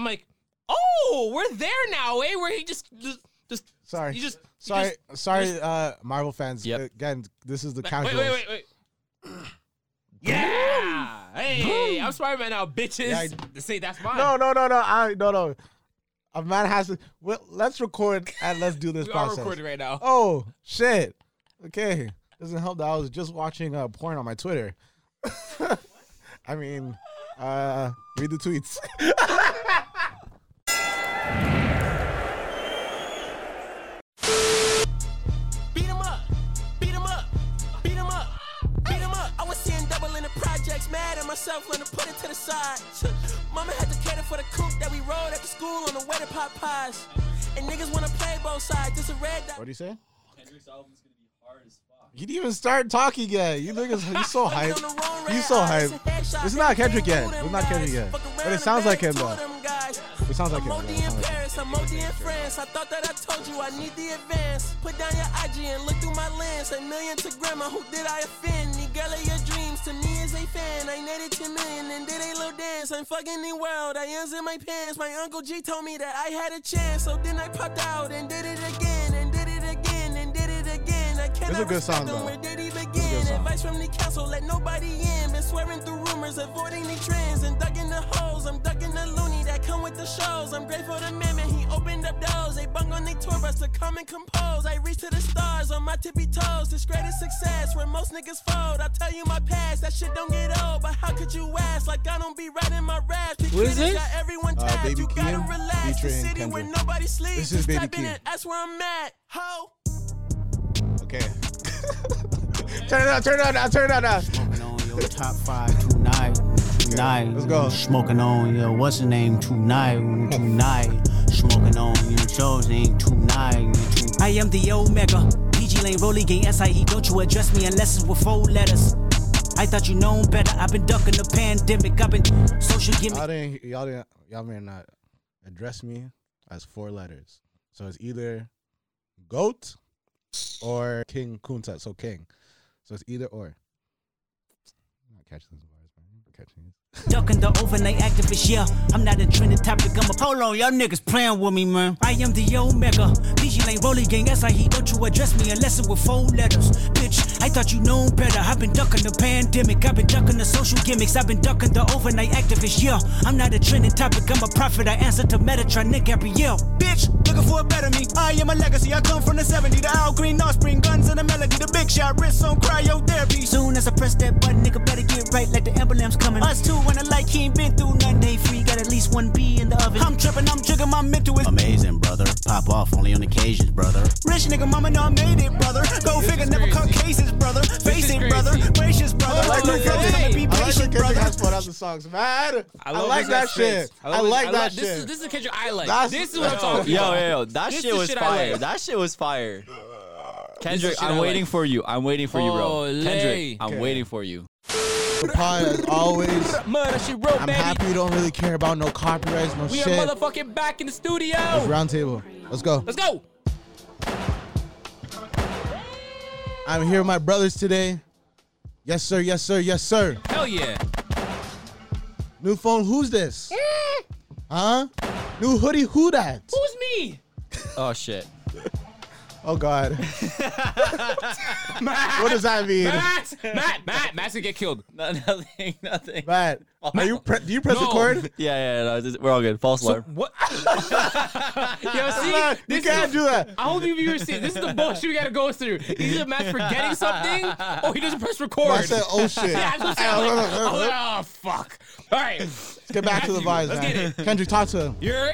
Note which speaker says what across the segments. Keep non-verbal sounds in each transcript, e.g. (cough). Speaker 1: like, oh, we're there now, eh? Where he just just, just
Speaker 2: Sorry.
Speaker 1: you just you
Speaker 2: sorry,
Speaker 1: just-
Speaker 2: sorry,
Speaker 1: just-
Speaker 2: uh, Marvel fans.
Speaker 3: Yep.
Speaker 2: Again, this is the
Speaker 1: wait,
Speaker 2: casual.
Speaker 1: wait, wait, wait. Yeah! Hey, I'm Spider Man now, bitches.
Speaker 2: Yeah,
Speaker 1: Say that's mine.
Speaker 2: No, no, no, no. I no, no. A man has to. Well, let's record and let's do this
Speaker 1: we are
Speaker 2: process.
Speaker 1: recording right now.
Speaker 2: Oh shit. Okay. Doesn't help that I was just watching uh, porn on my Twitter. (laughs) I mean, uh, read the tweets. (laughs)
Speaker 4: Beat 'em up, beat 'em up, beat 'em up, beat 'em up. I was seeing double in the projects, mad at myself, learned to put it to the side. (laughs) Mama had to cater for the coop that we rolled after school on the way to pot pies. And niggas wanna play both sides, this a red dot.
Speaker 2: What do you say?
Speaker 5: Kendrick's album's gonna be hard as fuck.
Speaker 2: You didn't even start talking yet. You niggas, you
Speaker 4: (laughs)
Speaker 2: so
Speaker 4: He's
Speaker 2: hype. You so hype. It's not Kendrick yet. It's not Kendrick yet. But it sounds like him though. It sounds like
Speaker 4: I'm
Speaker 2: him.
Speaker 4: OD
Speaker 2: though. It
Speaker 4: in
Speaker 2: sounds like him.
Speaker 4: Paris, I'm OD in France. I thought that I told you I need the advance. Put down your IG and look through my lens. A million to grandma, who did I offend? The girl of your dreams to me is a fan. I netted 10 million and did a little dance. I'm fucking the world, I ends in my pants. My uncle G told me that I had a chance. So then I popped out and did it again and did it again and did it again. I cannot
Speaker 2: a good
Speaker 4: respect
Speaker 2: song,
Speaker 4: them.
Speaker 2: though.
Speaker 4: Where did he begin?
Speaker 2: good song.
Speaker 4: Advice from the council, let nobody in. Been swearing through rumors, avoiding the trends and ducking the holes. I'm ducking the loony that come with the shows. I'm grateful to man, man, he opened up doors. They bung on the tour bus to come and compose. I reach to the stars on my tippy toes. This greatest success when most niggas fold. I tell you my past, that shit don't get old. But how could you ask? Like I don't be writing my raps. Who
Speaker 1: is this?
Speaker 4: Got everyone
Speaker 2: Uh,
Speaker 4: tapped.
Speaker 2: Baby
Speaker 4: you gotta
Speaker 2: Keem
Speaker 4: relax. The
Speaker 2: featuring
Speaker 4: city where
Speaker 2: Kendrick.
Speaker 4: nobody sleeps.
Speaker 2: This is
Speaker 4: Just
Speaker 2: Baby
Speaker 4: type in
Speaker 2: Keem.
Speaker 4: and That's where I'm at. Ho.
Speaker 2: Okay. (laughs) turn it up. Turn it up. Now, turn it up. Now.
Speaker 6: Smoking on your
Speaker 2: (laughs)
Speaker 6: top five tonight, tonight.
Speaker 2: let's go.
Speaker 6: Smoking on your what's the name tonight, tonight. Smoking on your show's name tonight, tonight.
Speaker 7: I am the Omega. PG Lane, Rolly Gang, SIE. Don't you address me unless it's with four letters. I thought you known better. I've been ducking the pandemic. I've been social gimmick.
Speaker 2: Y'all didn't. Y'all didn't. Y'all may not address me as four letters. So it's either goat or King Kunta. So king. So it's either or. I'm not catching these bars, man. I'm catching these.
Speaker 7: Ducking the overnight activist. Yeah, I'm not a trending topic. I'm a.
Speaker 6: Hold on, y'all niggas playing with me, man.
Speaker 7: I am the Omega. PG Lane, Rolly Gang, SIE. Don't you address me unless it's with four letters. Bitch, I thought you known better. I've been ducking the pandemic. I've been ducking the social gimmicks. I've been ducking the overnight activist. Yeah, I'm not a trending topic. I'm a prophet. I answer to Metatron Gabrielle.
Speaker 6: Bitch, looking for a better me. I am a legacy. I come from the 70, the Al Green offspring, guns and a melody, the big shot, wrist on cryotherapy. So
Speaker 7: Soon as I press that button, nigga better get right like the emblem's coming.
Speaker 6: us two when the light he ain't been through nothing.
Speaker 7: Sunday free, got at least one B in the oven.
Speaker 6: I'm tripping, I'm triggering my mental. Is amazing, brother. Pop off only on occasions, brother. Rich nigga, mama, know I made it, brother. Go figure, never cut cases, brother. Face
Speaker 1: is
Speaker 6: it, brother.
Speaker 1: crazy.
Speaker 6: Gracious, brother.
Speaker 2: I like
Speaker 6: Look,
Speaker 2: when
Speaker 6: brother,
Speaker 2: Kendrick-
Speaker 6: gotta be
Speaker 2: I like when
Speaker 6: patient,
Speaker 2: Kendrick
Speaker 6: brother.
Speaker 2: has fun other songs, man. I,
Speaker 1: love
Speaker 2: like
Speaker 1: his
Speaker 2: that shit.
Speaker 1: reference.
Speaker 2: I,
Speaker 1: love
Speaker 2: like
Speaker 1: his-
Speaker 2: that
Speaker 1: love-
Speaker 2: shit.
Speaker 1: This is, this is the Kendrick I like.
Speaker 2: That's-
Speaker 1: this is what I'm
Speaker 2: yo,
Speaker 1: talking
Speaker 3: Yo,
Speaker 1: about.
Speaker 3: yo, yo, that
Speaker 1: This
Speaker 3: shit
Speaker 1: the
Speaker 3: was
Speaker 1: shit I
Speaker 3: fire.
Speaker 1: like.
Speaker 3: That shit was fire. Kendrick,
Speaker 1: shit I
Speaker 3: I'm
Speaker 1: like.
Speaker 3: waiting for you. I'm waiting for you, bro.
Speaker 1: Olay.
Speaker 3: Kendrick, I'm
Speaker 2: Okay.
Speaker 3: waiting for you.
Speaker 2: The pod, (laughs) as always.
Speaker 1: Murder she wrote,
Speaker 2: I'm
Speaker 1: baby.
Speaker 2: happy you don't really care about no copyrights, no
Speaker 1: We
Speaker 2: shit.
Speaker 1: are motherfucking back in the studio.
Speaker 2: Round table. Let's go.
Speaker 1: Let's go.
Speaker 2: I'm here with my brothers today. Yes, sir. Yes, sir. Yes, sir.
Speaker 3: Oh,
Speaker 1: Hell yeah.
Speaker 2: New phone. Who's this? Huh? New hoodie. Who that?
Speaker 1: Who's me?
Speaker 3: Oh shit.
Speaker 2: Oh
Speaker 1: (laughs)
Speaker 2: God. what does that mean?
Speaker 1: Matt. Matt. Matt. Matt's gonna get killed.
Speaker 3: No, nothing, (laughs) nothing. Oh, Yeah,
Speaker 2: Matt, are you pre- do you press
Speaker 1: No.
Speaker 2: record?
Speaker 3: (laughs) yeah, no, this- we're all good. False alarm.
Speaker 1: What? yo, see,
Speaker 2: Matt, you
Speaker 1: this
Speaker 2: can't
Speaker 1: is,
Speaker 2: do that.
Speaker 1: I hope you viewers see it. this is the bullshit we gotta go through. Either Matt's forgetting something, or he doesn't press record.
Speaker 2: I said, oh shit.
Speaker 1: (laughs) yeah,
Speaker 2: (laughs)
Speaker 1: I'm just saying, I'm like, I'm like, oh fuck. All right, let's
Speaker 2: Get back to the vibes,
Speaker 1: Let's
Speaker 2: man.
Speaker 1: get it.
Speaker 2: Kendrick, talk to him.
Speaker 1: You're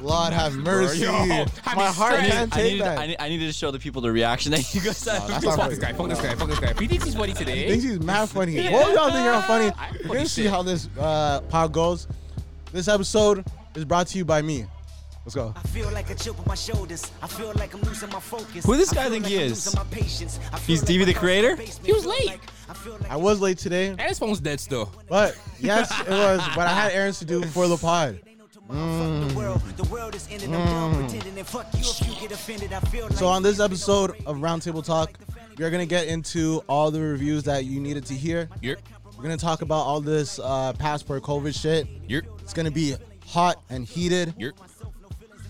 Speaker 2: Lord have mercy.
Speaker 1: Yo, have
Speaker 2: My
Speaker 1: me
Speaker 2: heart
Speaker 1: straight.
Speaker 2: can't
Speaker 3: I
Speaker 2: take
Speaker 3: needed,
Speaker 2: that.
Speaker 3: I, need, I needed to show the people the reaction that you guys had.
Speaker 2: That's
Speaker 1: fuck
Speaker 2: not
Speaker 1: this guy.
Speaker 2: funny.
Speaker 1: Fuck this guy. Fuck this guy. If he thinks he's funny today,
Speaker 2: Thinks he's mad funny. What y'all think you're funny?
Speaker 1: I'm
Speaker 2: We're
Speaker 1: funny
Speaker 2: gonna see
Speaker 1: shit.
Speaker 2: how this uh, pod goes. This episode is brought to you by me. Let's go.
Speaker 7: I feel like a chip on my shoulders. I feel like I'm losing my focus.
Speaker 3: Who this
Speaker 7: I
Speaker 3: guy
Speaker 7: feel
Speaker 3: think
Speaker 7: like
Speaker 3: he
Speaker 7: I'm
Speaker 3: is?
Speaker 7: losing my patience. I feel
Speaker 3: He's
Speaker 7: like
Speaker 3: DB
Speaker 7: my
Speaker 3: the
Speaker 7: house
Speaker 3: Creator?
Speaker 7: in the basement.
Speaker 1: He was
Speaker 7: Feel
Speaker 1: late.
Speaker 7: like- I feel like
Speaker 2: I was late today,
Speaker 1: and his phone's dead still.
Speaker 2: but yes, it was. But I had errands to do before the pod.
Speaker 7: They know tomorrow, fuck the world. The world is ending. I'm done pretending. And fuck you if you get offended. I feel like
Speaker 2: Mm. So on this episode of Roundtable Talk, you're gonna get into all the reviews that you needed to hear.
Speaker 1: You're,
Speaker 2: We're gonna talk about all this uh, passport COVID shit.
Speaker 1: you're.
Speaker 2: It's gonna be hot and heated.
Speaker 1: You're-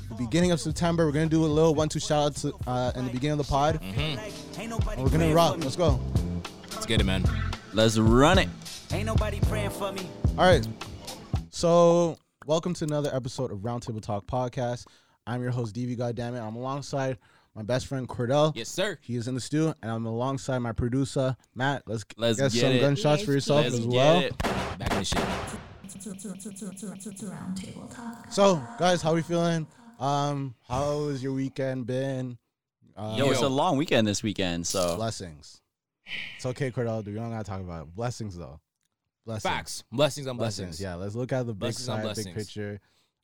Speaker 2: The beginning of September, we're gonna do a little one-two shout out to uh, in the beginning of the pod.
Speaker 1: Mm-hmm.
Speaker 7: Ain't nobody
Speaker 2: We're gonna
Speaker 7: praying
Speaker 2: rock.
Speaker 7: for me.
Speaker 2: Let's go.
Speaker 1: Let's get it, man.
Speaker 3: Let's run it.
Speaker 7: Ain't nobody praying for me.
Speaker 2: All right. So, welcome to another episode of Roundtable Talk Podcast. I'm your host, DV Goddammit. I'm alongside my best friend, Cordell.
Speaker 1: Yes, sir.
Speaker 2: He is in the stew, and I'm alongside my producer, Matt. Let's,
Speaker 3: Let's
Speaker 2: get,
Speaker 3: get
Speaker 2: some
Speaker 3: it.
Speaker 2: gunshots for yourself
Speaker 3: Let's
Speaker 2: as
Speaker 3: get
Speaker 2: well.
Speaker 3: it.
Speaker 1: Back in the shit.
Speaker 8: Roundtable talk.
Speaker 2: So, guys, how we feeling? Um, how has your weekend been? Uh,
Speaker 3: Yo, it's
Speaker 1: Yo.
Speaker 3: a long weekend this weekend, so
Speaker 2: blessings. It's okay, Cordell. dude. We don't gotta talk about it. Blessings though. Blessings.
Speaker 1: Facts. Blessings on blessings.
Speaker 2: Blessings. Yeah, let's look at the big
Speaker 1: Blessings on
Speaker 2: side, big
Speaker 1: blessings.
Speaker 2: picture.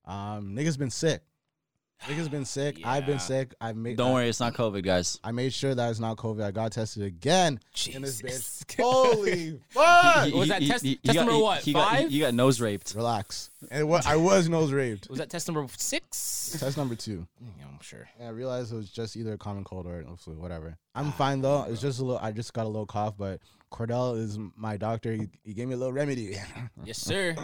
Speaker 2: Um, niggas been sick. Niggas
Speaker 1: (sighs)
Speaker 2: been sick. I've been
Speaker 1: Yeah.
Speaker 2: sick. I made.
Speaker 3: don't
Speaker 2: I,
Speaker 3: worry, it's not COVID, guys.
Speaker 2: I made sure that it's not COVID. I got tested again in this
Speaker 1: Jesus.
Speaker 7: (laughs)
Speaker 2: bitch.
Speaker 3: (laughs)
Speaker 2: Holy fuck!
Speaker 1: was that test- test
Speaker 3: got,
Speaker 1: number what,
Speaker 3: He got,
Speaker 1: five?
Speaker 3: he, he got nose raped.
Speaker 2: Relax. And what I was nose raved.
Speaker 1: Was that test number six?
Speaker 2: Test number two.
Speaker 1: Yeah, I'm sure.
Speaker 2: And I realized it was just either a common cold or a flu, whatever. I'm fine though. It's just a little. I just got a little cough, but Cordell is m- my doctor. He, he gave me a little remedy. (laughs)
Speaker 1: Yes, sir.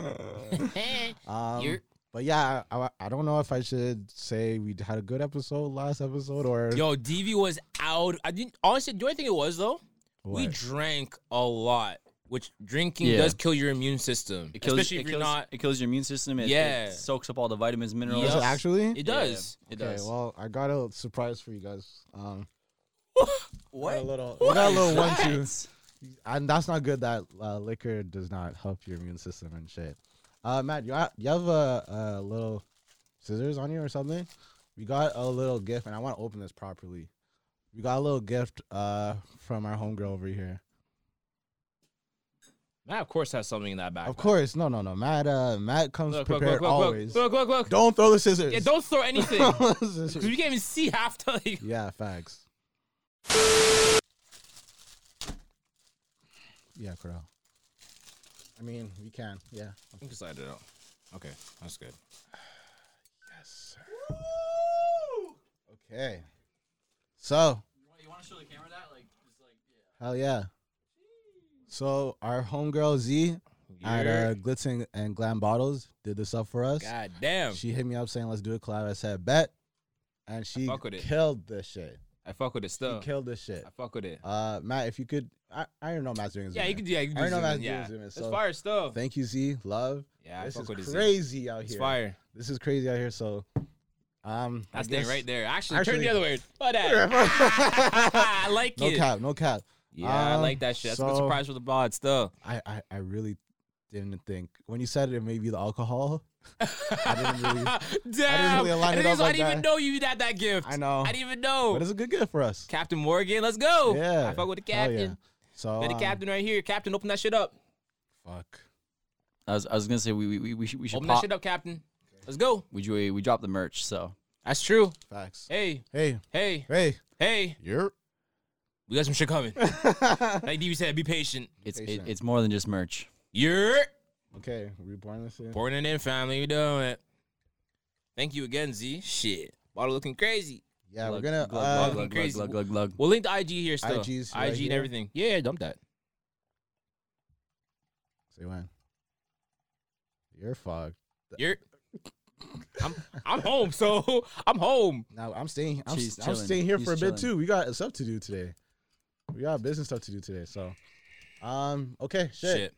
Speaker 2: Um,
Speaker 1: You're-
Speaker 2: but yeah, I, I, I don't know if I should say we had a good episode last episode or
Speaker 1: Yo, DV was out. I didn't honestly. Do you know what I think it was though? We
Speaker 2: What?
Speaker 1: drank a lot, which drinking
Speaker 3: Yeah.
Speaker 1: does kill your immune system,
Speaker 3: It kills,
Speaker 1: especially
Speaker 3: it
Speaker 1: if you're
Speaker 3: kills-
Speaker 1: not.
Speaker 3: It kills your immune system. It,
Speaker 1: Yeah.
Speaker 3: it soaks up all the vitamins, minerals.
Speaker 2: Is it
Speaker 1: Yes.
Speaker 2: actually.
Speaker 1: It does.
Speaker 3: Yeah, it
Speaker 2: okay,
Speaker 3: does.
Speaker 2: well, I got a surprise for you guys.
Speaker 1: (laughs)
Speaker 2: Um,
Speaker 3: what?
Speaker 2: got a little, we got a little one two,
Speaker 3: What?
Speaker 2: and that's not good. That uh, liquor does not help your immune system and shit. Uh, Matt, you ha- you have a, a little scissors on you or something? We got a little gift, and I want to open this properly. We got a little gift uh from our homegirl over here.
Speaker 1: Matt, of course, has something in that back.
Speaker 2: Of course, no, no, no. Matt, uh, Matt comes
Speaker 1: Look, look,
Speaker 2: prepared
Speaker 1: look, look,
Speaker 2: always.
Speaker 1: look, look, look, look.
Speaker 2: Don't throw the scissors.
Speaker 1: Yeah, don't
Speaker 2: (laughs)
Speaker 1: throw anything. Because
Speaker 2: throw the scissors.
Speaker 1: we can't even see half the. Like,
Speaker 2: Yeah, facts. Yeah, Corral. I mean, we can. Yeah.
Speaker 1: I'm just light it out. Okay, that's good.
Speaker 2: Yes, sir. Okay. So,
Speaker 5: You want to show the camera that? Like, just like, yeah.
Speaker 2: hell yeah. So our homegirl Z at
Speaker 1: Yeah.
Speaker 2: uh, Glitz and, and Glam Bottles did this up for us.
Speaker 1: God damn.
Speaker 2: She hit me up saying, "Let's do a collab." I said, "Bet," and she
Speaker 1: fuck with it.
Speaker 2: killed this shit.
Speaker 1: I fuck with it
Speaker 2: She
Speaker 1: still.
Speaker 2: killed this shit.
Speaker 1: I fuck with it.
Speaker 2: Uh, Matt, if you could, I, I don't know Matt's doing. His
Speaker 1: Yeah, you
Speaker 2: Zoom
Speaker 1: can
Speaker 2: in.
Speaker 1: do. Yeah, you can
Speaker 2: I
Speaker 1: do.
Speaker 2: don't know
Speaker 1: Zoom
Speaker 2: Matt's
Speaker 1: in, yeah.
Speaker 2: doing Zoom in,
Speaker 1: It's
Speaker 2: so-
Speaker 1: fire still.
Speaker 2: Thank you, Z. Love.
Speaker 1: Yeah, I
Speaker 2: this
Speaker 1: fuck
Speaker 2: is
Speaker 1: with it, Z.
Speaker 2: crazy out here.
Speaker 1: It's fire.
Speaker 2: This is crazy out here. So, um, I
Speaker 1: That's the thing
Speaker 2: guess-
Speaker 1: right there. Actually, turn
Speaker 2: Actually-
Speaker 1: the other way. Fuck
Speaker 2: (laughs)
Speaker 1: that. (laughs) I like
Speaker 2: No
Speaker 1: it.
Speaker 2: cap, no cap.
Speaker 1: Yeah, I
Speaker 2: Um,
Speaker 1: like that shit. That's a good
Speaker 2: so-
Speaker 1: surprise for the bod still.
Speaker 2: I, I, I really didn't think when you said it, it may be the
Speaker 1: (laughs)
Speaker 2: alcohol. I didn't really.
Speaker 1: Damn.
Speaker 2: really align
Speaker 1: And
Speaker 2: it
Speaker 1: the thing
Speaker 2: up
Speaker 1: is, I
Speaker 2: like
Speaker 1: didn't even
Speaker 2: that.
Speaker 1: know you had that gift.
Speaker 2: I know.
Speaker 1: I didn't even know.
Speaker 2: But it's a good gift for us.
Speaker 1: Captain Morgan, let's go.
Speaker 2: Yeah.
Speaker 1: I fuck with the
Speaker 2: hell
Speaker 1: captain.
Speaker 2: Yeah. So,
Speaker 1: Bet the
Speaker 2: um,
Speaker 1: captain right here. Captain, open that shit up.
Speaker 2: Fuck.
Speaker 3: I was, I was gonna say we we, we, we should we should
Speaker 1: Open that
Speaker 3: pop.
Speaker 1: shit up, Captain. Let's go.
Speaker 3: We, we we dropped the merch, so
Speaker 1: That's true.
Speaker 2: Facts.
Speaker 1: Hey,
Speaker 2: Hey,
Speaker 1: hey,
Speaker 2: hey.
Speaker 1: hey.
Speaker 2: You're.
Speaker 1: We got some
Speaker 2: (laughs)
Speaker 1: shit coming. like DB said, be patient.
Speaker 3: it's it,
Speaker 2: Patient.
Speaker 3: it's more than just merch.
Speaker 1: You're
Speaker 2: Okay,
Speaker 1: (laughs)
Speaker 2: reborn this year.
Speaker 1: pouring it in, family. We doing it. Thank you again, Z. Shit. Bottle looking crazy.
Speaker 2: Yeah, we're
Speaker 3: Glug,
Speaker 2: gonna.
Speaker 3: glug,
Speaker 2: uh,
Speaker 3: glug, glug,
Speaker 1: crazy.
Speaker 3: glug, glug, glug.
Speaker 1: We'll link the IG here still.
Speaker 2: IGs
Speaker 1: IG
Speaker 2: right
Speaker 1: and
Speaker 2: here.
Speaker 1: everything. Yeah, dump that.
Speaker 2: Say when. You're fucked.
Speaker 1: You're I'm I'm home, so (laughs) I'm home.
Speaker 2: Now I'm staying. I'm,
Speaker 3: She's
Speaker 2: I'm
Speaker 3: chilling.
Speaker 2: staying here
Speaker 3: He's
Speaker 2: for a bit
Speaker 3: chilling.
Speaker 2: too. We got stuff to do today. We got business stuff to do today. So, um, okay, shit.
Speaker 1: Shit.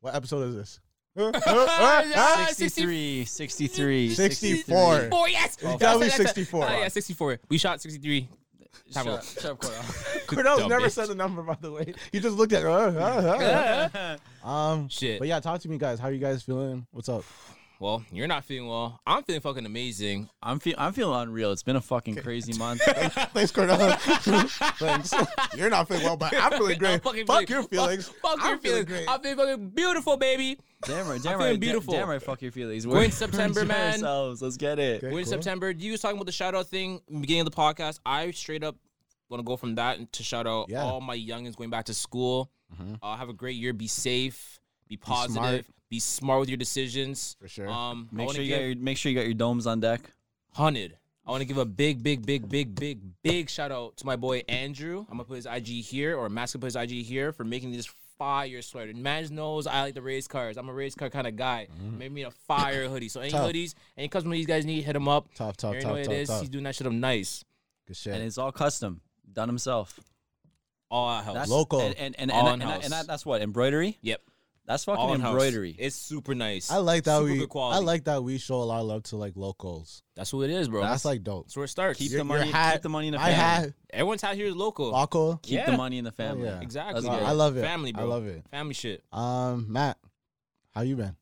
Speaker 2: What episode is this? (laughs)
Speaker 1: Ah,
Speaker 3: 63, 63,
Speaker 2: 64.
Speaker 1: 64, yes.
Speaker 2: It's
Speaker 1: That's
Speaker 2: gotta
Speaker 1: it,
Speaker 2: be
Speaker 1: that's it.
Speaker 2: 64.
Speaker 1: Ah, yeah, 64. We shot 63. Time
Speaker 3: Shut-
Speaker 1: out.
Speaker 3: shut up, Cordell.
Speaker 2: (laughs) Cordell's
Speaker 1: Dumb
Speaker 2: never
Speaker 1: bitch.
Speaker 2: said the number, by the way. He just looked at. Uh, uh,
Speaker 1: (laughs)
Speaker 2: uh. um,
Speaker 1: Shit.
Speaker 2: but yeah, talk to me, guys. How you guys feeling? What's up?
Speaker 1: Well, you're not feeling well. I'm feeling fucking amazing.
Speaker 3: I'm feel I'm feeling unreal. It's been a fucking crazy
Speaker 2: (laughs)
Speaker 3: month.
Speaker 2: Thanks, Cordell.
Speaker 1: (laughs)
Speaker 2: Thanks. You're not feeling well, but I'm feeling
Speaker 1: I'm fucking feeling- Fuck, fuck your feelings. I'm feeling fucking beautiful, baby.
Speaker 3: Damn right, damn
Speaker 1: feeling
Speaker 3: right, da-
Speaker 1: beautiful.
Speaker 3: Damn right, fuck your feelings.
Speaker 1: We're in September,
Speaker 3: enjoying
Speaker 1: man.
Speaker 3: Ourselves. Let's get it.
Speaker 2: Okay.
Speaker 1: We're in
Speaker 2: cool.
Speaker 1: September. You was talking about the shout out thing in the beginning of the podcast. I straight up want to go from that to shout out
Speaker 2: Yeah.
Speaker 1: all my youngins going back to school.
Speaker 2: Mhm.
Speaker 1: Uh, have a great year. Be safe. Be
Speaker 2: smart.
Speaker 1: positive. Be smart, with your decisions.
Speaker 2: For sure.
Speaker 1: Um, I
Speaker 3: Make
Speaker 1: want to
Speaker 3: sure you
Speaker 1: give
Speaker 3: got your make sure you got your domes on deck.
Speaker 1: hunted. I want to give a big, big, big, big, big, big shout out to my boy Andrew. I'm gonna put his IG here, or Matt's gonna put his IG here for making this fire sweater. Man's knows I like to race cars. I'm a race car kind of guy. Made me a fire hoodie. So any
Speaker 2: Mm. Tough.
Speaker 1: hoodies, any customer these guys need, hit him up.
Speaker 2: Tough, tough,
Speaker 1: You already know
Speaker 2: tough,
Speaker 1: what it
Speaker 2: tough,
Speaker 1: is.
Speaker 2: tough.
Speaker 1: He's doing that shit up nice.
Speaker 2: Good shit.
Speaker 3: and it's all custom, done himself.
Speaker 1: All out house.
Speaker 3: That's
Speaker 2: Local.
Speaker 3: and and and,
Speaker 1: All
Speaker 3: and, and, and,
Speaker 1: in-house.
Speaker 3: that- that's what embroidery.
Speaker 1: yep.
Speaker 3: That's
Speaker 1: All
Speaker 3: fucking
Speaker 1: in-house.
Speaker 3: embroidery.
Speaker 1: It's super nice.
Speaker 2: I like that
Speaker 1: Super
Speaker 2: we.
Speaker 1: good quality.
Speaker 2: I like that we show a lot of love to like locals.
Speaker 1: That's what it is, bro.
Speaker 2: That's like dope.
Speaker 1: that's where it starts.
Speaker 3: keep
Speaker 2: your-
Speaker 3: the money.
Speaker 2: your hat-
Speaker 3: keep the money in the
Speaker 2: I
Speaker 3: family.
Speaker 2: had
Speaker 1: Everyone's out here is local.
Speaker 2: local.
Speaker 3: keep
Speaker 1: Yeah.
Speaker 3: the money in the family.
Speaker 2: yeah.
Speaker 1: Exactly.
Speaker 3: That's
Speaker 2: Uh,
Speaker 3: good.
Speaker 2: I love it.
Speaker 1: Family,
Speaker 2: I
Speaker 1: bro.
Speaker 2: love it.
Speaker 1: Family shit.
Speaker 2: Um, Matt, how you been?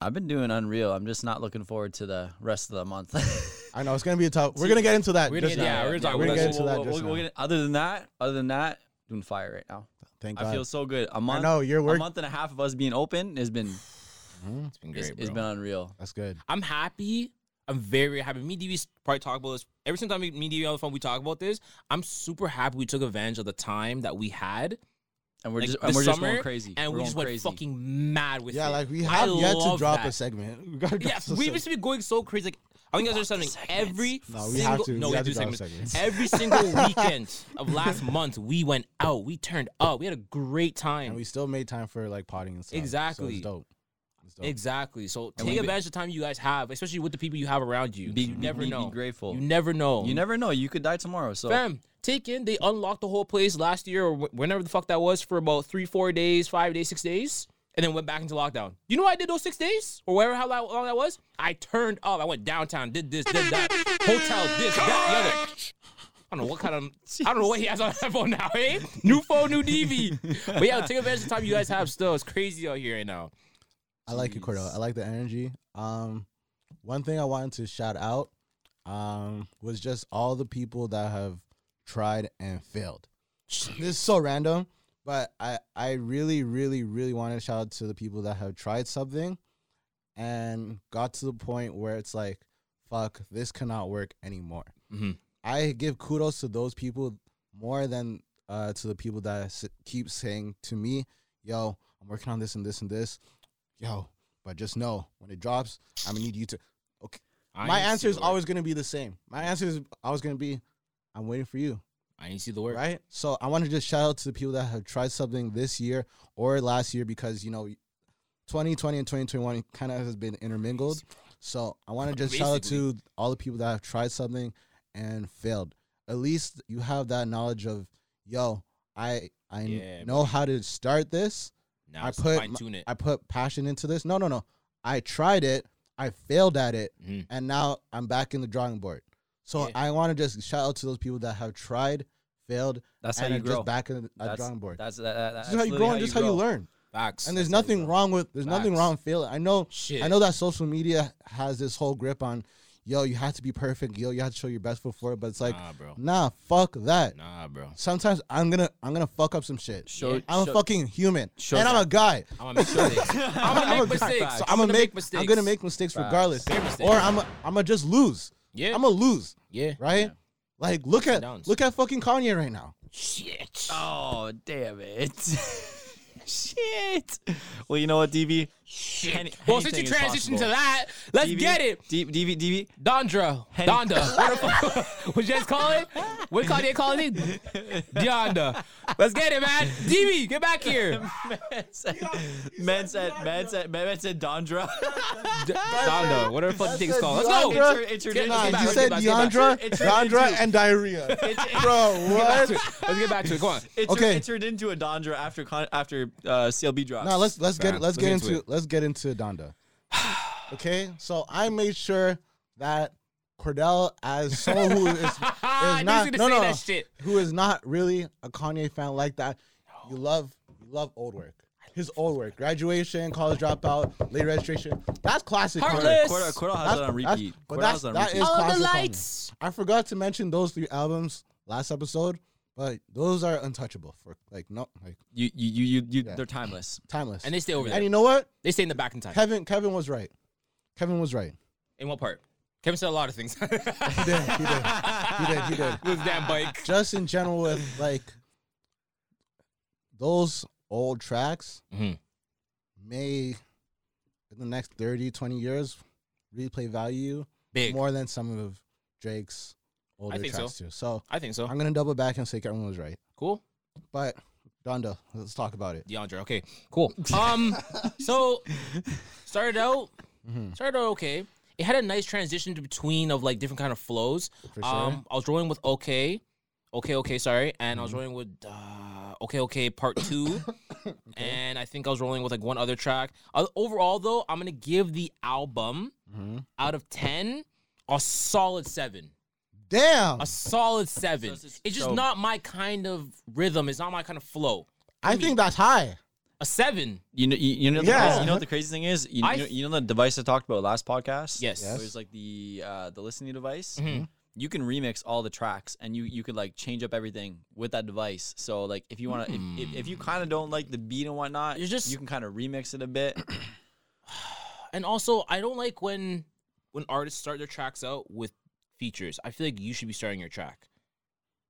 Speaker 3: I've been doing Unreal. I'm just not looking forward to the rest of the month. (laughs)
Speaker 2: I know it's gonna be a tough. We're gonna get into that.
Speaker 1: We're gonna
Speaker 2: just
Speaker 1: get-
Speaker 2: now.
Speaker 1: yeah, we're gonna talk
Speaker 2: We're
Speaker 1: about
Speaker 2: gonna get
Speaker 1: that.
Speaker 2: into that.
Speaker 3: We'll-
Speaker 2: just
Speaker 3: we'll- we'll
Speaker 2: now.
Speaker 3: get- other than that, other than that, doing fire right now.
Speaker 2: Thank
Speaker 3: I
Speaker 2: God.
Speaker 3: feel so good. A month,
Speaker 2: know, your work- Mm-hmm.
Speaker 3: a month and a half of us being open has been
Speaker 1: It's been
Speaker 3: it's-
Speaker 1: great,
Speaker 3: it's
Speaker 1: bro.
Speaker 3: been unreal.
Speaker 2: That's good.
Speaker 1: I'm happy. I'm very happy. Me and DV probably talk about this every single time me me and DV on the phone. We talk about this. I'm super happy we took advantage of the time that we had.
Speaker 3: And we're
Speaker 1: like,
Speaker 3: just
Speaker 1: this
Speaker 3: and we're just
Speaker 1: summer,
Speaker 3: going crazy.
Speaker 1: and
Speaker 3: We're
Speaker 1: we just
Speaker 3: going
Speaker 1: went
Speaker 3: crazy.
Speaker 1: fucking mad with it.
Speaker 2: Yeah, like we
Speaker 1: I
Speaker 2: have yet to
Speaker 1: love
Speaker 2: drop a
Speaker 1: that.
Speaker 2: segment. We gotta drop a
Speaker 1: Yeah, we've
Speaker 2: segment.
Speaker 1: just been going so crazy. Like I think you guys are something. Every
Speaker 2: No, we
Speaker 1: single
Speaker 2: have to.
Speaker 1: no,
Speaker 2: We
Speaker 1: we
Speaker 2: have
Speaker 1: do
Speaker 2: to drop
Speaker 1: segments.
Speaker 2: segments.
Speaker 1: Every
Speaker 2: (laughs)
Speaker 1: single weekend of last month, we went out. We turned up. We had a great time.
Speaker 2: and we still made time for like potting and stuff. So
Speaker 1: Exactly.
Speaker 2: it's dope. It's dope.
Speaker 1: Exactly. So
Speaker 3: And
Speaker 1: take
Speaker 3: we-
Speaker 1: advantage of the time you guys have, especially with the people you have around you.
Speaker 3: Be-
Speaker 1: you
Speaker 3: be-
Speaker 1: never
Speaker 3: be- be
Speaker 1: know.
Speaker 3: grateful.
Speaker 1: You never know.
Speaker 3: You never know. You could die tomorrow. So
Speaker 1: Fam, take in. They unlocked the whole place last year or wh- whenever the fuck that was for about three, four days, five days, six days, and then went back into lockdown. You know what I did those six days or whatever how lo- long that was? I turned up. I went downtown, did this, did that, hotel, this, that, the other. I don't know what kind of I don't know what he has on that phone now, eh? New phone, new DV. But yeah, take advantage of the time you guys have. Still, it's crazy out here right now.
Speaker 2: I like it, Cordell. I like the energy. Um, one thing I wanted to shout out um, was just all the people that have tried and failed. (laughs) This is so random, but I I really really really want to shout out to the people that have tried something and got to the point where it's like, fuck, this cannot work anymore.
Speaker 1: Mhm.
Speaker 2: I give kudos to those people more than uh, to the people that s- keep saying to me, "Yo, I'm working on this and this and this." Yo, but just know when it drops, I'm gonna need you to. Okay,
Speaker 1: I
Speaker 2: my
Speaker 1: ain't
Speaker 2: answer
Speaker 1: see
Speaker 2: is
Speaker 1: the
Speaker 2: always gonna be the same. My answer is always gonna be, "I'm waiting for you."
Speaker 1: work. I didn't see the word.
Speaker 2: Right. So I want to just shout out to the people that have tried something this year or last year because you know, 2020 and 2021 kind of has been intermingled. So I want to just shout out to all the people that have tried something and failed. At least you have that knowledge of, yo, I I
Speaker 1: Yeah,
Speaker 2: know how to start this.
Speaker 1: Now
Speaker 2: I
Speaker 1: it's
Speaker 2: put
Speaker 1: fine tune it.
Speaker 2: I put passion into this. No, no, no. I tried it. I failed at it,
Speaker 1: Mhm.
Speaker 2: and now I'm back in the drawing board. So
Speaker 1: Yeah.
Speaker 2: I want to just shout out to those people that have tried, failed,
Speaker 3: that's how
Speaker 2: and
Speaker 3: you
Speaker 2: are
Speaker 3: grow.
Speaker 2: just back in the a
Speaker 3: that's,
Speaker 2: drawing board.
Speaker 3: That's that, that,
Speaker 2: This is how you
Speaker 3: absolutely
Speaker 2: grow and just how you learn.
Speaker 1: Facts.
Speaker 2: And there's nothing wrong with there's nothing
Speaker 1: Facts.
Speaker 2: wrong with failing. I know
Speaker 1: Shit.
Speaker 2: I know that social media has this whole grip on, yo, you have to be perfect, yo, you have to show your best foot forward. But it's like,
Speaker 1: Nah, bro.
Speaker 2: nah, fuck that.
Speaker 1: Nah, bro.
Speaker 2: Sometimes I'm gonna I'm gonna fuck up some shit.
Speaker 3: Show-
Speaker 2: I'm
Speaker 3: show-
Speaker 2: a fucking human
Speaker 3: show
Speaker 2: and I'm a guy.
Speaker 1: I'm gonna make
Speaker 2: (laughs)
Speaker 1: mistakes. I'm gonna make mistakes.
Speaker 2: I'm gonna make
Speaker 1: mistakes.
Speaker 2: I'm gonna make mistakes
Speaker 3: Facts.
Speaker 2: regardless,
Speaker 1: Big mistakes.
Speaker 2: or I'm i I'm gonna just lose.
Speaker 1: Yeah.
Speaker 2: I'm gonna lose,
Speaker 1: yeah.
Speaker 2: right? Like look at
Speaker 1: downs.
Speaker 2: look at fucking Kanye right now.
Speaker 1: Shit.
Speaker 3: Oh damn it! (laughs) Shit. Well, you know what, DV. Any-
Speaker 1: well, since you
Speaker 3: anything is
Speaker 1: transitioned to
Speaker 3: possible.
Speaker 1: that, let's
Speaker 3: DV,
Speaker 1: get it.
Speaker 3: D- DV, DV.
Speaker 1: Dondra.
Speaker 3: Henny- (laughs)
Speaker 1: Donda. What the fuck? (laughs) What you guys call it? What call they calling it? Donda. Let's get
Speaker 2: (laughs)
Speaker 1: it, man. DB, get
Speaker 3: (laughs)
Speaker 1: back here.
Speaker 3: Man said, man said, man said, man said, Dondra.
Speaker 1: D- Donda. Whatever the fuck the thing is called. Let's
Speaker 2: Deandra.
Speaker 1: go.
Speaker 3: Inter- introduce-
Speaker 1: Nah,
Speaker 2: Nah,
Speaker 1: Get back,
Speaker 2: you
Speaker 1: let's
Speaker 2: said
Speaker 1: get back,
Speaker 2: Deandra,
Speaker 3: It turned
Speaker 2: Deandra,
Speaker 3: into-
Speaker 2: and diarrhea.
Speaker 3: (laughs) it-
Speaker 2: Bro, what?
Speaker 1: Let's get back to it. Let's get back to it. Go on.
Speaker 3: It,
Speaker 2: Okay.
Speaker 3: turned, it turned into a Dondra after con- after uh, CLB drops.
Speaker 2: No, let's let's get
Speaker 1: Nah,
Speaker 2: let's
Speaker 1: let's
Speaker 2: get
Speaker 1: get
Speaker 2: into
Speaker 1: into it.
Speaker 2: let's get into
Speaker 1: (sighs)
Speaker 2: Donda. Okay, so I made sure that Cordell, as someone who
Speaker 1: (laughs)
Speaker 2: is, is
Speaker 1: I knew
Speaker 2: not
Speaker 1: he was
Speaker 2: no
Speaker 1: Ah, gonna say
Speaker 2: no
Speaker 1: that shit.
Speaker 2: who is not really a Kanye fan like that, you love you love old work. His old work, graduation, college dropout, late registration. That's classic. Kanye.
Speaker 1: Heartless.
Speaker 3: Cordell, Cordell has
Speaker 2: That's-
Speaker 3: it on
Speaker 2: that's-
Speaker 3: repeat.
Speaker 2: but
Speaker 3: Cordell
Speaker 2: that's-
Speaker 3: has it on
Speaker 2: that
Speaker 3: repeat.
Speaker 2: is-
Speaker 1: All the
Speaker 2: classic song.
Speaker 1: lights.
Speaker 2: I forgot to mention those three albums last episode, but those are untouchable for like no like
Speaker 3: you, you, you, you, you
Speaker 2: Yeah.
Speaker 3: they're timeless.
Speaker 2: timeless.
Speaker 1: And they stay over
Speaker 2: and
Speaker 1: there.
Speaker 2: you know what?
Speaker 1: They stay in the back in time.
Speaker 2: Kevin Kevin was right. Kevin was right.
Speaker 1: In what part? Kevin said a lot of things. With
Speaker 2: He did. He did. He did. He
Speaker 1: (laughs)
Speaker 2: did.
Speaker 1: that bike.
Speaker 2: Just in general,
Speaker 1: (laughs)
Speaker 2: with like those old tracks,
Speaker 1: Mhm.
Speaker 2: may in the next 30, 20 years replay value
Speaker 1: Big.
Speaker 2: more than some of Drake's older
Speaker 1: think
Speaker 2: tracks too. So
Speaker 1: I think so.
Speaker 2: I'm gonna double back and say everyone was right.
Speaker 1: Cool.
Speaker 2: But Donda. Let's talk about it.
Speaker 1: DeAndre. Okay, cool. Um, so started out
Speaker 2: Mm-hmm.
Speaker 1: started out okay. It had a nice transition to between of like different kind of flows.
Speaker 2: For
Speaker 1: Um, I was rolling with okay, okay, okay, sorry, and I
Speaker 2: Mm-hmm.
Speaker 1: was rolling with uh, okay, okay,
Speaker 2: (coughs)
Speaker 1: part two, and I think I was rolling with like one other track. Uh, overall, though, I'm gonna give the album
Speaker 2: Mm-hmm.
Speaker 1: out of ten a solid seven
Speaker 2: Damn.
Speaker 1: a solid seven.
Speaker 3: So it's-
Speaker 1: it's just
Speaker 3: so-
Speaker 1: not my kind of rhythm. It's not my kind of flow.
Speaker 2: I think that's high.
Speaker 1: A seven. Uh-huh.
Speaker 3: You know, you, you know, the
Speaker 2: Yeah.
Speaker 3: crazy, you know what the crazy thing is. You,
Speaker 1: I-
Speaker 3: you know, you know the device I talked about last
Speaker 1: Yes.
Speaker 3: podcast.
Speaker 1: Mm-hmm.
Speaker 2: Yes. Mm-hmm.
Speaker 3: it was like the uh, the listening device. You can remix all the tracks, and you you could like change up everything with that device. So like, if you want to, if, if, if you kind of don't like the beat and whatnot,
Speaker 1: You're just-
Speaker 3: you can kind of remix it a bit.
Speaker 1: And also, I don't like when when artists start their tracks out with features. I feel like you should be starting your track.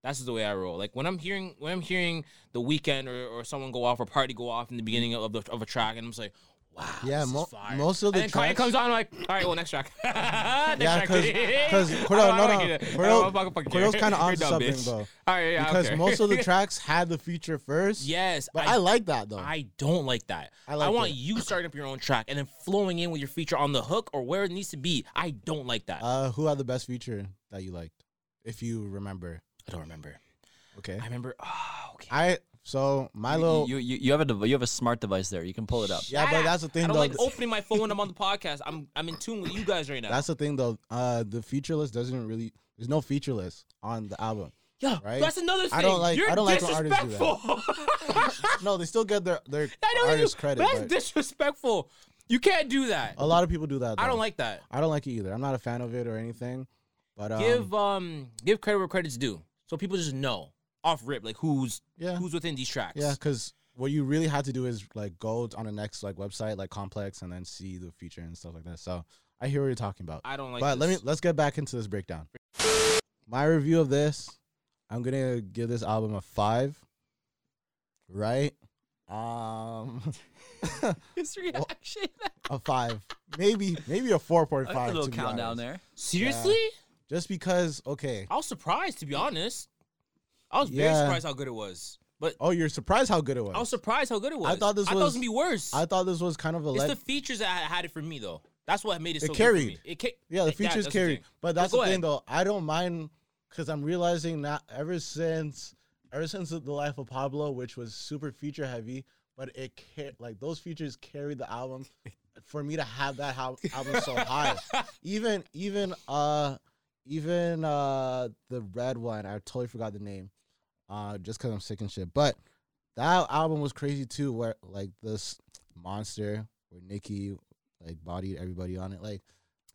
Speaker 1: That's the way I roll. Like when I'm hearing when I'm hearing the weekend or, or someone go off or party go off in the beginning of the, of a track, and I'm just like, wow,
Speaker 2: (laughs) Yeah,
Speaker 1: this is
Speaker 2: mo-
Speaker 1: fire.
Speaker 2: most of Oh, the
Speaker 1: and then Kanye
Speaker 2: tracks-
Speaker 1: comes on I'm like, all right, well, next track. (laughs) next
Speaker 2: Yeah,
Speaker 1: track.
Speaker 2: because (laughs)
Speaker 1: (laughs)
Speaker 2: because
Speaker 1: I
Speaker 2: Cordell,
Speaker 1: don't
Speaker 2: no,
Speaker 1: like
Speaker 2: no,
Speaker 1: it. I
Speaker 2: Cordell,
Speaker 1: don't fucking- fucking care.
Speaker 2: Cordell's kind of
Speaker 1: (laughs) You're
Speaker 2: on
Speaker 1: dumb,
Speaker 2: something
Speaker 1: bitch.
Speaker 2: though,
Speaker 1: All right, yeah,
Speaker 2: because
Speaker 1: okay.
Speaker 2: most
Speaker 1: (laughs)
Speaker 2: of the tracks had the feature first.
Speaker 1: yes,
Speaker 2: but
Speaker 1: I
Speaker 2: I, like that though.
Speaker 1: I don't like that.
Speaker 2: I
Speaker 1: I,
Speaker 2: like
Speaker 1: want
Speaker 2: it.
Speaker 1: you starting up your own track and then flowing in with your feature on the hook or where it needs to be. I don't like that.
Speaker 2: uh, who had the best feature that you liked, if you remember?
Speaker 1: I don't remember.
Speaker 2: Okay,
Speaker 1: I remember.
Speaker 2: (sighs)
Speaker 1: Oh, okay.
Speaker 2: I so my
Speaker 3: You,
Speaker 2: little
Speaker 3: you you you have a dev- you have a smart device there. You can pull it up.
Speaker 2: yeah, but that's the thing
Speaker 1: I don't
Speaker 2: though.
Speaker 1: like opening my phone when I'm on the podcast. I'm I'm in tune with you guys right now.
Speaker 2: that's the thing though. Uh, the feature list doesn't really. There's no feature list on the album.
Speaker 1: yeah,
Speaker 2: right?
Speaker 1: that's another thing.
Speaker 2: I don't like-
Speaker 1: You're
Speaker 2: I don't like when artists do that.
Speaker 1: disrespectful.
Speaker 2: (laughs) No,
Speaker 1: (laughs)
Speaker 2: they still get their their
Speaker 1: I know
Speaker 2: artist
Speaker 1: you,
Speaker 2: credit.
Speaker 1: That's
Speaker 2: but
Speaker 1: disrespectful. You can't do that.
Speaker 2: a lot of people do that.
Speaker 1: I
Speaker 2: though.
Speaker 1: don't like that.
Speaker 2: I don't like it either. I'm not a fan of it or anything. But um,
Speaker 1: give um give credit where credit's due. So people just know off rip like who's
Speaker 2: Yeah.
Speaker 1: who's within these tracks.
Speaker 2: Yeah, because what you really had to do is like go on the next like website like Complex and then see the feature and stuff like that. So I hear what you're talking about.
Speaker 1: I don't like
Speaker 2: but let
Speaker 1: this.
Speaker 2: me let's get back into this breakdown. My review of this, I'm gonna give this album a five. Right? Um (laughs)
Speaker 3: His reaction.
Speaker 2: a five. Maybe maybe a four point
Speaker 3: I like
Speaker 2: five.
Speaker 3: a little
Speaker 2: to be
Speaker 3: countdown
Speaker 2: honest.
Speaker 3: there.
Speaker 1: Seriously?
Speaker 2: Just because okay.
Speaker 1: I was surprised, to be honest. I was very
Speaker 2: Yeah.
Speaker 1: surprised how good it was. But
Speaker 2: Oh, you're surprised how good it was.
Speaker 1: I was surprised how good it was.
Speaker 2: thought this
Speaker 1: I thought it
Speaker 2: was-
Speaker 1: was gonna be worse.
Speaker 2: I thought this was kind of a
Speaker 1: it's
Speaker 2: let-
Speaker 1: the features that had it for me though. That's what made it.
Speaker 2: It
Speaker 1: so
Speaker 2: carried.
Speaker 1: Good for me. It ca-
Speaker 2: Yeah, the
Speaker 1: that-
Speaker 2: features
Speaker 1: that's
Speaker 2: carry.
Speaker 1: thing.
Speaker 2: But that's
Speaker 1: go
Speaker 2: the thing,
Speaker 1: ahead.
Speaker 2: though. I don't mind because I'm realizing that ever since, ever since the life of Pablo, which was super feature heavy, but it car- like those features carried the album. For me to have that hal- album so high, even even uh even uh the red one, I totally forgot the name, uh just because I'm sick and shit. But that album was crazy too. Where like this monster, where Nicki like bodied everybody on it, like.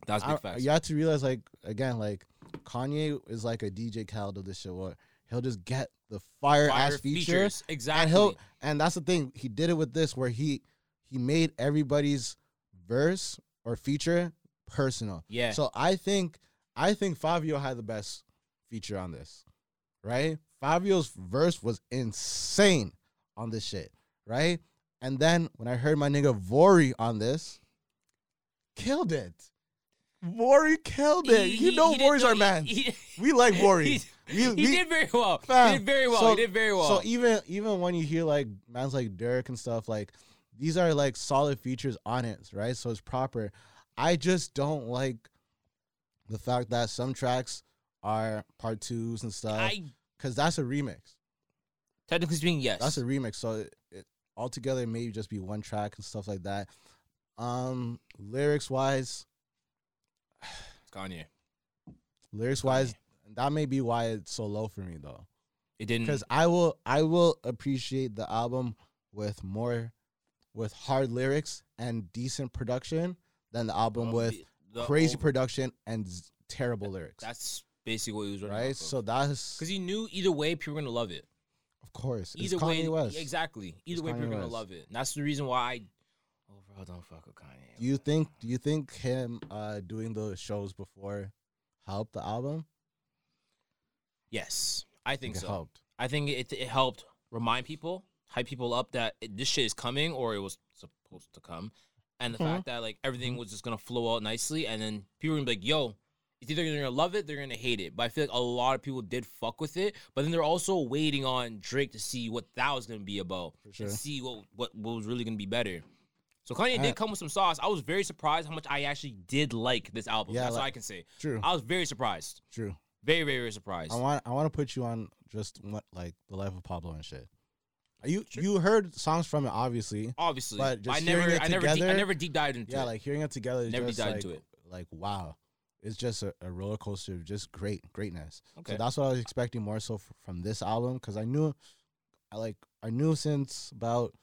Speaker 1: That's big
Speaker 2: I-
Speaker 1: facts.
Speaker 2: You have to realize, like, again, like Kanye is like a DJ Khaled of this shit. Where he'll just get the fire,
Speaker 1: Fire
Speaker 2: ass features,
Speaker 1: exactly.
Speaker 2: and he'll and that's the thing. He did it with this, where he he made everybody's verse or feature personal.
Speaker 1: yeah.
Speaker 2: So I think I think Fabio had the best feature on this, right? Fabio's verse was insane on this shit, right? And then when I heard my nigga Vori on this, killed it. Vori killed it.
Speaker 1: He-
Speaker 2: you
Speaker 1: he-
Speaker 2: know
Speaker 1: he did-
Speaker 2: Vori's
Speaker 1: no,
Speaker 2: our
Speaker 1: he-
Speaker 2: man.
Speaker 1: he-
Speaker 2: (laughs) we like
Speaker 1: (laughs)
Speaker 2: Vori.
Speaker 1: He,
Speaker 2: we,
Speaker 1: he
Speaker 2: we-
Speaker 1: did very well.
Speaker 2: fam.
Speaker 1: He did very well.
Speaker 2: So-
Speaker 1: he did very well.
Speaker 2: So even even when you hear like man's like Dirk and stuff, like these are like solid features on it, right? So it's proper. I just don't like the fact that some tracks are part twos and stuff
Speaker 1: I
Speaker 2: because that's a remix.
Speaker 1: technically speaking, yes.
Speaker 2: That's a remix. So it, it altogether may just be one track and stuff like that. Um, lyrics wise,
Speaker 1: It's Kanye.
Speaker 2: lyrics wise, that may be why it's so low for me though.
Speaker 1: It didn't.
Speaker 2: because I will I will appreciate the album with more with hard lyrics and decent production than the album
Speaker 1: of
Speaker 2: with
Speaker 1: the- the E,
Speaker 2: crazy
Speaker 1: over-
Speaker 2: production and z- terrible lyrics.
Speaker 1: That's basically what he was running
Speaker 2: right. So that's
Speaker 1: because he knew either way people were gonna love it.
Speaker 2: of course
Speaker 1: Either
Speaker 2: it's
Speaker 1: way,
Speaker 2: Kanye West.
Speaker 1: exactly. Either way,
Speaker 2: Kanye
Speaker 1: people are gonna
Speaker 2: West.
Speaker 1: love it. And that's the reason why I overall don't fuck with Kanye.
Speaker 2: Do you think do you think him uh, doing those shows before helped the album?
Speaker 1: yes, I think
Speaker 2: it
Speaker 1: so.
Speaker 2: helped.
Speaker 1: I think it it helped remind people, hype people up that it- this shit is coming or it was supposed to come, and the fact that like everything was just gonna flow out nicely, and then people were gonna be like, "Yo, It's either they're gonna love it, they're gonna hate it. But I feel like a lot of people did fuck with it. But then they're also waiting on Drake to see what that was gonna be about.
Speaker 2: sure.
Speaker 1: And see what, what what was really gonna be better. So Kanye
Speaker 2: I-
Speaker 1: did come with some sauce. I was very surprised how much I actually did like this album.
Speaker 2: Yeah,
Speaker 1: That's all
Speaker 2: like-
Speaker 1: I can say.
Speaker 2: True.
Speaker 1: I was very surprised.
Speaker 2: True.
Speaker 1: Very, very, very surprised.
Speaker 2: I want I want to put you on just what like the life of Pablo and shit. You you heard songs from it obviously.
Speaker 1: Obviously.
Speaker 2: But just
Speaker 1: I never
Speaker 2: hearing it
Speaker 1: I never deep, I
Speaker 2: together-
Speaker 1: never deep dived into
Speaker 2: Yeah,
Speaker 1: it.
Speaker 2: like hearing it together is
Speaker 1: Never
Speaker 2: just
Speaker 1: dived
Speaker 2: like,
Speaker 1: into it.
Speaker 2: like wow. It's just a, a roller coaster of just great greatness.
Speaker 1: Okay.
Speaker 2: So that's what I was expecting more so f- from this album because I knew, I like I knew since about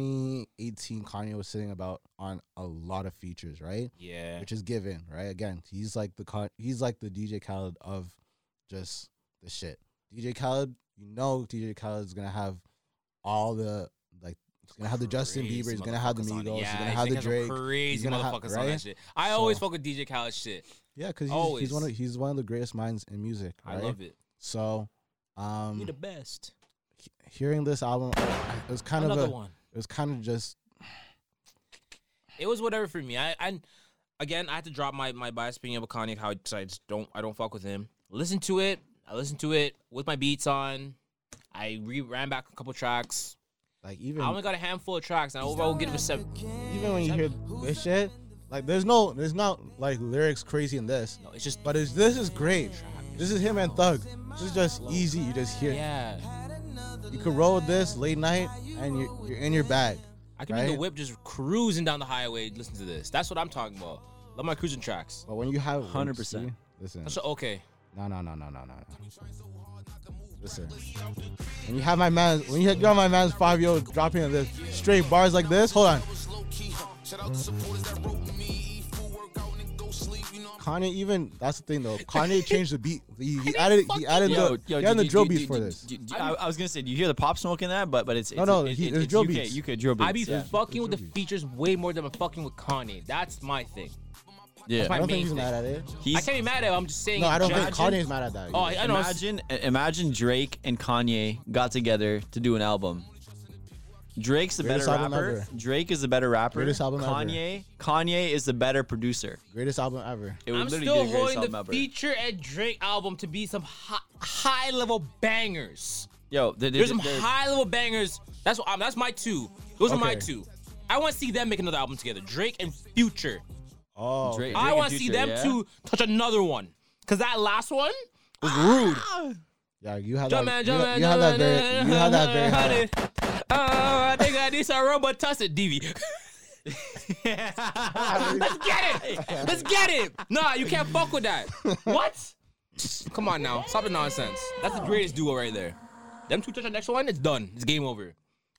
Speaker 2: 2018 Kanye was sitting about on a lot of features, right?
Speaker 1: yeah.
Speaker 2: which is given, right? Again, he's like the con- he's like the DJ Khaled of just the shit. DJ Khaled, you know, DJ Khaled's gonna have all the like, he's gonna have the Justin
Speaker 1: Crazy
Speaker 2: Bieber, he's gonna have the
Speaker 1: motherfuckers on it.
Speaker 2: Migos,
Speaker 1: Yeah,
Speaker 2: he's gonna have the
Speaker 1: niggas are
Speaker 2: Drake,
Speaker 1: Crazy
Speaker 2: gonna have-
Speaker 1: motherfuckers on that
Speaker 2: right?
Speaker 1: shit. I always
Speaker 2: So-
Speaker 1: fuck with DJ Khaled shit.
Speaker 2: yeah, because he's, he's one of
Speaker 1: Always.
Speaker 2: he's one of the greatest minds in music.
Speaker 1: I
Speaker 2: right?
Speaker 1: love it.
Speaker 2: So, um,
Speaker 1: best.
Speaker 2: he- hearing this album, it was kind
Speaker 1: Another
Speaker 2: of a,
Speaker 1: one.
Speaker 2: it was kind of just
Speaker 1: It was whatever for me. I, I again, I had to drop my my biased opinion of Kanye. How I just- I just don't I don't fuck with him. Listen to it. I listened to it with my beats on. I re ran back a couple tracks.
Speaker 2: like even
Speaker 1: I only got a handful of tracks, and I overall give it a seven.
Speaker 2: even when you hear this shit, like there's no there's not like lyrics crazy in this.
Speaker 1: No, it's just
Speaker 2: But it's, this is great. This is him and Thug. This is just easy. You just hear. it.
Speaker 1: yeah.
Speaker 2: You could roll with this late night, and you're, you're in your bag.
Speaker 1: I can be in the
Speaker 2: Right?
Speaker 1: whip just cruising down the highway. Listen to this. That's what I'm talking about. Love my cruising tracks.
Speaker 2: But when you have
Speaker 3: 100%.
Speaker 2: see, Listen,
Speaker 1: So okay.
Speaker 2: no, no, no, no, no, no, no. Listen, when you have my man, when you have my man's five yo dropping this straight bars like this, hold on. Kanye even that's the thing though.
Speaker 1: (laughs)
Speaker 2: Kanye changed the beat. He, he added he added
Speaker 3: Yo,
Speaker 2: the
Speaker 3: yo,
Speaker 2: he
Speaker 3: do-
Speaker 2: added the
Speaker 3: do-
Speaker 2: drill
Speaker 3: do-
Speaker 2: beat
Speaker 3: do-
Speaker 2: for
Speaker 3: do-
Speaker 2: this.
Speaker 3: do- do- I, I was gonna say, do you hear the pop smoke in that? But but it's, it's
Speaker 2: no,
Speaker 3: it-
Speaker 2: he-
Speaker 3: it-
Speaker 2: there's
Speaker 3: it's
Speaker 2: drill
Speaker 3: UK,
Speaker 2: beats.
Speaker 3: UK drill beats.
Speaker 1: I be
Speaker 3: yeah.
Speaker 1: fucking with the features way more than I'm fucking with Kanye. That's my thing.
Speaker 3: yeah.
Speaker 2: I
Speaker 1: my
Speaker 2: don't think
Speaker 1: main
Speaker 2: he's
Speaker 1: thing.
Speaker 2: mad at it.
Speaker 1: I
Speaker 3: He's-
Speaker 1: can't be mad at him. I'm just saying.
Speaker 2: No, I don't think
Speaker 1: judging-
Speaker 2: Kanye's mad at that.
Speaker 1: Oh, I, I know. it's-
Speaker 3: imagine imagine Drake and Kanye got together to do an album. Drake's the
Speaker 2: Greatest
Speaker 3: better
Speaker 2: album
Speaker 3: rapper.
Speaker 2: ever.
Speaker 3: Drake is the better rapper.
Speaker 2: Greatest album ever.
Speaker 3: Kanye Kanye is the better producer.
Speaker 2: Greatest album ever.
Speaker 3: It would
Speaker 1: I'm
Speaker 3: literally
Speaker 1: still
Speaker 3: be the greatest
Speaker 1: holding
Speaker 3: album
Speaker 1: the
Speaker 3: ever.
Speaker 1: feature and Drake album to be some high, high level bangers.
Speaker 3: Yo, there- there-
Speaker 1: There's some
Speaker 3: there-
Speaker 1: high level bangers. That's what I'm, that's my two. Those are my
Speaker 2: Okay.
Speaker 1: two. I want to see them make another album together. Drake and Future.
Speaker 2: Oh,
Speaker 3: Drake- Drake
Speaker 1: I
Speaker 3: and
Speaker 1: want to see
Speaker 3: Future,
Speaker 1: them
Speaker 3: yeah?
Speaker 1: two touch another one. Cause that last one was rude.
Speaker 2: yeah, you had that.
Speaker 1: Jumpman,
Speaker 2: you,
Speaker 1: Jumpman,
Speaker 2: you had that very.
Speaker 1: Jumpman,
Speaker 2: You had that very. High.
Speaker 1: Oh, I think I need some robot tussin DV. (laughs) Let's get it. Let's get (laughs) it. (laughs) Nah, you can't fuck
Speaker 2: (laughs)
Speaker 1: with that. What? Come on now. Stop the nonsense. That's the greatest duo right there. Them two touch the next one, it's done. It's game over.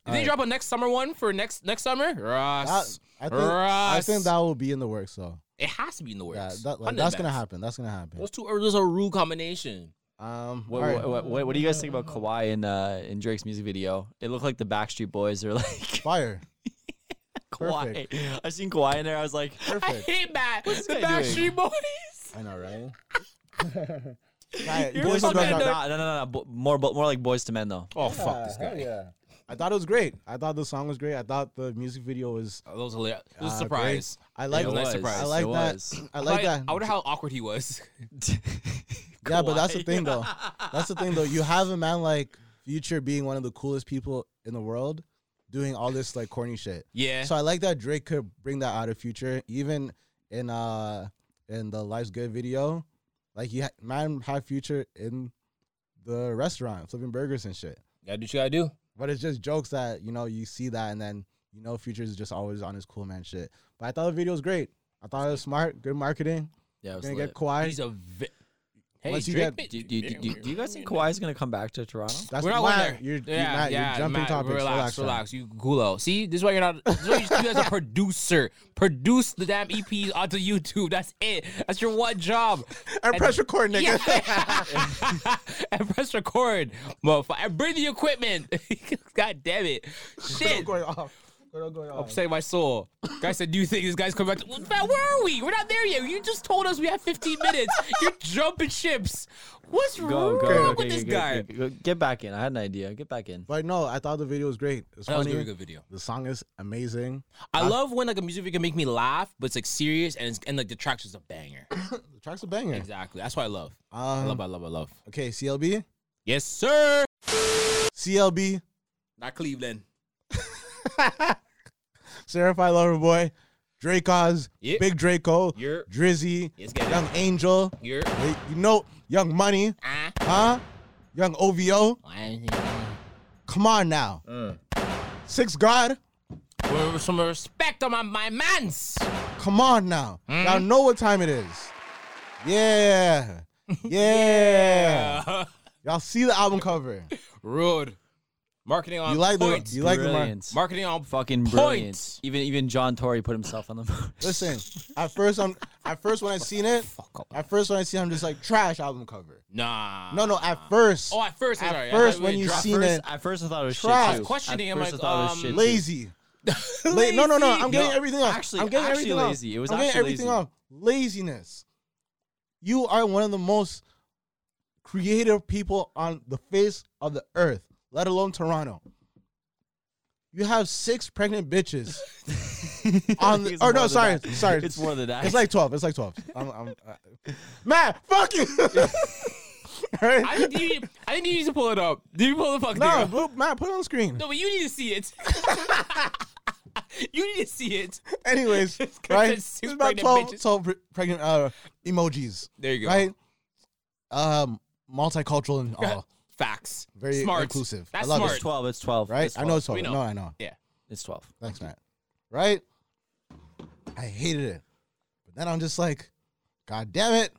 Speaker 1: If they drop a next summer one for next next summer,
Speaker 2: That,
Speaker 1: Russ.
Speaker 2: I think.
Speaker 1: Russ.
Speaker 2: I think that will be in the works though.
Speaker 1: it has to be in the
Speaker 2: Yeah,
Speaker 1: works.
Speaker 2: that, like,
Speaker 1: 100
Speaker 2: that's gonna
Speaker 1: bets.
Speaker 2: happen. That's gonna happen.
Speaker 1: Those two are just a rude combination.
Speaker 2: Um,
Speaker 3: What,
Speaker 2: all right.
Speaker 3: what, what, what, do you guys think about Kawhi in uh, in Drake's music video? It looked like the Backstreet Boys are like
Speaker 2: fire.
Speaker 3: (laughs) Kawhi. I seen Kawhi in there. I was like,
Speaker 1: (laughs) I
Speaker 2: Perfect.
Speaker 1: hate that. the
Speaker 3: this guy doing?
Speaker 1: Backstreet Boys.
Speaker 2: I know, right? (laughs)
Speaker 3: Boys
Speaker 2: right. Boys
Speaker 3: to Men.
Speaker 2: to
Speaker 1: fucking
Speaker 2: Men
Speaker 1: dog.
Speaker 2: are-
Speaker 3: Nah, no, no, no, no. bo- More, bo- more like Boys to Men though.
Speaker 1: Oh fuck this
Speaker 2: Yeah, hell
Speaker 1: guy.
Speaker 2: Yeah. I thought it was great. I thought the song was great. I thought the music video was.
Speaker 1: Oh, that was hilarious. It was
Speaker 2: uh,
Speaker 1: a
Speaker 2: great.
Speaker 1: surprise.
Speaker 2: I like
Speaker 1: It was a nice
Speaker 2: that.
Speaker 1: surprise.
Speaker 2: I like
Speaker 3: It
Speaker 2: that.
Speaker 3: was.
Speaker 2: I like
Speaker 1: I,
Speaker 2: that.
Speaker 1: I wonder how awkward he was. (laughs)
Speaker 2: Yeah, but that's the thing though. That's the thing though. You have a man like Future being one of the coolest people in the world, doing all this like corny shit.
Speaker 1: Yeah.
Speaker 2: So I like that Drake could bring that out of Future, even in uh in the Life's Good video. Like you ha- man had Future in the restaurant flipping burgers and shit.
Speaker 1: gotta do what you gotta do.
Speaker 2: But it's just jokes that you know you see that and then you know Future is just always on his cool man shit. But I thought the video was great. I thought it was smart, good marketing.
Speaker 3: Yeah, it was
Speaker 2: Gonna
Speaker 3: lit.
Speaker 2: get Kawhi.
Speaker 1: He's a. Vi- hey,
Speaker 2: Once you
Speaker 1: Drake
Speaker 2: get-
Speaker 3: Do,
Speaker 1: made-
Speaker 3: do, do, do, do you guys think Kawhi's gonna come back to Toronto?
Speaker 2: That's
Speaker 1: We're not
Speaker 2: Matt,
Speaker 1: going there.
Speaker 2: You're, you're,
Speaker 1: yeah,
Speaker 2: Matt,
Speaker 1: yeah,
Speaker 2: you're jumping
Speaker 1: Matt,
Speaker 2: topics.
Speaker 1: Relax, relax.
Speaker 2: Sean.
Speaker 1: You gulo. See, this is why you're not. This is why you just do as a producer. Produce the damn EPs onto YouTube. That's it. That's your one job.
Speaker 2: And press record, nigga.
Speaker 1: (laughs) Yeah. (laughs) and press record, motherfucker. And bring the equipment. (laughs) God damn it. Shit.
Speaker 2: going off. Going off.
Speaker 1: Upset my soul. Guy said, "Do you think this guy's coming back?" To- Well, man, where are we? We're not there yet. You just told us we have 15 minutes. You're jumping ships. What's wrong with this guy?
Speaker 3: Get back in. I had an idea. Get back in.
Speaker 2: But no, I thought the video was great. It's
Speaker 1: That was a
Speaker 2: funny.
Speaker 1: really good video.
Speaker 2: The song is amazing.
Speaker 1: Uh,
Speaker 2: Uh,
Speaker 1: I love when like a music video can make me laugh, but it's like serious and it's, and like the track's just a banger.
Speaker 2: the track's a banger.
Speaker 1: Exactly. That's what I love. I love,
Speaker 2: Um,
Speaker 1: I love, I love.
Speaker 2: okay, CLB,
Speaker 1: Yes, sir. (laughs)
Speaker 2: CLB,
Speaker 1: Not Cleveland.
Speaker 2: Certified Lover Boy, Draco's,
Speaker 1: Yeah.
Speaker 2: Big Draco,
Speaker 1: You're
Speaker 2: Drizzy,
Speaker 1: Let's get it.
Speaker 2: Young Angel,
Speaker 1: you're
Speaker 2: wait, you know, Young Money,
Speaker 1: ah.
Speaker 2: huh? Young OVO,
Speaker 1: Uh-huh.
Speaker 2: come on now. Six God,
Speaker 1: With Mm. some respect on my, my mans.
Speaker 2: come on now.
Speaker 1: Hmm?
Speaker 2: Y'all know what time it is.
Speaker 1: (laughs)
Speaker 2: Yeah. Yeah. Y'all see the album cover.
Speaker 1: Rude. Marketing on
Speaker 2: You like the
Speaker 1: point.
Speaker 2: you like the mark.
Speaker 3: Brilliant.
Speaker 1: Uh, Marketing on
Speaker 3: Fucking
Speaker 1: point.
Speaker 3: brilliant. Even even John Tory put himself on the map.
Speaker 2: Listen, at first on at first when I seen it,
Speaker 1: Fuck off.
Speaker 2: at first when I seen it, I'm just like trash album cover.
Speaker 1: Nah.
Speaker 2: No, no, at first.
Speaker 1: Oh, at first. I'm
Speaker 2: At
Speaker 1: sorry. I
Speaker 2: first
Speaker 1: thought
Speaker 2: when
Speaker 1: had
Speaker 2: you
Speaker 1: dropped-
Speaker 2: see- Seen
Speaker 3: first,
Speaker 2: it.
Speaker 3: At first I thought it was
Speaker 2: Trash. I
Speaker 3: shit
Speaker 2: was
Speaker 3: too.
Speaker 1: questioning,
Speaker 3: At
Speaker 1: I'm
Speaker 3: first
Speaker 1: like,
Speaker 3: I thought it was
Speaker 1: um,
Speaker 3: shit too.
Speaker 2: lazy. La- no, no, no. I'm getting
Speaker 3: No,
Speaker 2: everything off.
Speaker 3: actually-
Speaker 2: I'm getting
Speaker 3: actually
Speaker 2: everything off.
Speaker 3: lazy. It was
Speaker 2: I'm getting
Speaker 3: actually
Speaker 2: everything
Speaker 3: lazy.
Speaker 2: off. Laziness. You are one of the most creative people on the face of the earth, let alone Toronto. You have six pregnant
Speaker 3: (laughs)
Speaker 2: bitches on the.
Speaker 3: It's
Speaker 2: Or
Speaker 3: more
Speaker 2: no,
Speaker 3: than
Speaker 2: sorry,
Speaker 3: that.
Speaker 2: sorry.
Speaker 3: It's more than that.
Speaker 2: It's like twelve. It's like twelve. I'm, I'm, I, Matt, (laughs) fuck
Speaker 3: (laughs)
Speaker 2: you. Alright?
Speaker 1: I didn't need. I didn't need to pull it up. Did you pull the fucking thing
Speaker 2: No,
Speaker 1: up?
Speaker 2: Blue- Matt, put it on the screen.
Speaker 1: No, but you need to see it. (laughs) you need to see it.
Speaker 2: Anyways,
Speaker 1: Just 'cause
Speaker 2: right?
Speaker 1: (laughs) it's
Speaker 2: It's
Speaker 1: six
Speaker 2: about
Speaker 1: pregnant
Speaker 2: 12,
Speaker 1: bitches.
Speaker 2: 12 pre- pregnant uh, emojis.
Speaker 1: There you go.
Speaker 2: Right? Um, multicultural
Speaker 3: (laughs)
Speaker 2: and all.
Speaker 1: Facts.
Speaker 2: Very
Speaker 1: smart.
Speaker 2: inclusive. I
Speaker 1: That's
Speaker 2: love it.
Speaker 1: smart.
Speaker 3: It's twelve. It's twelve.
Speaker 2: Right?
Speaker 3: It's
Speaker 2: I
Speaker 3: 12.
Speaker 2: know it's 12.
Speaker 1: We know.
Speaker 2: No, I know.
Speaker 1: Yeah.
Speaker 3: It's twelve.
Speaker 2: Thanks, Matt. Right? I hated it. But then I'm just like, God damn it.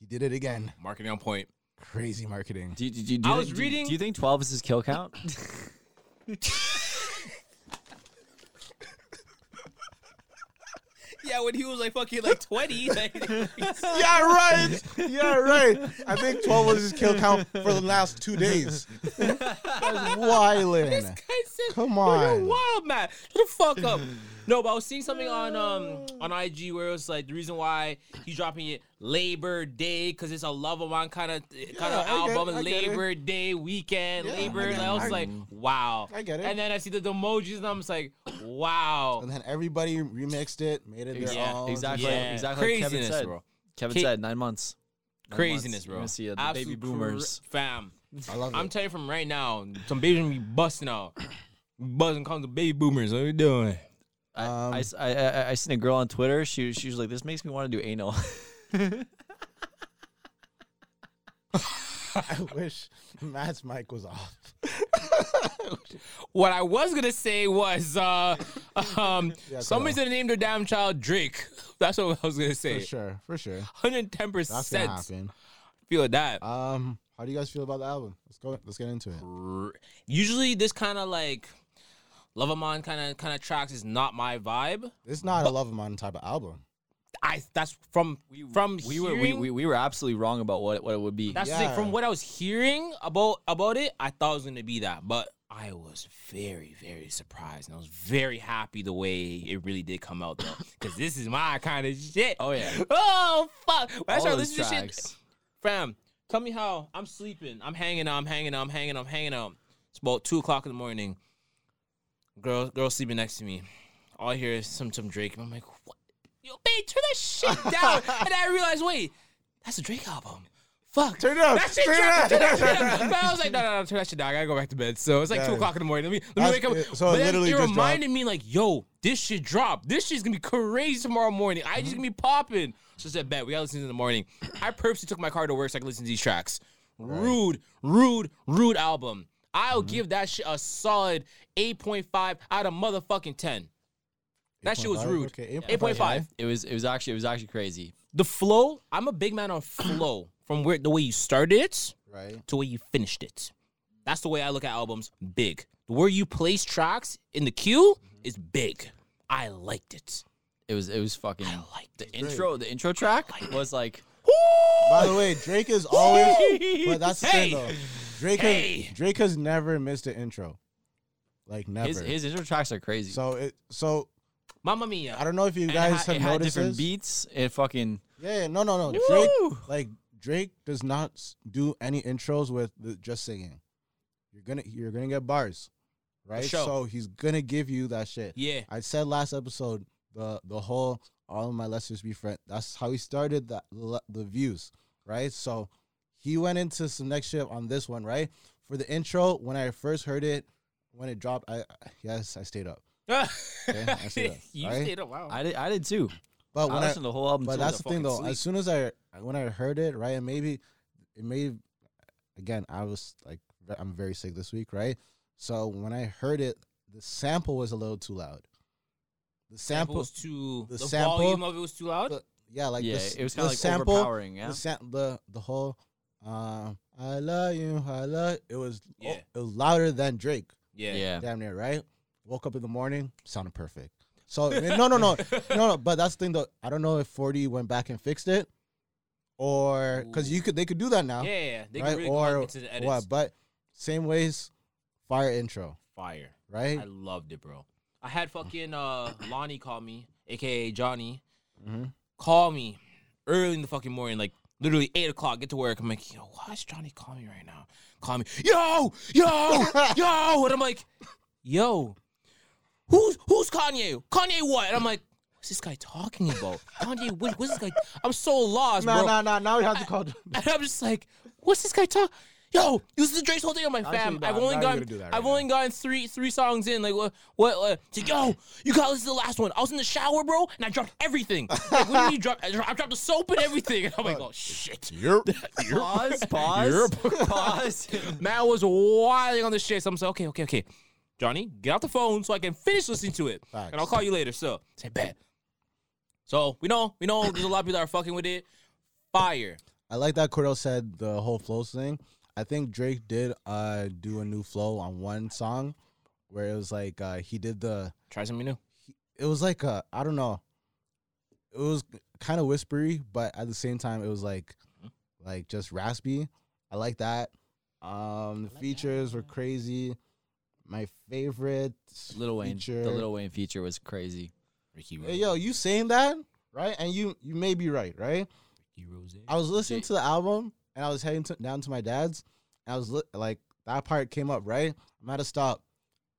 Speaker 2: He did it again.
Speaker 1: Marketing on point.
Speaker 2: Crazy marketing.
Speaker 3: Do, you- do, you- do,
Speaker 1: I
Speaker 3: you
Speaker 1: was
Speaker 3: think-
Speaker 1: reading-
Speaker 3: Do you think twelve is his kill
Speaker 1: (laughs)
Speaker 3: count?
Speaker 1: Yeah, when he was like fucking like
Speaker 2: (laughs)
Speaker 1: twenty. (laughs)
Speaker 2: yeah, right. Yeah, right. I think 12 was his kill count for the last two
Speaker 1: (laughs)
Speaker 2: days. That's wildin'.
Speaker 1: I said,
Speaker 2: Come
Speaker 1: "Bro,
Speaker 2: on.
Speaker 1: you're wild, man. Shut the
Speaker 2: (laughs)
Speaker 1: fuck up." No, but I was seeing something on um on IG where it was like the reason why he's dropping it Labor Day because it's a love of mine kind of kind
Speaker 2: Yeah, I
Speaker 1: of
Speaker 2: get
Speaker 1: album.
Speaker 2: it, I get it.
Speaker 1: Labor Day weekend,
Speaker 2: Yeah, I
Speaker 1: Labor.
Speaker 2: get
Speaker 1: and I
Speaker 2: it.
Speaker 1: was
Speaker 2: I-
Speaker 1: like, wow.
Speaker 2: I get it.
Speaker 1: And then I see the, the emojis and I'm just like, wow.
Speaker 2: And then everybody remixed it, made it their
Speaker 1: Yeah,
Speaker 2: own.
Speaker 3: exactly.
Speaker 1: Yeah.
Speaker 3: Exactly. like Kevin
Speaker 1: Craziness,
Speaker 3: said.
Speaker 1: (laughs) bro.
Speaker 3: Kevin
Speaker 1: Ki-
Speaker 3: said nine months. Nine
Speaker 1: Craziness,
Speaker 3: months. You're
Speaker 1: bro.
Speaker 3: gonna see it. The
Speaker 1: Absolute
Speaker 3: baby
Speaker 1: cr-
Speaker 3: boomers.
Speaker 1: fam.
Speaker 2: I love
Speaker 1: I'm
Speaker 2: it.
Speaker 1: telling you from right now, some babies gonna be busting out. (coughs) Buzzing comes the baby boomers. What are you doing?
Speaker 3: I,
Speaker 2: Um,
Speaker 3: I, s- I- I- I seen a girl on Twitter. She she was like, "This makes me want to do anal."
Speaker 2: (laughs)
Speaker 3: (laughs)
Speaker 2: I wish Matt's mic was off.
Speaker 1: What I was gonna say was, uh, (laughs) um,
Speaker 2: Yeah,
Speaker 1: somebody's gonna name their damn child Drake. (laughs) That's what I was gonna
Speaker 2: For
Speaker 1: say.
Speaker 2: sure, for sure.
Speaker 1: Hundred ten
Speaker 2: That's gonna
Speaker 1: percent
Speaker 2: happen.
Speaker 1: feel that.
Speaker 2: Um, how do you guys feel about the album? Let's go. Let's get into it.
Speaker 1: Usually, this kind of like Love Amon kind of kind of tracks is not my vibe.
Speaker 2: It's not a Love Amon type of album.
Speaker 1: I that's from from
Speaker 3: we were
Speaker 1: hearing.
Speaker 3: we, we, we were absolutely wrong about what what it would be.
Speaker 1: that's the thing.
Speaker 2: Yeah. (laughs)
Speaker 1: from what I was hearing about about it. I thought it was gonna be that, but I was very very surprised, and I was very happy the way it really did come out though, because this is my kind of shit.
Speaker 3: oh yeah.
Speaker 1: (laughs) Oh fuck! When I
Speaker 3: All
Speaker 1: started
Speaker 3: those
Speaker 1: listening to this shit,
Speaker 3: tracks.
Speaker 1: fam. Tell me how I'm sleeping. I'm hanging out. I'm hanging out. I'm hanging out. I'm hanging out. It's about two o'clock in the morning. Girl, girl sleeping next to me. All I hear is some some Drake. I'm like, what? Yo, babe, turn that shit
Speaker 2: (laughs)
Speaker 1: down. and I realized, wait, that's a Drake album. Fuck.
Speaker 2: Turn it up.
Speaker 1: That shit
Speaker 2: Turn it
Speaker 1: dropped.
Speaker 2: up.
Speaker 1: Turn that shit up. But I was like, no, no, no, turn that shit down. I gotta go back to bed. So it's like two
Speaker 2: Yeah.
Speaker 1: o'clock in the morning. Let me let me wake
Speaker 2: That's-
Speaker 1: up.
Speaker 2: it- so it
Speaker 1: But then
Speaker 2: literally just
Speaker 1: reminded me like, yo, this shit dropped. This shit's gonna be crazy tomorrow morning. I
Speaker 2: Mm-hmm.
Speaker 1: just gonna be popping. So I said, bet we gotta listen to it in the morning. I purposely took my car to work so I could listen to these tracks. Rude, rude, rude album.
Speaker 2: Mm-hmm.
Speaker 1: I'll give that shit a solid 8.5 out of motherfucking 10. That shit was
Speaker 2: 8.5?
Speaker 1: rude.
Speaker 2: Okay,
Speaker 1: 8.5.
Speaker 3: It was it was actually it was actually crazy.
Speaker 1: The flow, I'm a big man on flow (clears throat) from where the way you started it
Speaker 2: Right.
Speaker 1: to where you finished it. That's the way I look at albums. Big. Where you place tracks in the queue
Speaker 2: Mm-hmm.
Speaker 1: is big. I liked it.
Speaker 3: It was it was fucking
Speaker 1: I liked it.
Speaker 3: intro. The intro track was like
Speaker 2: By the way, Drake is always. but that's the thing
Speaker 1: (laughs) Hey.
Speaker 2: though. Drake
Speaker 1: Hey.
Speaker 2: has, Drake has never missed an intro, like never.
Speaker 3: his his intro tracks are crazy.
Speaker 2: so it so
Speaker 1: Mamma mia.
Speaker 2: I don't know if you
Speaker 3: And it
Speaker 2: guys
Speaker 3: had-
Speaker 2: have
Speaker 3: it had
Speaker 2: noticed
Speaker 3: different
Speaker 2: this.
Speaker 3: beats. It fucking
Speaker 2: Yeah, yeah, no, no, no. Drake,
Speaker 3: Woo!
Speaker 2: like Drake does not s- do any intros with the, just singing. You're gonna you're gonna get bars, right?
Speaker 1: sure.
Speaker 2: So he's gonna give you that shit.
Speaker 1: Yeah.
Speaker 2: I said last episode the the whole all of my lessons be friends. That's how he started that le- the views, right? So he went into some next shit on this one, right? For the intro, when I first heard it, when it dropped, I yes, I stayed
Speaker 1: (laughs)
Speaker 2: up. Okay, I stayed up.
Speaker 1: you
Speaker 2: right?
Speaker 1: stayed up. Wow.
Speaker 3: I did. I did too.
Speaker 2: But
Speaker 3: I
Speaker 2: when I,
Speaker 3: listened to the whole album.
Speaker 2: but
Speaker 3: till
Speaker 2: that's
Speaker 3: I
Speaker 2: the thing
Speaker 3: fucking
Speaker 2: though.
Speaker 3: sleep.
Speaker 2: As soon as I when I heard it, right, and maybe it may again I was like ve- I'm very sick this week, right? So when I heard it, the sample was a little too loud. The
Speaker 1: sample
Speaker 2: sample,
Speaker 1: was too.
Speaker 2: the
Speaker 1: The,
Speaker 2: sample-
Speaker 1: volume of it was too loud.
Speaker 2: the- yeah, like
Speaker 3: yeah,
Speaker 2: the, s-
Speaker 3: it was
Speaker 2: the
Speaker 3: kind of like
Speaker 2: sample,
Speaker 3: overpowering. Yeah,
Speaker 2: the, sa- the the whole um I love you, I love it was oh,
Speaker 1: Yeah.
Speaker 2: it was louder than Drake,
Speaker 1: yeah.
Speaker 3: yeah.
Speaker 2: damn near right. Woke up in the morning, sounded perfect. So (laughs) eh, no, no, no, no, no. But that's the thing though. I don't know if Forty went back and fixed it, or because you could they could do that now,
Speaker 1: Yeah, yeah, they
Speaker 2: right?
Speaker 1: can really
Speaker 2: or
Speaker 1: go into the edits.
Speaker 2: what? But same ways, fire intro,
Speaker 1: Fire.
Speaker 2: right?
Speaker 1: I loved it, bro. I had fucking uh, Lonnie call me, aka Johnny,
Speaker 2: Mhm.
Speaker 1: call me early in the fucking morning, like literally eight o'clock. Get to work. I'm like, yo, why is Johnny calling me right now? Call me,
Speaker 2: Oh!
Speaker 1: yo, yo, yo, and I'm like, yo, who's who's Kanye? Kanye what? And I'm like, what's this guy talking about? Kanye, what, what's this guy? I'm so lost,
Speaker 2: No,
Speaker 1: bro.
Speaker 2: no, no. Now we have to call.
Speaker 1: (laughs) And I'm just like, what's this guy talk? Yo, this is Drake's whole thing. I'm like, fam,
Speaker 2: Actually, no,
Speaker 1: I've
Speaker 2: I'm
Speaker 1: only
Speaker 2: not
Speaker 1: gotten,
Speaker 2: gonna do that right
Speaker 1: I've only gotten three, three songs in. Like, what, what? Uh, it's like, yo, you got to listen to the last one. I was in the shower, bro, and I dropped everything. Like, what do you drop? I (laughs) dropped, I dropped the soap and everything. (laughs) And I'm like, oh shit. (laughs)
Speaker 3: Pause.
Speaker 2: (laughs)
Speaker 3: Pause. Pause.
Speaker 1: Man was wilding on this shit. So I'm like, okay, okay, okay. Johnny, get out the phone so I can finish listening to it.
Speaker 2: Facts.
Speaker 1: And I'll call you later. So say bet. So we know, we know there's a lot of people that are fucking with it. Fire.
Speaker 2: I like that Cordell said the whole flow thing. I think Drake did uh do a new flow on one song, where it was like uh he did the
Speaker 1: Try something new.
Speaker 2: it was like a I don't know. It was kind of whispery, but at the same time, it was like like just raspy. I like that. Um, the features were crazy. My favorite
Speaker 3: Little Wayne.
Speaker 2: feature.
Speaker 3: The Little Wayne feature was crazy.
Speaker 1: Ricky
Speaker 2: Hey, yo, you saying that right? And you you may be right, right?
Speaker 1: Ricky Rose.
Speaker 2: I was listening to the album and I was heading to, down to my dad's. And I was li- like, that part came up, right? I'm at a stop,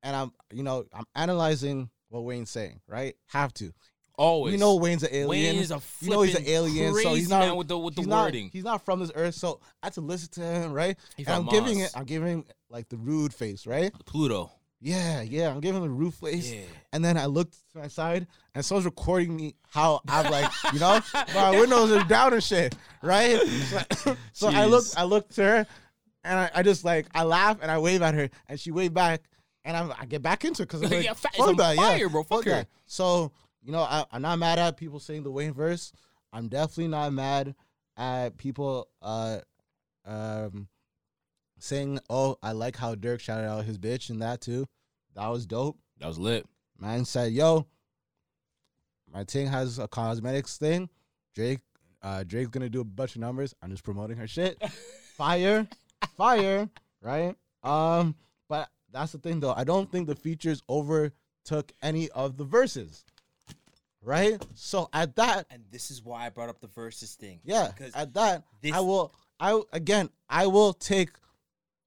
Speaker 2: and I'm you know I'm analyzing what Wayne's saying, right? Have to.
Speaker 1: Always.
Speaker 2: You know Wayne's an alien.
Speaker 1: Wayne is a
Speaker 2: you know he's an
Speaker 1: flippin'
Speaker 2: alien, so
Speaker 1: crazy
Speaker 2: he's not
Speaker 1: man with the- with the
Speaker 2: he's not-
Speaker 1: wording.
Speaker 2: he's not from this earth, so I had to listen to him, right?
Speaker 1: He
Speaker 2: And I'm
Speaker 1: from
Speaker 2: giving it.
Speaker 1: Mars.
Speaker 2: I'm giving like the rude face, right?
Speaker 1: Pluto.
Speaker 2: Yeah, yeah. I'm giving the rude face,
Speaker 1: Yeah.
Speaker 2: and then I looked to my side, and someone's recording me how I'm
Speaker 1: (laughs)
Speaker 2: like, you know, my windows are down and shit, right? So, so I
Speaker 3: Jeez.
Speaker 2: looked, I looked to her, and I, I just like I laugh and I wave at her, and she waved back, and I'm, I get back into it because I'm like,
Speaker 1: (laughs) Yeah, fa- it's
Speaker 2: fuck
Speaker 1: on
Speaker 2: that, yeah,
Speaker 1: fire, bro, fuck her.
Speaker 2: that. So you know, I, I'm not mad at people saying the Wayne verse. I'm definitely not mad at people uh um saying, "Oh, I like how Dirk shouted out his bitch and that too. That was dope."
Speaker 1: That was lit.
Speaker 2: Man said, "Yo, my thing has a cosmetics thing. Drake, uh, Drake's gonna do a bunch of numbers. I'm just promoting her
Speaker 1: (laughs)
Speaker 2: shit. Fire, fire, right? Um, but that's the thing though. I don't think the features overtook any of the verses, right? So at that,
Speaker 1: And this is why I brought up the verses thing.
Speaker 2: yeah,
Speaker 1: Because
Speaker 2: at that,
Speaker 1: this-
Speaker 2: I will. I again, I will take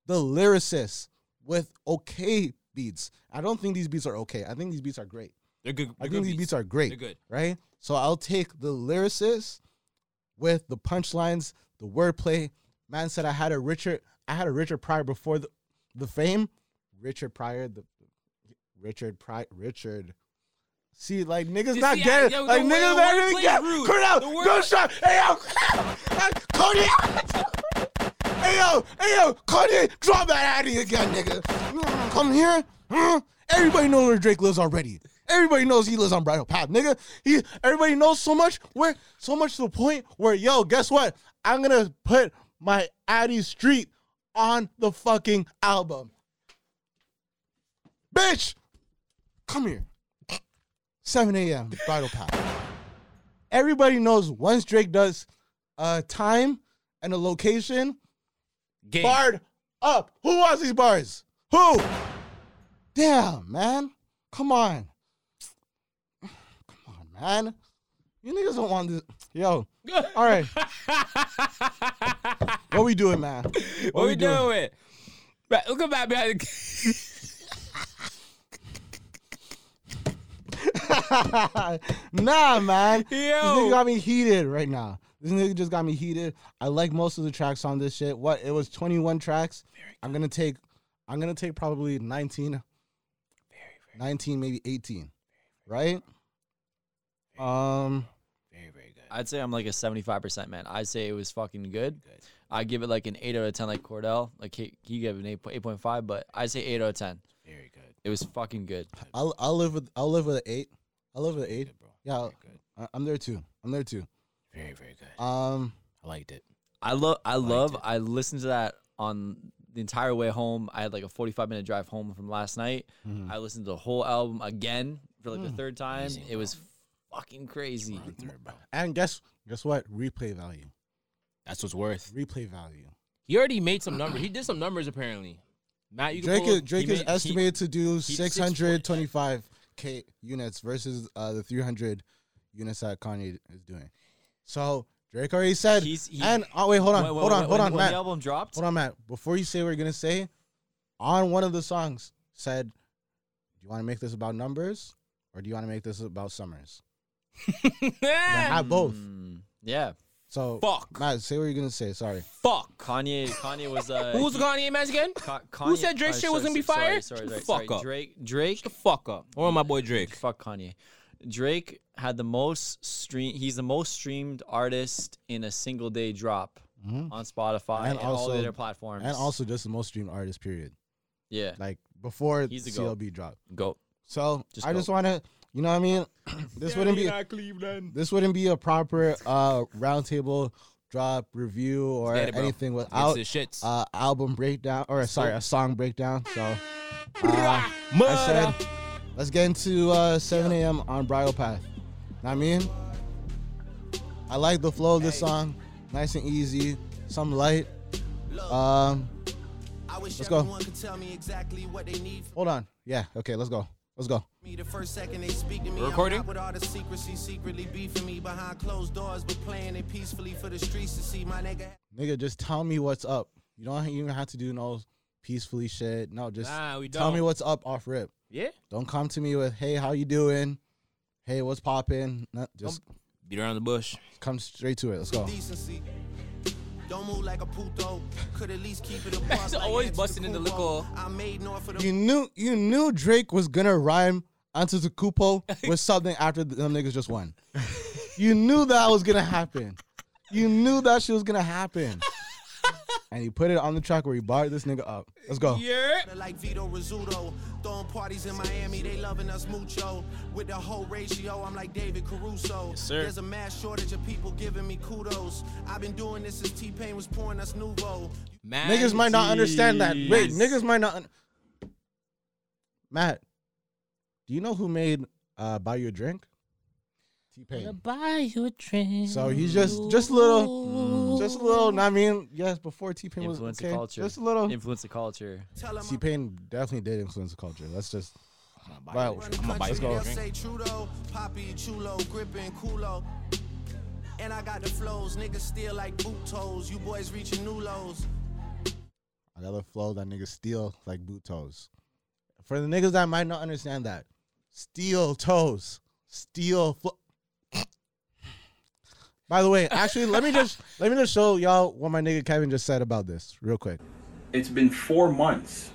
Speaker 2: the lyricist with okay beats. I don't think these beats are okay. I think these beats are great.
Speaker 1: They're good.
Speaker 2: I
Speaker 1: they're
Speaker 2: think
Speaker 1: good
Speaker 2: these beats are
Speaker 1: They're
Speaker 2: great,
Speaker 1: good.
Speaker 2: right? So I'll take the lyricist with the punchlines, the wordplay. Man said I had a Richard, I had a Richard Pryor before the, the fame. Richard Pryor, the Richard Pryor, Richard. See, like niggas
Speaker 1: You
Speaker 2: not
Speaker 1: see, I-
Speaker 2: getting,
Speaker 1: yo,
Speaker 2: like
Speaker 1: the
Speaker 2: niggas
Speaker 1: word-
Speaker 2: not
Speaker 1: the wordplay
Speaker 2: really
Speaker 1: is
Speaker 2: getting.
Speaker 1: rude.
Speaker 2: Cut out,
Speaker 1: The word-
Speaker 2: go shot. Hey yo, Cody. (laughs) Hey yo, hey yo, Cody, drop that out of here again, nigga. Mm, Come here. Mm. Everybody knows where Drake lives already. Everybody knows he lives on Bridal Path, nigga. He, everybody knows so much where, so much to the point where, yo, guess what? I'm gonna put my Addy Street on the fucking album. Bitch, come here. 7 a.m. Bridal Path. Everybody knows once Drake does a time and a location,
Speaker 1: Game.
Speaker 2: barred up. Who wants these bars? Who? Damn, man. Come on. Come on, man. You niggas don't want this.
Speaker 1: (laughs)
Speaker 2: Yo. All right. what we doing, man? What,
Speaker 1: what we doing? Right, look at that behind the
Speaker 2: (laughs) nah, man. This nigga
Speaker 1: Yo.
Speaker 2: got me heated right now. This nigga just got me heated. I like most of the tracks on this shit. What? It was 21 tracks. I'm gonna take. I'm gonna take probably 19. 19, maybe 18. Right. Um.
Speaker 3: I'd say I'm like a 75% man. I'd say it was fucking good. I give it like an 8 out of 10, like Cordell. Like he, he gave it an 8, 8.5, but I'd say 8 out of 10. Very good. It was fucking good.
Speaker 2: I'll I'll live with I'll live with an eight. I'll live with an eight. Yeah, I'll- I, I'm there too. I'm there too.
Speaker 8: Very, very good.
Speaker 2: Um,
Speaker 8: I liked it.
Speaker 3: I love, I love, I listened to that on the entire way home. I had like a 45 minute drive home from last night. I listened to the whole album again for like the third time. it was fucking crazy.
Speaker 2: and guess guess what? Replay value.
Speaker 1: That's what's worth.
Speaker 2: Replay value.
Speaker 1: (laughs) He already made some numbers. He did some numbers apparently. Matt, you can
Speaker 2: Drake
Speaker 1: pull
Speaker 2: is,
Speaker 1: up-
Speaker 2: Drake
Speaker 1: he
Speaker 2: is
Speaker 1: made- he-
Speaker 2: estimated to do
Speaker 1: six
Speaker 2: 625k units versus uh, the 300 units that Kanye is doing. So Drake already said.
Speaker 3: He's- he-
Speaker 2: and oh wait, hold on,
Speaker 3: Wait, wait,
Speaker 2: hold
Speaker 3: wait,
Speaker 2: on,
Speaker 3: when-
Speaker 2: hold on,
Speaker 3: when
Speaker 2: Matt.
Speaker 3: the album dropped,
Speaker 2: Hold on, Matt. Before you say what you're gonna say, on one of the songs said, "Do you want to make this about numbers, or do you want to make this about summers?"
Speaker 3: (laughs)
Speaker 2: And I have both.
Speaker 3: Mm, yeah.
Speaker 2: So
Speaker 1: Fuck.
Speaker 2: Matt, say what you're gonna say. Sorry.
Speaker 1: Fuck.
Speaker 3: Kanye, Kanye was uh,
Speaker 1: Who's the Kanye man again?
Speaker 3: Ka-
Speaker 1: Who
Speaker 3: Kanye-
Speaker 1: said Drake
Speaker 3: oh,
Speaker 1: shit was
Speaker 3: sorry,
Speaker 1: gonna be
Speaker 3: sorry,
Speaker 1: fire? Shut
Speaker 3: Sorry, sorry,
Speaker 1: the
Speaker 3: sorry.
Speaker 1: fuck up.
Speaker 3: Drake, Drake,
Speaker 1: Shut the fuck up. Or my boy Drake.
Speaker 3: fuck Kanye. Drake had the most stream. He's the most streamed artist in a single day drop on Spotify Mm-hmm. and,
Speaker 2: And
Speaker 3: all the
Speaker 2: also-
Speaker 3: other platforms.
Speaker 2: And also just the most streamed artist. Period.
Speaker 3: yeah,
Speaker 2: Like before
Speaker 3: He's a goat.
Speaker 2: CLB dropped.
Speaker 3: go.
Speaker 2: So
Speaker 3: Just
Speaker 2: I
Speaker 3: goat.
Speaker 2: just want to, you know what I mean? (coughs) this wouldn't be this wouldn't be a proper uh roundtable drop review or
Speaker 1: Get it, bro.
Speaker 2: anything
Speaker 1: It's
Speaker 2: without
Speaker 1: the shits.
Speaker 2: uh album breakdown or sorry a song breakdown. So uh, I
Speaker 1: Murder.
Speaker 2: said let's get into uh 7 a.m. on Bridal Path. Know what I mean, I like the flow of this song, nice and easy, some light. Um,
Speaker 4: I wish
Speaker 2: Let's go.
Speaker 4: everyone could tell me exactly what they need from
Speaker 2: hold on, yeah, okay, let's go, let's go.
Speaker 4: me the first second they speak to me.
Speaker 1: Recording?
Speaker 4: I'm not with all the secrecy, secretly beefing me behind closed doors, but playing it peacefully for the streets to see. My nigga
Speaker 2: nigga, just tell me what's up. You don't even have to do no peacefully shit. No, just
Speaker 1: Nah, we
Speaker 2: tell me
Speaker 1: don't.
Speaker 2: what's up off rip.
Speaker 1: Yeah.
Speaker 2: Don't come to me with, hey, how you doing? Hey, what's popping? No, just
Speaker 1: Beat around the bush.
Speaker 2: come straight to it. Let's go.
Speaker 4: decency. Don't move like a puto. Could at least
Speaker 1: (laughs)
Speaker 4: keep it apart.
Speaker 1: He's
Speaker 4: like
Speaker 1: always
Speaker 4: Ange
Speaker 1: busting in the
Speaker 4: Kubo.
Speaker 1: liquor.
Speaker 4: I made north of the
Speaker 2: You knew you knew Drake was gonna rhyme onto the cupo
Speaker 3: (laughs)
Speaker 2: with something after them niggas just won. You knew that was gonna happen. You knew that shit was gonna happen. And he put it on the track where he barred this nigga up. Let's go.
Speaker 1: Yeah.
Speaker 4: like Vito Rizzuto. Throwing parties in Miami, they loving us mucho. With the whole ratio, I'm like David Caruso. There's a mass shortage of people giving me kudos. I've been doing this since T Pain was pouring us nouveau.
Speaker 1: Man.
Speaker 2: Niggas might not understand that. Wait, niggas might not. Un- Matt, do you know who made uh, "Buy You a Drink"? T Pain.
Speaker 1: Buy your drink.
Speaker 2: So he's just just a little, just a little. I mean, yes, before T Pain was
Speaker 3: Mm. Influence the
Speaker 2: okay,
Speaker 3: culture.
Speaker 2: just a little.
Speaker 3: Influence the culture.
Speaker 4: Tell 'em
Speaker 2: T Pain definitely did influence the culture. Let's just.
Speaker 4: I'm
Speaker 2: But
Speaker 4: running country,
Speaker 1: Let's go.
Speaker 4: they'll say Trudeau, Poppy, Chulo, Grippin', Kulo. And I got the flows, niggas still like boot toes. You boys reaching new lows.
Speaker 2: another flow that niggas steal like boot toes. For the niggas that might not understand that, steel toes, steel. Flo- By the way, actually, let me
Speaker 4: (laughs)
Speaker 2: just let me just show y'all what my nigga Kevin just said about this real quick.
Speaker 9: It's been four months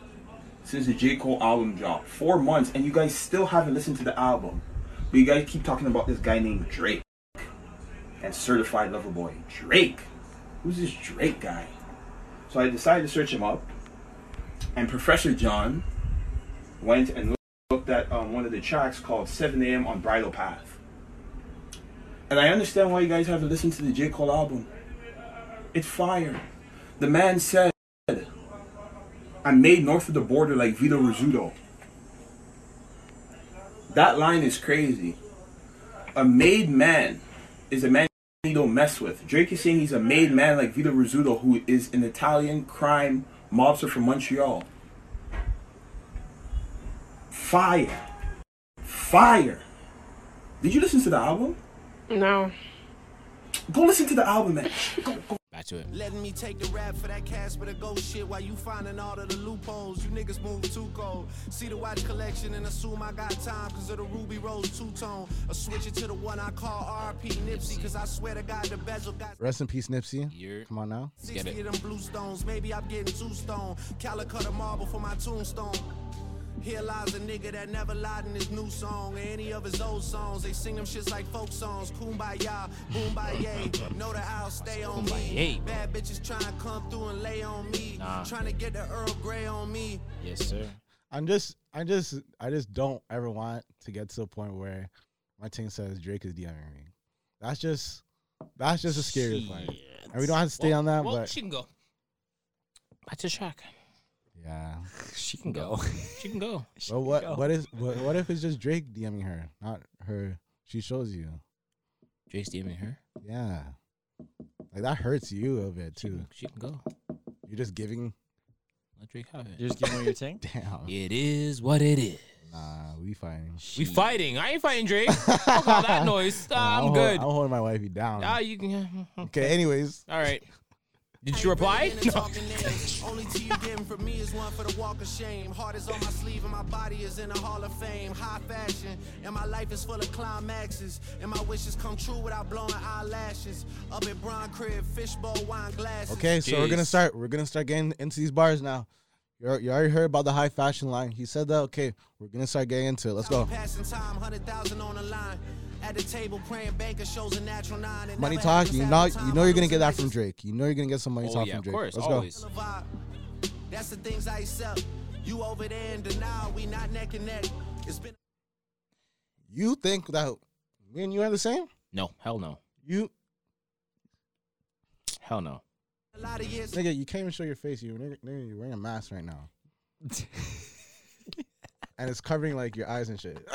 Speaker 9: since the J. Cole album dropped. Four months, and you guys still haven't listened to the album. But you guys keep talking about this guy named Drake and certified lover boy. Drake? Who's this Drake guy? So I decided to search him up, and Professor John went and looked at um, one of the tracks called 7 a.m. on Bridal Path. And I understand why you guys haven't listened to the J. Cole album. It's fire. The man said, I made north of the border like Vito Rizzuto. That line is crazy. A made man is a man you don't mess with. Drake is saying he's a made man like Vito Rizzuto, who is an Italian crime mobster from Montreal. Fire. Fire. Did you listen to the album?
Speaker 10: No.
Speaker 9: Go listen to the album, man. Go, go
Speaker 8: to it.
Speaker 6: Letting me take the rap for that cash for the ghost shit while you finding all of the loopholes. You niggas move too cold. See the watch collection and assume I got time because of the Ruby Rose two tone. Or switch it to the one I call RP Nipsey because I swear to God the bezel got.
Speaker 2: Rest in peace, Nipsey.
Speaker 8: You're-
Speaker 2: Come on now.
Speaker 6: 60 of them blue stones. Maybe I'm getting two stone. Calicut the marble for my tombstone. Here lies a nigga that never lied in his new song or any of his old songs. They sing them shits like folk songs. Kumbaya, Boombaye. Know that I'll stay on me.
Speaker 8: Kumbaya.
Speaker 6: Bad bitches trying to come through and lay on me.
Speaker 8: Nah.
Speaker 6: Trying to get the Earl Grey on me.
Speaker 8: Yes, sir.
Speaker 2: I'm just, I just, I just don't ever want to get to a point where my team says Drake is DMing me. That's just, that's just a scary part. And we don't have to stay on that,
Speaker 1: well,
Speaker 2: but
Speaker 1: she can go. That's a shock.
Speaker 2: yeah.
Speaker 3: She can go.
Speaker 1: (sighs) (laughs) She can go.
Speaker 2: But what, what is, what, what if it's just Drake DMing her, not her? She shows you,
Speaker 1: Drake's DMing her.
Speaker 2: yeah. Like that hurts you a bit too.
Speaker 1: She can go.
Speaker 2: You're just giving.
Speaker 1: Let Drake have it.
Speaker 3: You're just
Speaker 2: (laughs)
Speaker 3: giving away your ting?
Speaker 2: Damn.
Speaker 1: It is what it is.
Speaker 2: Nah, we fighting.
Speaker 1: We fighting. I ain't
Speaker 2: (laughs)
Speaker 1: fighting Drake. Fuck all that noise. Ah, I'm good.
Speaker 2: Hold, I'm holding my wifey down.
Speaker 1: Ah, you (laughs) can.
Speaker 2: okay. Anyways,
Speaker 1: All (laughs) right. Did you reply? (laughs)
Speaker 6: Ain't really into talking names. Only tea you getting from me is one for the walk of shame. Heart is on my sleeve and my body is in the hall of fame. High fashion, and my life is full of climaxes. And my wishes come true without blowing eyelashes. Up at Bron Crib, fishbowl, wine glasses.
Speaker 2: Okay, so we're gonna
Speaker 1: Jeez.
Speaker 2: start. We're gonna start getting into these bars now. You al- you already heard about the high fashion line. He said that. Okay, we're gonna start getting into it. Let's go.
Speaker 6: Passing time, 100,000 on the line. At the table, praying banker shows a natural nine. It
Speaker 2: Money
Speaker 6: never
Speaker 2: talk.
Speaker 6: happens
Speaker 2: You
Speaker 6: half
Speaker 2: know,
Speaker 6: the time.
Speaker 2: you know
Speaker 6: I
Speaker 2: you're gonna
Speaker 6: lose
Speaker 2: get
Speaker 6: it,
Speaker 2: that
Speaker 6: bitches
Speaker 2: from Drake. You know you're gonna get some money
Speaker 1: Oh,
Speaker 2: talk
Speaker 1: yeah,
Speaker 2: from
Speaker 1: of
Speaker 2: Drake.
Speaker 1: course.
Speaker 2: Let's
Speaker 1: Always.
Speaker 6: the vibe. That's the things I accept. You over there in denial, we not neck and neck. It's been
Speaker 2: go. You think that me and you are the same?
Speaker 1: No. Hell no.
Speaker 2: You
Speaker 1: Hell no.
Speaker 6: a lot of years.
Speaker 2: nigga, you can't even show your face. You nigga, nigga, you're wearing a mask right
Speaker 1: (laughs)
Speaker 2: now, and it's covering like your eyes and
Speaker 1: (laughs)
Speaker 2: shit.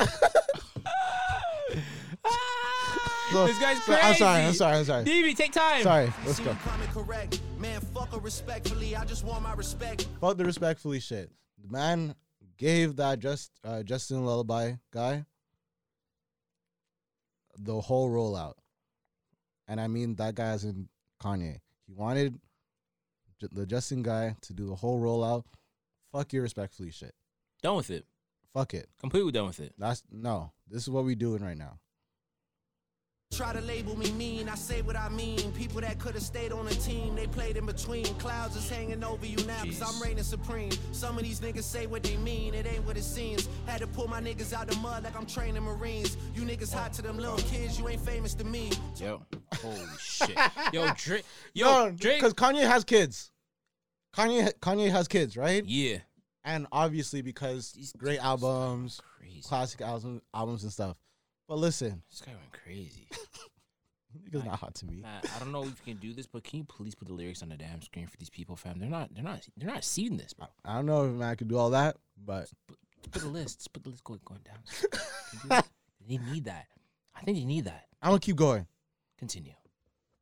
Speaker 2: So-
Speaker 1: this guy's
Speaker 2: so-
Speaker 1: crazy.
Speaker 2: I'm sorry. I'm sorry. I'm sorry.
Speaker 1: DB, take time.
Speaker 2: Sorry. Let's
Speaker 6: See
Speaker 2: go.
Speaker 6: you coming correct. Man, fuck her respectfully. I just want my respect.
Speaker 2: Fuck the respectfully shit. The man gave that just uh, Justin Lullaby guy the whole rollout, and I mean that guy as in Kanye. He wanted J- the Justin guy to do the whole rollout. Fuck your respectfully shit.
Speaker 1: Done with it.
Speaker 2: Fuck it.
Speaker 1: Completely done with it.
Speaker 2: That's no. This is what we doing right now.
Speaker 6: Try to label me mean, I say what I mean. People that could have stayed on a team, they played in between. Clouds is hanging over you now, cause I'm reigning supreme. Some of these niggas say what they mean, it ain't what it seems. Had to pull my niggas out the mud like I'm training Marines. You niggas hot to them little kids, you ain't famous to me.
Speaker 1: Yo. Holy shit.
Speaker 2: (laughs)
Speaker 1: Yo, Drake. Yo, Drake.
Speaker 2: because Kanye has kids. Kanye Kanye has kids, right?
Speaker 1: Yeah.
Speaker 2: and obviously because great albums,
Speaker 1: crazy.
Speaker 2: classic albums, albums and stuff. But listen,
Speaker 1: This guy went crazy.
Speaker 2: nigga's not hot to me.
Speaker 1: Matt, I don't know if you can do this, but can you please put the lyrics on the damn screen for these people, fam? They're not. They're not. They're not seeing this, bro.
Speaker 2: I don't know if man could do all that, but
Speaker 1: Put the list. Just put the list going going down. Can you do that? they need that. I think they need that.
Speaker 2: I'm gonna keep going.
Speaker 1: Continue.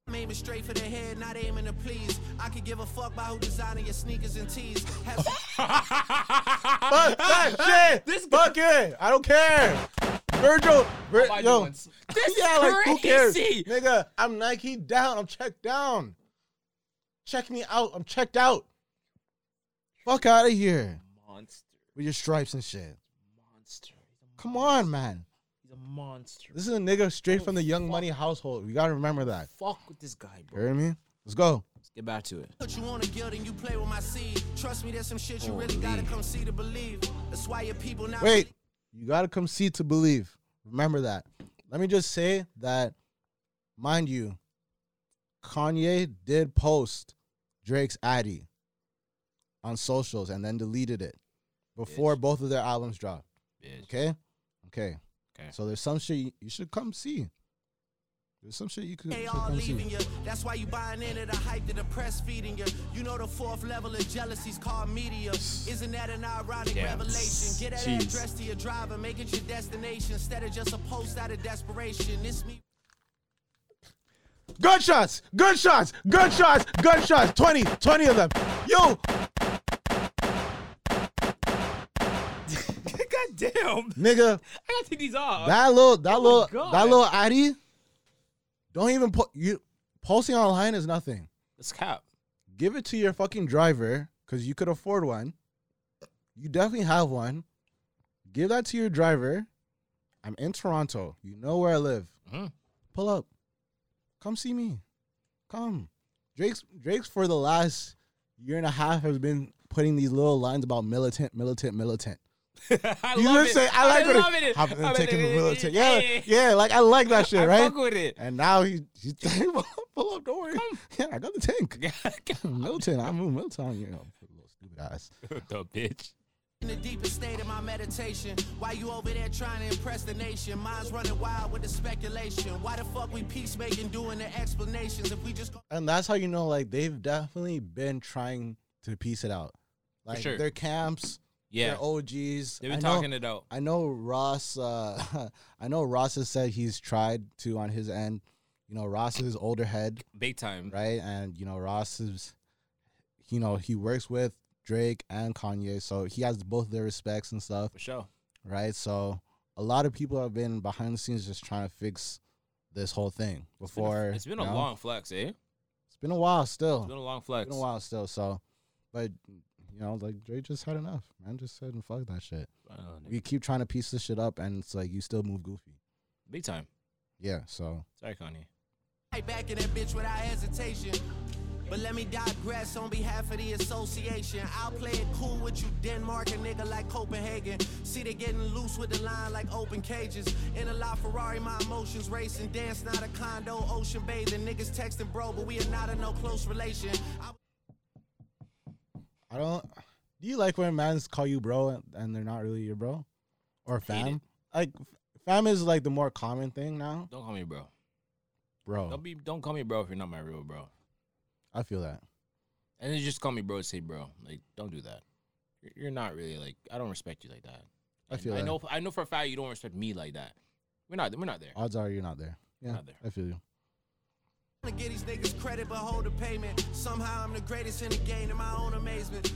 Speaker 6: I'm aiming straight for the head, not aiming to please. I could give a fuck by who designing your sneakers and tees. Have
Speaker 2: Fuck (laughs) that shit. This fuck it. I don't care. Virgil, Vir- yo,
Speaker 1: This
Speaker 2: yeah,
Speaker 1: is
Speaker 2: like who cares,
Speaker 1: crazy.
Speaker 2: nigga? I'm Nike down. I'm checked down. Check me out. I'm checked out. Fuck out of here
Speaker 1: Monster.
Speaker 2: with your stripes and shit.
Speaker 1: Monster.
Speaker 2: Come on, man.
Speaker 1: He's a monster.
Speaker 2: This is a nigga straight from the Young Money household. We gotta remember that.
Speaker 1: Fuck with this guy,
Speaker 2: You
Speaker 1: bro.
Speaker 2: hear me? Let's go.
Speaker 1: Let's get back to it.
Speaker 6: Put you on a guild and you play with my seed. Trust me, there's some shit you really gotta come see to believe. That's why your people now.
Speaker 2: Wait, you gotta come see to believe. Remember that. Let me just say that, mind you, Kanye did post Drake's Addy on socials and then deleted it before both of their albums dropped. Okay? Okay.
Speaker 1: Okay.
Speaker 2: So there's some shit you, you should come see. There's some shit you could,
Speaker 6: They
Speaker 2: should
Speaker 6: all
Speaker 2: come
Speaker 6: leaving
Speaker 2: see.
Speaker 6: you. That's why you buying into the hype that the press feeding you. You know the fourth level of jealousy's called media. Isn't that an ironic revelation? Get that address to your driver, make it your destination instead of just a post out of desperation. This me.
Speaker 2: Gunshots! Gunshots! Gunshots! Gunshots! 20! 20 of them!
Speaker 1: (laughs)
Speaker 2: Yo!
Speaker 1: God damn.
Speaker 2: Nigga,
Speaker 1: I gotta take these off. Oh
Speaker 2: That little, that little,
Speaker 1: Uh, God.
Speaker 2: that little Addy. Don't even put you posting online is nothing.
Speaker 1: It's cap.
Speaker 2: Give it to your fucking driver because you could afford one. You definitely have one. Give that to your driver. I'm in Toronto. You know where I live.
Speaker 1: Mhm.
Speaker 2: Pull up. Come see me. Come. Drake's Drake's for the last year and a half has been putting these little lines about militant, militant, militant.
Speaker 1: (laughs) I
Speaker 2: You
Speaker 1: love
Speaker 2: just
Speaker 1: it.
Speaker 2: say, I like
Speaker 1: I
Speaker 2: what
Speaker 1: love it.
Speaker 2: I've been
Speaker 1: I
Speaker 2: taking
Speaker 1: mean,
Speaker 2: the militant. Yeah,
Speaker 1: yeah.
Speaker 2: yeah, like I like that shit,
Speaker 1: (laughs) I
Speaker 2: right?
Speaker 1: fuck with it.
Speaker 2: And now he (laughs) he's pull up, don't worry. Yeah, I got the tank. (laughs)
Speaker 1: (laughs)
Speaker 2: Milton, I move Milton, you know, little stupid ass.
Speaker 1: (laughs) the bitch.
Speaker 6: In the deepest state of my meditation, why you over there trying to impress the nation? Minds running wild with the speculation. Why the fuck we peacemaking doing the explanations if we just go
Speaker 2: And that's how you know, like they've definitely been trying to piece it out. Like
Speaker 1: sure.
Speaker 2: their camps,
Speaker 1: Yeah,
Speaker 2: their OGs.
Speaker 1: they've been
Speaker 2: I know-
Speaker 1: talking it out.
Speaker 2: I know Ross. Uh, (laughs) I know Ross has said he's tried to on his end. You know, Ross is his older head.
Speaker 1: Big time.
Speaker 2: right? And you know, Ross is, you know, he works with Drake and Kanye, so he has both their respects and stuff,
Speaker 1: For sure.
Speaker 2: right? So a lot of people have been behind the scenes just trying to fix this whole thing before.
Speaker 1: It's been
Speaker 2: you
Speaker 1: a
Speaker 2: know?
Speaker 1: long flex, eh?
Speaker 2: It's been a while still.
Speaker 1: It's been a long
Speaker 2: It's
Speaker 1: flex.
Speaker 2: been a while still. So, but you know, like Drake just had enough. Man, just said fuck that shit.
Speaker 1: Uh,
Speaker 2: We keep trying to piece this shit up, and it's like you still move goofy.
Speaker 1: Big time.
Speaker 2: Yeah. So
Speaker 1: Sorry, Kanye.
Speaker 6: right back in that bitch without hesitation? But let me digress on behalf of the association. I'll play it cool with you, Denmark, a nigga like Copenhagen. See, they getting loose with the line like open cages. In a lot Ferrari, my emotions racing. Dance, not a condo, ocean bathing. Niggas texting, bro, but we are not in no close relation. I-
Speaker 2: I don't. Do you like when mans call you bro and they're not really your bro, or
Speaker 1: it.
Speaker 2: fam? Like fam is like the more common thing now.
Speaker 1: Don't call me bro.
Speaker 2: Bro,
Speaker 1: Don't be. Don't call me bro if you're not my real bro.
Speaker 2: I feel that.
Speaker 1: And then just call me bro and say bro. Like, don't do that. You're- You're not really like. I don't respect you like that.
Speaker 2: I
Speaker 1: And
Speaker 2: feel
Speaker 1: I
Speaker 2: that.
Speaker 1: know. I know for a fact you don't respect me like that. We're not. We're not there.
Speaker 2: Odds are you're not there. Yeah,
Speaker 1: Not there.
Speaker 2: I feel you.
Speaker 6: to get these niggas credit but hold the payment. Somehow I'm the greatest in the game to my own amazement.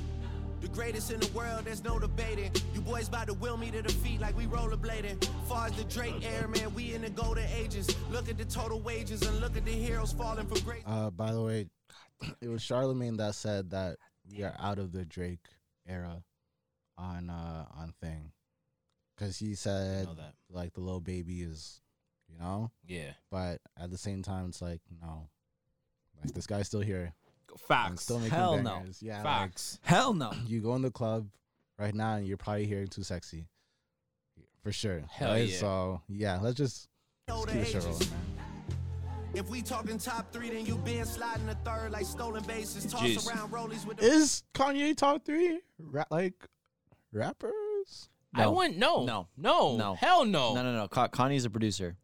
Speaker 6: The greatest in the world, there's no debating. You boys about to will me to defeat like we rollerblading. Far as the Drake air, man, we in the golden ages. Look at the total wages and look at the heroes falling from grace.
Speaker 2: Uh, by the way, it was Charlemagne that said that we are out of the Drake era on uh on thing, because he said
Speaker 1: know that.
Speaker 2: like the little baby is, you know,
Speaker 1: Yeah.
Speaker 2: but at the same time it's like no, like this guy's still here and
Speaker 1: Facts.
Speaker 2: still making
Speaker 3: Hell no.
Speaker 2: bangers. Yeah, like,
Speaker 1: Facts.
Speaker 3: Hell no.
Speaker 2: (clears throat) you go in the club right now and you're probably hearing too sexy. For sure.
Speaker 1: Hell
Speaker 2: right?
Speaker 1: yeah.
Speaker 2: So yeah, let's just, just
Speaker 6: Older
Speaker 2: keep the shit
Speaker 6: ages.
Speaker 2: rolling, man.
Speaker 6: If we talking top three, then you been sliding the third like stolen bases. Toss
Speaker 1: Jeez.
Speaker 6: around rollies with the
Speaker 2: Is Kanye top three ra- like rappers?
Speaker 1: I
Speaker 3: No.
Speaker 1: wouldn't. No.
Speaker 3: No.
Speaker 1: No.
Speaker 3: No.
Speaker 1: Hell no.
Speaker 3: No, no, no. Ka- Kanye's a producer.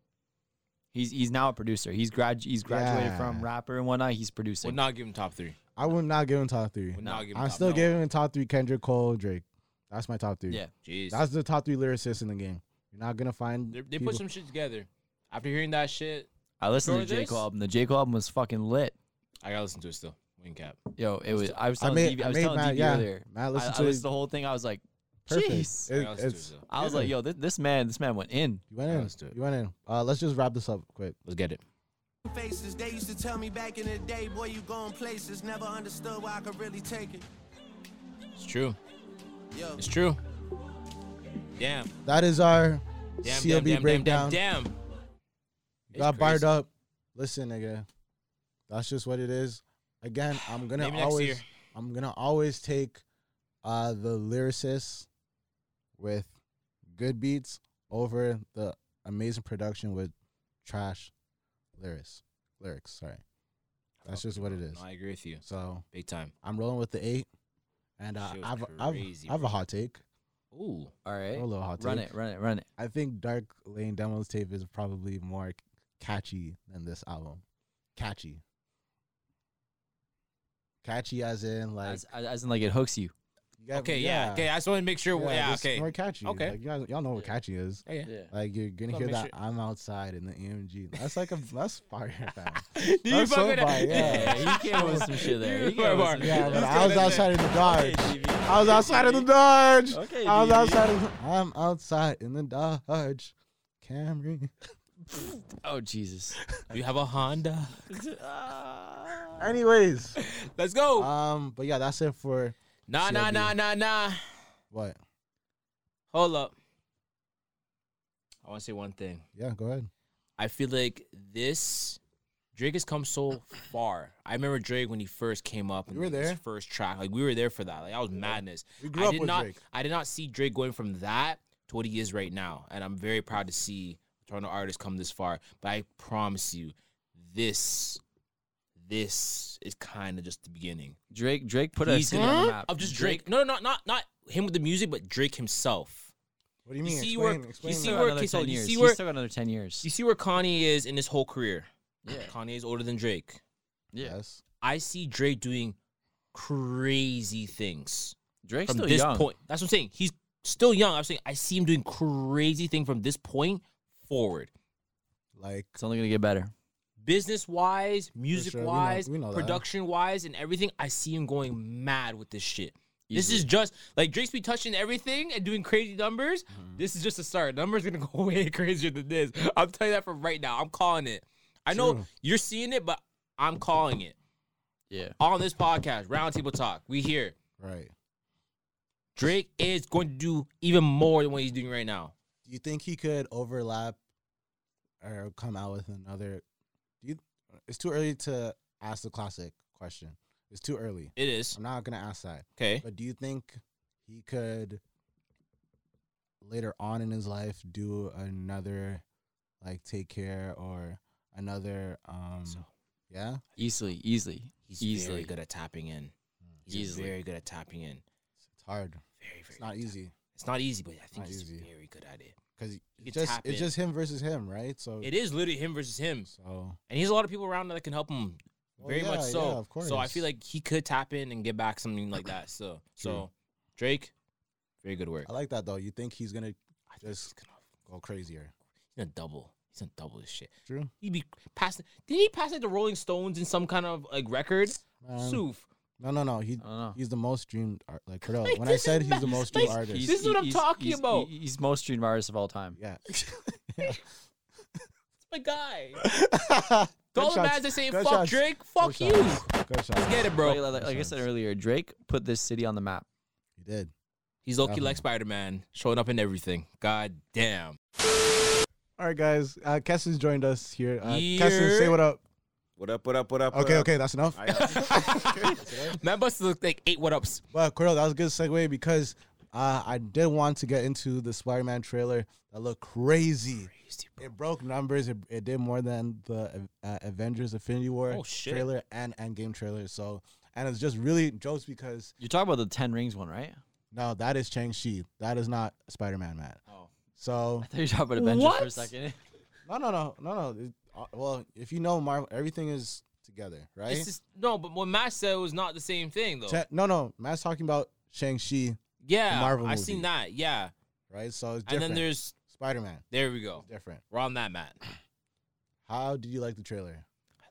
Speaker 3: He's he's now a producer. He's grad he's graduated
Speaker 2: Yeah.
Speaker 3: from rapper and whatnot. He's
Speaker 1: Would
Speaker 3: producing.
Speaker 1: not give him top three.
Speaker 2: I would not give him top three.
Speaker 1: Would not give him
Speaker 2: I'm
Speaker 1: top
Speaker 2: still
Speaker 1: no.
Speaker 2: giving him top three Kendrick Cole, Drake. That's my top three.
Speaker 3: yeah.
Speaker 1: Jeez.
Speaker 2: That's the top three lyricists in the game. You're not gonna find
Speaker 1: They, they
Speaker 2: people-
Speaker 1: put some shit together. After hearing that shit,
Speaker 3: I listened
Speaker 1: Sure
Speaker 3: to the J.
Speaker 1: this?
Speaker 3: Cole album. The J. Cole album was fucking lit.
Speaker 1: I gotta listen to it still. Wing cap.
Speaker 3: Yo, it was I was
Speaker 2: I
Speaker 3: telling
Speaker 2: made,
Speaker 3: DB, I
Speaker 2: I
Speaker 3: was
Speaker 2: made
Speaker 3: telling
Speaker 2: Matt,
Speaker 3: DB
Speaker 2: yeah,
Speaker 3: earlier.
Speaker 2: Matt
Speaker 3: I,
Speaker 2: listened
Speaker 3: I
Speaker 2: to
Speaker 3: listened
Speaker 2: it
Speaker 3: to the whole thing. I was like,
Speaker 2: perfect.
Speaker 3: jeez.
Speaker 1: I
Speaker 2: It-
Speaker 1: gotta listen to it
Speaker 2: (laughs) it's,
Speaker 1: still.
Speaker 3: I was
Speaker 2: yeah.
Speaker 3: like, yo, this, this man, this man went in.
Speaker 2: you went
Speaker 1: Yeah,
Speaker 2: in.
Speaker 1: let's do it.
Speaker 2: You went in. Uh, let's just wrap this up quick.
Speaker 1: Let's get it.
Speaker 6: faces. They used to tell me back in the day, boy, you going places. Never understood why I could really take it.
Speaker 1: It's true.
Speaker 6: Yo.
Speaker 1: It's true. Damn.
Speaker 2: That is our
Speaker 1: Damn.
Speaker 2: CLB
Speaker 1: Damn. Damn.
Speaker 2: breakdown.
Speaker 1: Damn. Damn.
Speaker 2: You got barred up. Listen, nigga, that's just what it is. Again, I'm gonna
Speaker 1: Maybe next
Speaker 2: always,
Speaker 1: year.
Speaker 2: I'm gonna always take uh, the lyricists with good beats over the amazing production with trash lyrics. Lyrics, sorry. That's just what it is.
Speaker 1: No, I agree with you.
Speaker 2: So
Speaker 1: Big time.
Speaker 2: I'm rolling with the eight, and uh,
Speaker 1: Shit was
Speaker 2: I've, I've,
Speaker 1: crazy,
Speaker 2: I've a
Speaker 1: bro.
Speaker 2: hot take.
Speaker 1: Ooh.
Speaker 3: All
Speaker 2: I
Speaker 3: right.
Speaker 2: have a little hot
Speaker 3: Run
Speaker 2: take.
Speaker 3: it, run it, run it.
Speaker 2: I think Dark Lane Demo's Tape is probably more catchy than this album. Catchy. Catchy as in like
Speaker 3: As, as, as in like it hooks you.
Speaker 2: you got-
Speaker 1: Okay. Yeah. Okay. I just want to make sure. Yeah.
Speaker 2: this is
Speaker 1: okay.
Speaker 2: More catchy.
Speaker 1: Okay.
Speaker 2: Like, y'all, y'all know what catchy is.
Speaker 1: Yeah.
Speaker 2: Like you're gonna
Speaker 1: Gotta
Speaker 2: hear
Speaker 1: make
Speaker 2: that
Speaker 1: sure-
Speaker 2: I'm outside in the EMG. That's
Speaker 1: (laughs)
Speaker 2: like a that's fire. fam.
Speaker 1: Do you
Speaker 2: That's
Speaker 1: fuck
Speaker 2: so
Speaker 1: with (laughs)
Speaker 2: fire,
Speaker 1: that?
Speaker 2: yeah.
Speaker 3: Yeah, he came with some shit there. He
Speaker 1: You
Speaker 3: came with
Speaker 1: are-
Speaker 3: some
Speaker 2: yeah,
Speaker 3: shit
Speaker 2: but
Speaker 1: Let's
Speaker 3: there.
Speaker 1: go
Speaker 2: I was
Speaker 1: next
Speaker 2: outside in the Dodge.
Speaker 3: DB.
Speaker 2: I was outside in the Dodge.
Speaker 3: Okay,
Speaker 2: I was
Speaker 3: DB.
Speaker 2: outside. In, I'm outside in the Dodge Camry.
Speaker 3: Oh Jesus.
Speaker 1: (laughs) You have
Speaker 2: (laughs)
Speaker 1: a Honda.
Speaker 2: Anyways,
Speaker 1: (laughs) Let's go.
Speaker 2: um, but yeah, that's it for
Speaker 1: nah, nah,
Speaker 2: CIB.
Speaker 1: nah, nah, nah.
Speaker 2: what?
Speaker 1: Hold up. I want to say one thing.
Speaker 2: Yeah, go ahead.
Speaker 1: I feel like this Drake has come so far. I remember Drake when he first came up. and
Speaker 2: were
Speaker 1: like his
Speaker 2: there.
Speaker 1: first track, like we were there for that. Like that was madness.
Speaker 2: We grew
Speaker 1: I
Speaker 2: up
Speaker 1: did
Speaker 2: with
Speaker 1: not.
Speaker 2: Drake.
Speaker 1: I did not see Drake going from that to what he is right now, and I'm very proud to see Toronto artists come this far. But I promise you, this, this is kind of just the beginning.
Speaker 3: Drake Drake put us
Speaker 1: He's
Speaker 3: city on the
Speaker 1: gonna-
Speaker 3: map.
Speaker 1: of just Drake. No, no, not not not him with the music, but Drake himself.
Speaker 2: What do you
Speaker 1: You
Speaker 2: mean?
Speaker 1: see
Speaker 2: explain,
Speaker 1: where- you
Speaker 2: explain
Speaker 1: see
Speaker 2: that.
Speaker 3: Still
Speaker 1: where-
Speaker 3: got another
Speaker 1: okay, so
Speaker 3: 10
Speaker 1: you
Speaker 3: years.
Speaker 1: see
Speaker 3: He's
Speaker 1: where-
Speaker 3: still got another ten years.
Speaker 1: You see where Kanye is in his whole career.
Speaker 3: Yeah.
Speaker 1: Kanye is older than Drake.
Speaker 3: Yeah.
Speaker 2: Yes.
Speaker 1: I see Drake doing crazy things
Speaker 3: Drake's
Speaker 1: from
Speaker 3: still
Speaker 1: this
Speaker 3: young.
Speaker 1: point. That's what I'm saying. He's still young. I'm saying I see him doing crazy thing from this point forward.
Speaker 2: Like
Speaker 3: It's only gonna get better.
Speaker 1: Business wise, music
Speaker 2: sure. We know-
Speaker 1: wise,
Speaker 2: we know that.
Speaker 1: production wise, and everything, I see him going mad with this shit. This is just like Drake's be touching everything and doing crazy numbers.
Speaker 2: Mm-hmm.
Speaker 1: This is just a start. Numbers gonna (laughs) go way crazier than this. I'm telling you that from right now. I'm calling it. I know
Speaker 2: True.
Speaker 1: you're seeing it, but I'm calling it
Speaker 3: Yeah.
Speaker 1: on this podcast. Roundtable talk. We here.
Speaker 2: right.
Speaker 1: Drake is going to do even more than what he's doing right now.
Speaker 2: Do you think he could overlap or come out with another? Do you? It's too early to ask the classic question. It's too early.
Speaker 1: It is
Speaker 2: I'm not gonna ask that.
Speaker 1: okay.
Speaker 2: But do you think he could later on in his life do another like take care or another um yeah?
Speaker 3: Easily, easily,
Speaker 1: He's
Speaker 3: easily.
Speaker 1: very good at tapping in.
Speaker 2: Hmm.
Speaker 1: He's
Speaker 3: Easily.
Speaker 1: very good at tapping in.
Speaker 2: It's hard.
Speaker 1: Very, very.
Speaker 2: It's not
Speaker 1: good.
Speaker 2: easy
Speaker 1: It's not easy, but I think
Speaker 2: Not
Speaker 1: he's
Speaker 2: easy.
Speaker 1: very good at it.
Speaker 2: cuz
Speaker 1: can
Speaker 2: it's just
Speaker 1: tap
Speaker 2: it's
Speaker 1: in.
Speaker 2: just him versus him, right? So
Speaker 1: It is literally him versus him,
Speaker 2: so
Speaker 1: and he has a lot of people around that can help him.
Speaker 2: Well,
Speaker 1: Very much
Speaker 2: yeah,
Speaker 1: so.
Speaker 2: yeah, of
Speaker 1: So I
Speaker 2: course.
Speaker 1: feel like he could tap in and get back something like that. So, so Drake, very good work.
Speaker 2: I like that though. You think he's going to
Speaker 1: I think he's
Speaker 2: just
Speaker 1: gonna,
Speaker 2: go crazier.
Speaker 1: he's gonna double. He's gonna double this shit.
Speaker 2: True.
Speaker 1: He'd be passing. Did he pass like the Rolling Stones in some kind of like record?
Speaker 2: Man.
Speaker 1: Soof.
Speaker 2: Um, (laughs)
Speaker 1: (laughs)
Speaker 2: No, no, no. He
Speaker 3: I don't know.
Speaker 2: he's the most streamed art like Cordell.
Speaker 1: Like,
Speaker 2: when I
Speaker 1: this
Speaker 2: said
Speaker 1: is
Speaker 2: he's the
Speaker 1: ma-
Speaker 2: most streamed
Speaker 1: (laughs) like,
Speaker 2: artist.
Speaker 1: This is what I'm talking
Speaker 3: he's-
Speaker 1: about.
Speaker 3: he- he's most streamed artist of all time. (laughs)
Speaker 2: yeah.
Speaker 1: my guy. To all
Speaker 2: Don't
Speaker 1: the guys that say fuck Drake, fuck you.
Speaker 2: Good shot.
Speaker 1: Get it, bro.
Speaker 3: Like, like- like I said earlier, Drake put this city on the map.
Speaker 2: You did.
Speaker 1: He's low key
Speaker 2: Definitely.
Speaker 1: like Spider Man, showing up in everything. God damn.
Speaker 2: All right, guys. Uh, Keston's joined us here. Uh,
Speaker 1: Yeah.
Speaker 2: Keston, say what up.
Speaker 10: What up? What up? What up? what
Speaker 2: Okay,
Speaker 10: up?
Speaker 2: okay, that's enough. (laughs)
Speaker 1: (laughs) Man, bust looked like eight what ups.
Speaker 2: But Cordell, that was a good segue because uh, I did want to get into the Spider-Man trailer that looked crazy. It broke numbers. It, it did more than the uh, Avengers: Infinity War
Speaker 1: Oh, shit.
Speaker 2: trailer and Endgame trailer. So, and it's just really jokes because
Speaker 3: You're talking about the Ten Rings one, right?
Speaker 2: no, that is Chang Chi. That is not Spider-Man, Matt.
Speaker 1: Oh.
Speaker 2: So
Speaker 3: I thought you were talking about Avengers for a
Speaker 1: What?
Speaker 3: second. (laughs)
Speaker 2: no, no, no, no, no. It- uh, well, if you know Marvel, everything is together, right?
Speaker 1: It's just, no, but what Matt said was not the same thing, though.
Speaker 2: Cha- no, no. Matt's talking about Shang Chi,
Speaker 1: yeah.
Speaker 2: Marvel
Speaker 1: I
Speaker 2: movie.
Speaker 1: seen that. Yeah.
Speaker 2: right? So it's
Speaker 1: And
Speaker 2: different.
Speaker 1: then there's,
Speaker 2: Spider-Man.
Speaker 1: there we go.
Speaker 2: Different.
Speaker 1: We're on that, Matt.
Speaker 2: How did you like the trailer? I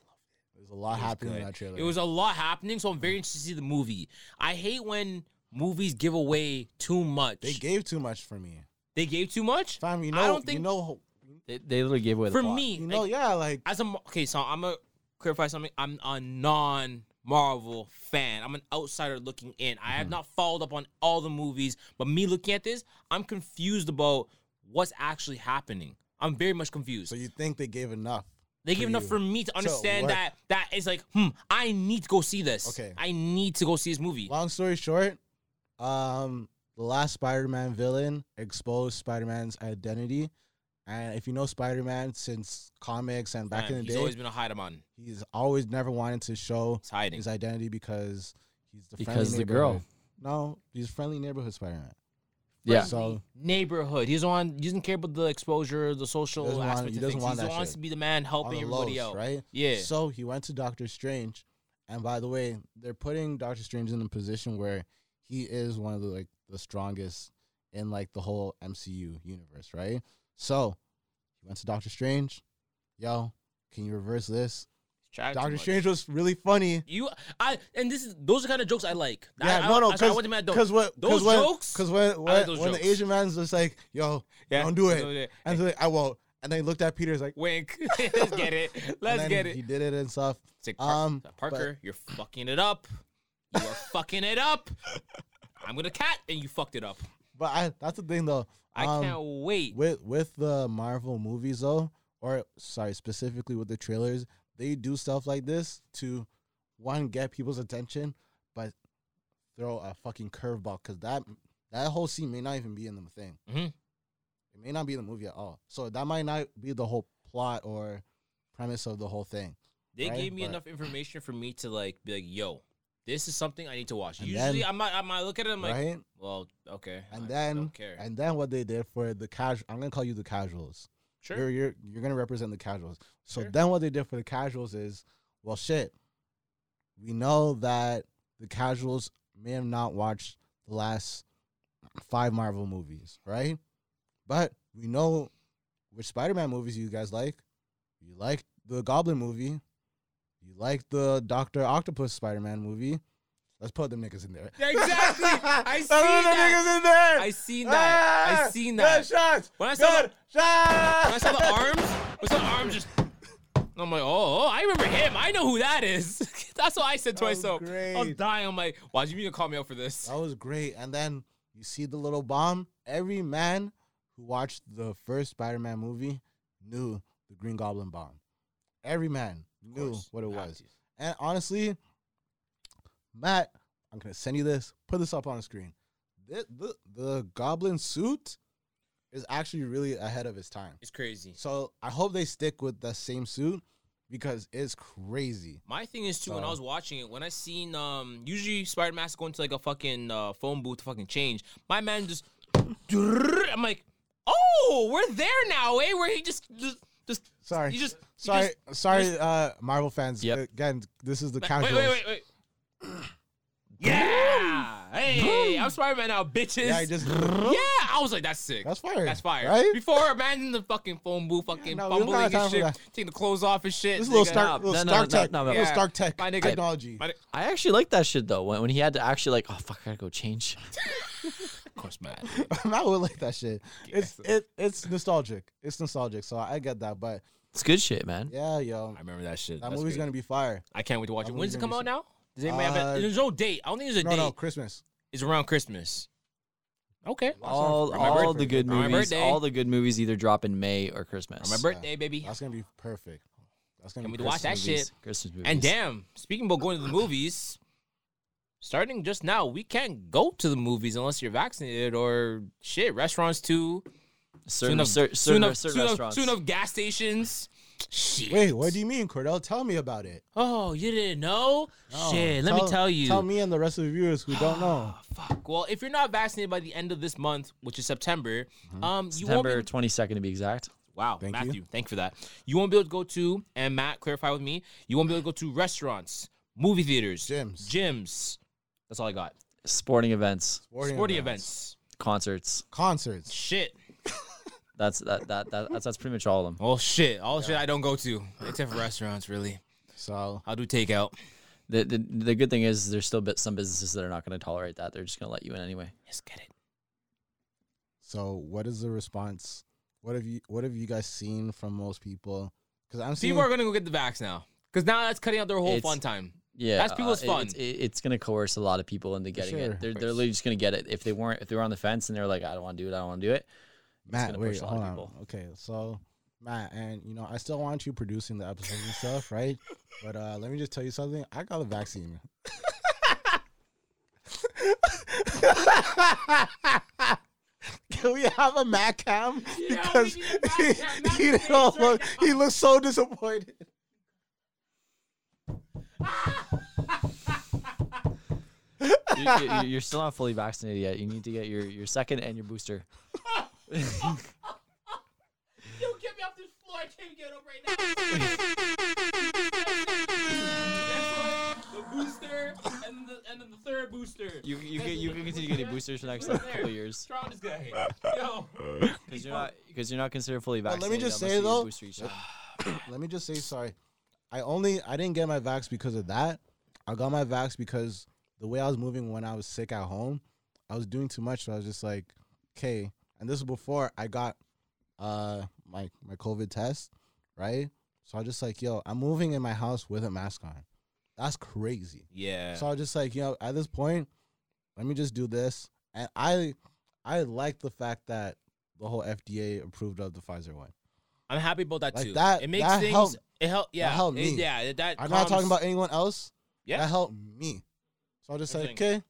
Speaker 2: loved it. There's a lot
Speaker 1: was
Speaker 2: happening in
Speaker 1: good.
Speaker 2: that trailer.
Speaker 1: It was a lot happening, so I'm very interested to see the movie. I hate when movies give away too much.
Speaker 2: they gave too much for me.
Speaker 1: They gave too much?
Speaker 2: Fam, you know,
Speaker 1: I don't think-
Speaker 2: you know,
Speaker 3: They, they literally gave away the
Speaker 1: For
Speaker 3: plot.
Speaker 1: me,
Speaker 2: you
Speaker 1: like,
Speaker 2: know, yeah, like
Speaker 1: as a Mar- okay, so I'm gonna clarify something. I'm a non Marvel fan. I'm an outsider looking in. I have not followed up on all the movies, but me looking at this, I'm confused about what's actually happening. I'm very much confused.
Speaker 2: so you think they gave enough.
Speaker 1: they give enough
Speaker 2: you-
Speaker 1: for me to understand
Speaker 2: work.
Speaker 1: that that is like, hmm, I need to go see this.
Speaker 2: Okay.
Speaker 1: I need to go see this movie.
Speaker 2: Long story short, um, the last Spider-Man villain exposed Spider-Man's identity, and if you know Spider-Man since comics and back
Speaker 1: Man,
Speaker 2: in the
Speaker 1: he's
Speaker 2: day,
Speaker 1: always been a hide man.
Speaker 2: he's always never wanted to show
Speaker 1: He's hiding.
Speaker 2: his identity because he's the friendly
Speaker 3: Because the girl.
Speaker 2: neighborhood- No, he's friendly neighborhood Spider-Man.
Speaker 3: Yeah.
Speaker 2: So
Speaker 1: Neighborhood. He's on. He doesn't care about the exposure, the social
Speaker 2: Doesn't want-
Speaker 1: aspect.
Speaker 2: he
Speaker 1: of
Speaker 2: doesn't
Speaker 1: things.
Speaker 2: want
Speaker 1: he
Speaker 2: that
Speaker 1: wants
Speaker 2: shit.
Speaker 1: to be the man
Speaker 2: on
Speaker 1: helping
Speaker 2: the
Speaker 1: everybody
Speaker 2: lows,
Speaker 1: out.
Speaker 2: right?
Speaker 1: Yeah.
Speaker 2: So he went to Doctor Strange, and by the way, they're putting Doctor Strange in a position where he is one of the like the strongest in like the whole MCU universe, right? So he went to Doctor Strange, yo, can you reverse this?
Speaker 1: Tried too
Speaker 2: Doctor
Speaker 1: much.
Speaker 2: Strange was really funny.
Speaker 1: You, I, and this is those are kind of jokes I like.
Speaker 2: Yeah,
Speaker 1: I,
Speaker 2: no, no,
Speaker 1: I, I
Speaker 2: because
Speaker 1: want them at those.
Speaker 2: because what
Speaker 1: those
Speaker 2: cause when,
Speaker 1: jokes, (laughs)
Speaker 2: because when when,
Speaker 1: those
Speaker 2: when
Speaker 1: jokes.
Speaker 2: the Asian man's just like, yo,
Speaker 1: Yeah,
Speaker 2: don't do
Speaker 1: don't do
Speaker 2: it,
Speaker 1: it.
Speaker 2: and he's like, I won't. And then he looked at Peter's like,
Speaker 1: wink. Let's get it. Let's
Speaker 2: then
Speaker 1: get it.
Speaker 2: He did it and stuff.
Speaker 1: It's like, Par- uh,
Speaker 2: Um,
Speaker 1: Parker, you're fucking it up. You are fucking it up. I'm gonna cat, and you fucked it up.
Speaker 2: But I, that's the thing though.
Speaker 1: I
Speaker 2: Um,
Speaker 1: can't wait.
Speaker 2: With with the Marvel movies though, or sorry, specifically with the trailers, they do stuff like this to one get people's attention, but throw a fucking curveball because that that whole scene may not even be in the thing.
Speaker 1: Mhm.
Speaker 2: It may not be in the movie at all. So that might not be the whole plot or premise of the whole thing.
Speaker 1: They
Speaker 2: right?
Speaker 1: gave me
Speaker 2: But-
Speaker 1: enough information for me to like be like, yo, this is something I need to watch.
Speaker 2: And
Speaker 1: Usually,
Speaker 2: then-
Speaker 1: I might, I might look at it. I'm like,
Speaker 2: right?
Speaker 1: well,
Speaker 2: (laughs)
Speaker 1: okay.
Speaker 2: And
Speaker 1: I
Speaker 2: then
Speaker 1: don't care.
Speaker 2: and then what they did for the casual I'm gonna call you the casuals.
Speaker 1: Sure.
Speaker 2: You're you're you're gonna represent the casuals. So then what they did for the casuals is, well shit. We know that the casuals may have not watched the last five Marvel movies, right? But we know which Spider Man movies you guys like. You like the Goblin movie. You like the Doctor Octopus Spider Man movie. Let's put them niggas in there.
Speaker 1: Yeah, exactly. I
Speaker 2: Let's
Speaker 1: seen
Speaker 2: put them
Speaker 1: that.
Speaker 2: niggas in there.
Speaker 1: I seen that. I
Speaker 2: Ah,
Speaker 1: seen that.
Speaker 2: Good shots.
Speaker 1: When I saw
Speaker 2: Good shots.
Speaker 1: When I saw the arms, when I saw the arms just. I'm like, oh, oh, I remember him. I know who that is. (laughs) That's what I said to
Speaker 2: That was
Speaker 1: myself. I was
Speaker 2: great.
Speaker 1: dying. I'm like, why you mean to call me out for this?
Speaker 2: That was great. And then you see the little bomb. Every man who watched the first Spider Man movie knew the Green Goblin bomb. Every man knew what
Speaker 1: Ah,
Speaker 2: it was. And honestly, Matt, I'm going to send you this. Put this up on the screen. The, the, the Goblin suit is actually really ahead of its time.
Speaker 1: It's crazy.
Speaker 2: So I hope they stick with the same suit because it's crazy.
Speaker 1: My thing is too. When I
Speaker 2: So-
Speaker 1: was watching it, when I seen um, usually Spider Man's going to like a fucking uh, phone booth to fucking change. My man just, I'm like, oh, we're there now, eh? Where he just, just, just
Speaker 2: Sorry.
Speaker 1: he just, he
Speaker 2: sorry,
Speaker 1: just-
Speaker 2: sorry,
Speaker 1: just-
Speaker 2: uh, Marvel fans.
Speaker 3: Yep.
Speaker 2: Again, this is the
Speaker 1: wait,
Speaker 2: casuals.
Speaker 1: wait, wait, wait. yeah, hey, I'm Spider Man now, bitches.
Speaker 2: Yeah, I just.
Speaker 1: Yeah, I was like, that's sick.
Speaker 2: That's fire.
Speaker 1: That's fire.
Speaker 2: Right?
Speaker 1: Before, imagine the fucking phone booth, fucking
Speaker 2: no, we don't got
Speaker 1: fumbling and
Speaker 2: time for
Speaker 1: shit,
Speaker 2: that.
Speaker 1: taking the clothes off and shit.
Speaker 2: This is a little
Speaker 1: nigga.
Speaker 2: Stark, little
Speaker 3: no, no,
Speaker 2: Stark
Speaker 3: no,
Speaker 2: Tech.
Speaker 3: no, no.
Speaker 2: little
Speaker 1: Yeah.
Speaker 2: Stark Tech
Speaker 1: My nigga.
Speaker 2: technology.
Speaker 1: My-
Speaker 3: I actually like that shit though. When, when he had to actually like, oh fuck, I gotta
Speaker 2: (laughs)
Speaker 3: go change.
Speaker 1: Of course, man.
Speaker 2: (laughs) I'm not with like that shit. It's it it's nostalgic. It's nostalgic. So I get that. But
Speaker 3: It's good shit, man.
Speaker 2: yeah, yo,
Speaker 1: I remember that shit.
Speaker 2: that
Speaker 1: That's
Speaker 2: movie's
Speaker 1: crazy.
Speaker 2: gonna be fire.
Speaker 1: I can't wait to watch
Speaker 2: That
Speaker 1: it. When
Speaker 2: movie's
Speaker 1: does it
Speaker 2: gonna
Speaker 1: come
Speaker 2: be
Speaker 1: out now? Does anybody have
Speaker 2: Uh,
Speaker 1: a, There's no date. I don't think there's a
Speaker 2: No,
Speaker 1: date.
Speaker 2: no, Christmas.
Speaker 1: It's around Christmas. Okay.
Speaker 3: (laughs) All,
Speaker 1: For my
Speaker 3: all
Speaker 1: birthday.
Speaker 3: the good
Speaker 1: For my
Speaker 3: movies,
Speaker 1: birthday.
Speaker 3: all the good movies either drop in May or
Speaker 1: For
Speaker 3: Christmas.
Speaker 1: my birthday, baby.
Speaker 2: That's gonna be perfect. That's gonna
Speaker 1: Can
Speaker 2: be
Speaker 1: we watch
Speaker 2: perfect.
Speaker 1: that shit?
Speaker 3: Christmas movies.
Speaker 1: And damn, speaking about going to the movies, starting just now, we can't go to the movies unless you're vaccinated or shit. Restaurants too.
Speaker 3: certain,
Speaker 1: enough-
Speaker 3: cer- certain,
Speaker 1: soon of,
Speaker 3: certain
Speaker 1: soon of-
Speaker 3: restaurants.
Speaker 1: soon of gas stations. Shit.
Speaker 2: Wait, what do you mean, Cordell? Tell me about it.
Speaker 1: Oh, you didn't know? Shit, let me tell you.
Speaker 2: Tell me and the rest of the viewers who
Speaker 1: (gasps)
Speaker 2: don't know.
Speaker 1: Fuck. Well, if you're not vaccinated by the end of this month, which is September, um, you
Speaker 3: Mm-hmm. September
Speaker 1: won't be.
Speaker 3: twenty second to be exact.
Speaker 1: Wow,
Speaker 2: Thank
Speaker 1: Matthew,
Speaker 2: you.
Speaker 1: thank you for that. You won't be able to go to, and Matt, clarify with me. You won't be able to go to restaurants, movie theaters,
Speaker 2: Gyms.
Speaker 1: gyms. That's all I got.
Speaker 3: Sporting events,
Speaker 1: Sporting, events.
Speaker 3: concerts.
Speaker 2: concerts.
Speaker 1: Shit.
Speaker 3: (laughs) That's that, that, that that's that's pretty much all of them.
Speaker 1: Oh shit. All shit I don't go to except for restaurants. Really,
Speaker 2: So
Speaker 1: I'll do takeout.
Speaker 3: The, the the good thing is there's still bit, some businesses that are not going to tolerate that. They're just going to let you in anyway.
Speaker 1: Let's get it.
Speaker 2: So, what is the response? What have you What have you guys seen from most people? Because I'm seeing
Speaker 1: People are gonna go get the vax now, cause now that's cutting out their whole
Speaker 3: It's-
Speaker 1: fun time.
Speaker 3: Yeah, uh,
Speaker 1: That's people's
Speaker 3: it-
Speaker 1: fun.
Speaker 3: It's, it- it's going to coerce a lot of people into getting
Speaker 2: sure.
Speaker 3: it. They're, they're literally just going to get it if they weren't if they were on the fence and they're like, I don't want to do it, I don't want to do it.
Speaker 2: Matt.
Speaker 3: gonna
Speaker 2: Wait,
Speaker 3: push a lot
Speaker 2: hold
Speaker 3: of
Speaker 2: on.
Speaker 3: people.
Speaker 2: Okay, so Matt, and you know, I still want you producing the episodes and stuff, right? But uh let me just tell you something. I got the vaccine. (laughs) Can we have a Matt cam? because (laughs) he, don't look, he looks so disappointed. (laughs)
Speaker 3: You- you, you- you're still not fully vaccinated yet. You need to get your, your second and your
Speaker 2: (laughs)
Speaker 3: booster. (laughs)
Speaker 1: Yo, get me off this floor. I can't get up right now. the booster and the and then the third booster.
Speaker 3: You you can, you can continue getting boosters for the next like, couple of years
Speaker 1: Strong this guy.
Speaker 2: (laughs)
Speaker 1: Yo.
Speaker 3: (laughs) because you're not because you're not considered fully
Speaker 2: let me
Speaker 3: vaccinated.
Speaker 2: just
Speaker 3: unless
Speaker 2: say,
Speaker 3: you get a
Speaker 2: though-
Speaker 3: booster (sighs) each time.
Speaker 2: let me just say sorry. I only I didn't get my vax because of that. I got my vax because the way I was moving when I was sick at home, I was doing too much. So I was just like, okay. And this was before I got uh my my COVID test, right? So I just like, yo, I'm moving in my house with a mask on. That's crazy.
Speaker 1: Yeah.
Speaker 2: So I was just like, you know, at this point, let me just do this. And I I like the fact that the whole FDA approved of the Pfizer one.
Speaker 1: I'm happy about that
Speaker 2: Like
Speaker 1: too.
Speaker 2: that-
Speaker 1: it makes
Speaker 2: that
Speaker 1: things.
Speaker 2: helped-
Speaker 1: it helped.
Speaker 2: that
Speaker 1: Yeah.
Speaker 2: helped
Speaker 1: it-
Speaker 2: me.
Speaker 1: yeah. That.
Speaker 2: I'm not talking
Speaker 1: calms-
Speaker 2: about anyone else.
Speaker 1: Yeah.
Speaker 2: That helped me. So I was just like,
Speaker 1: Everything.
Speaker 2: okay.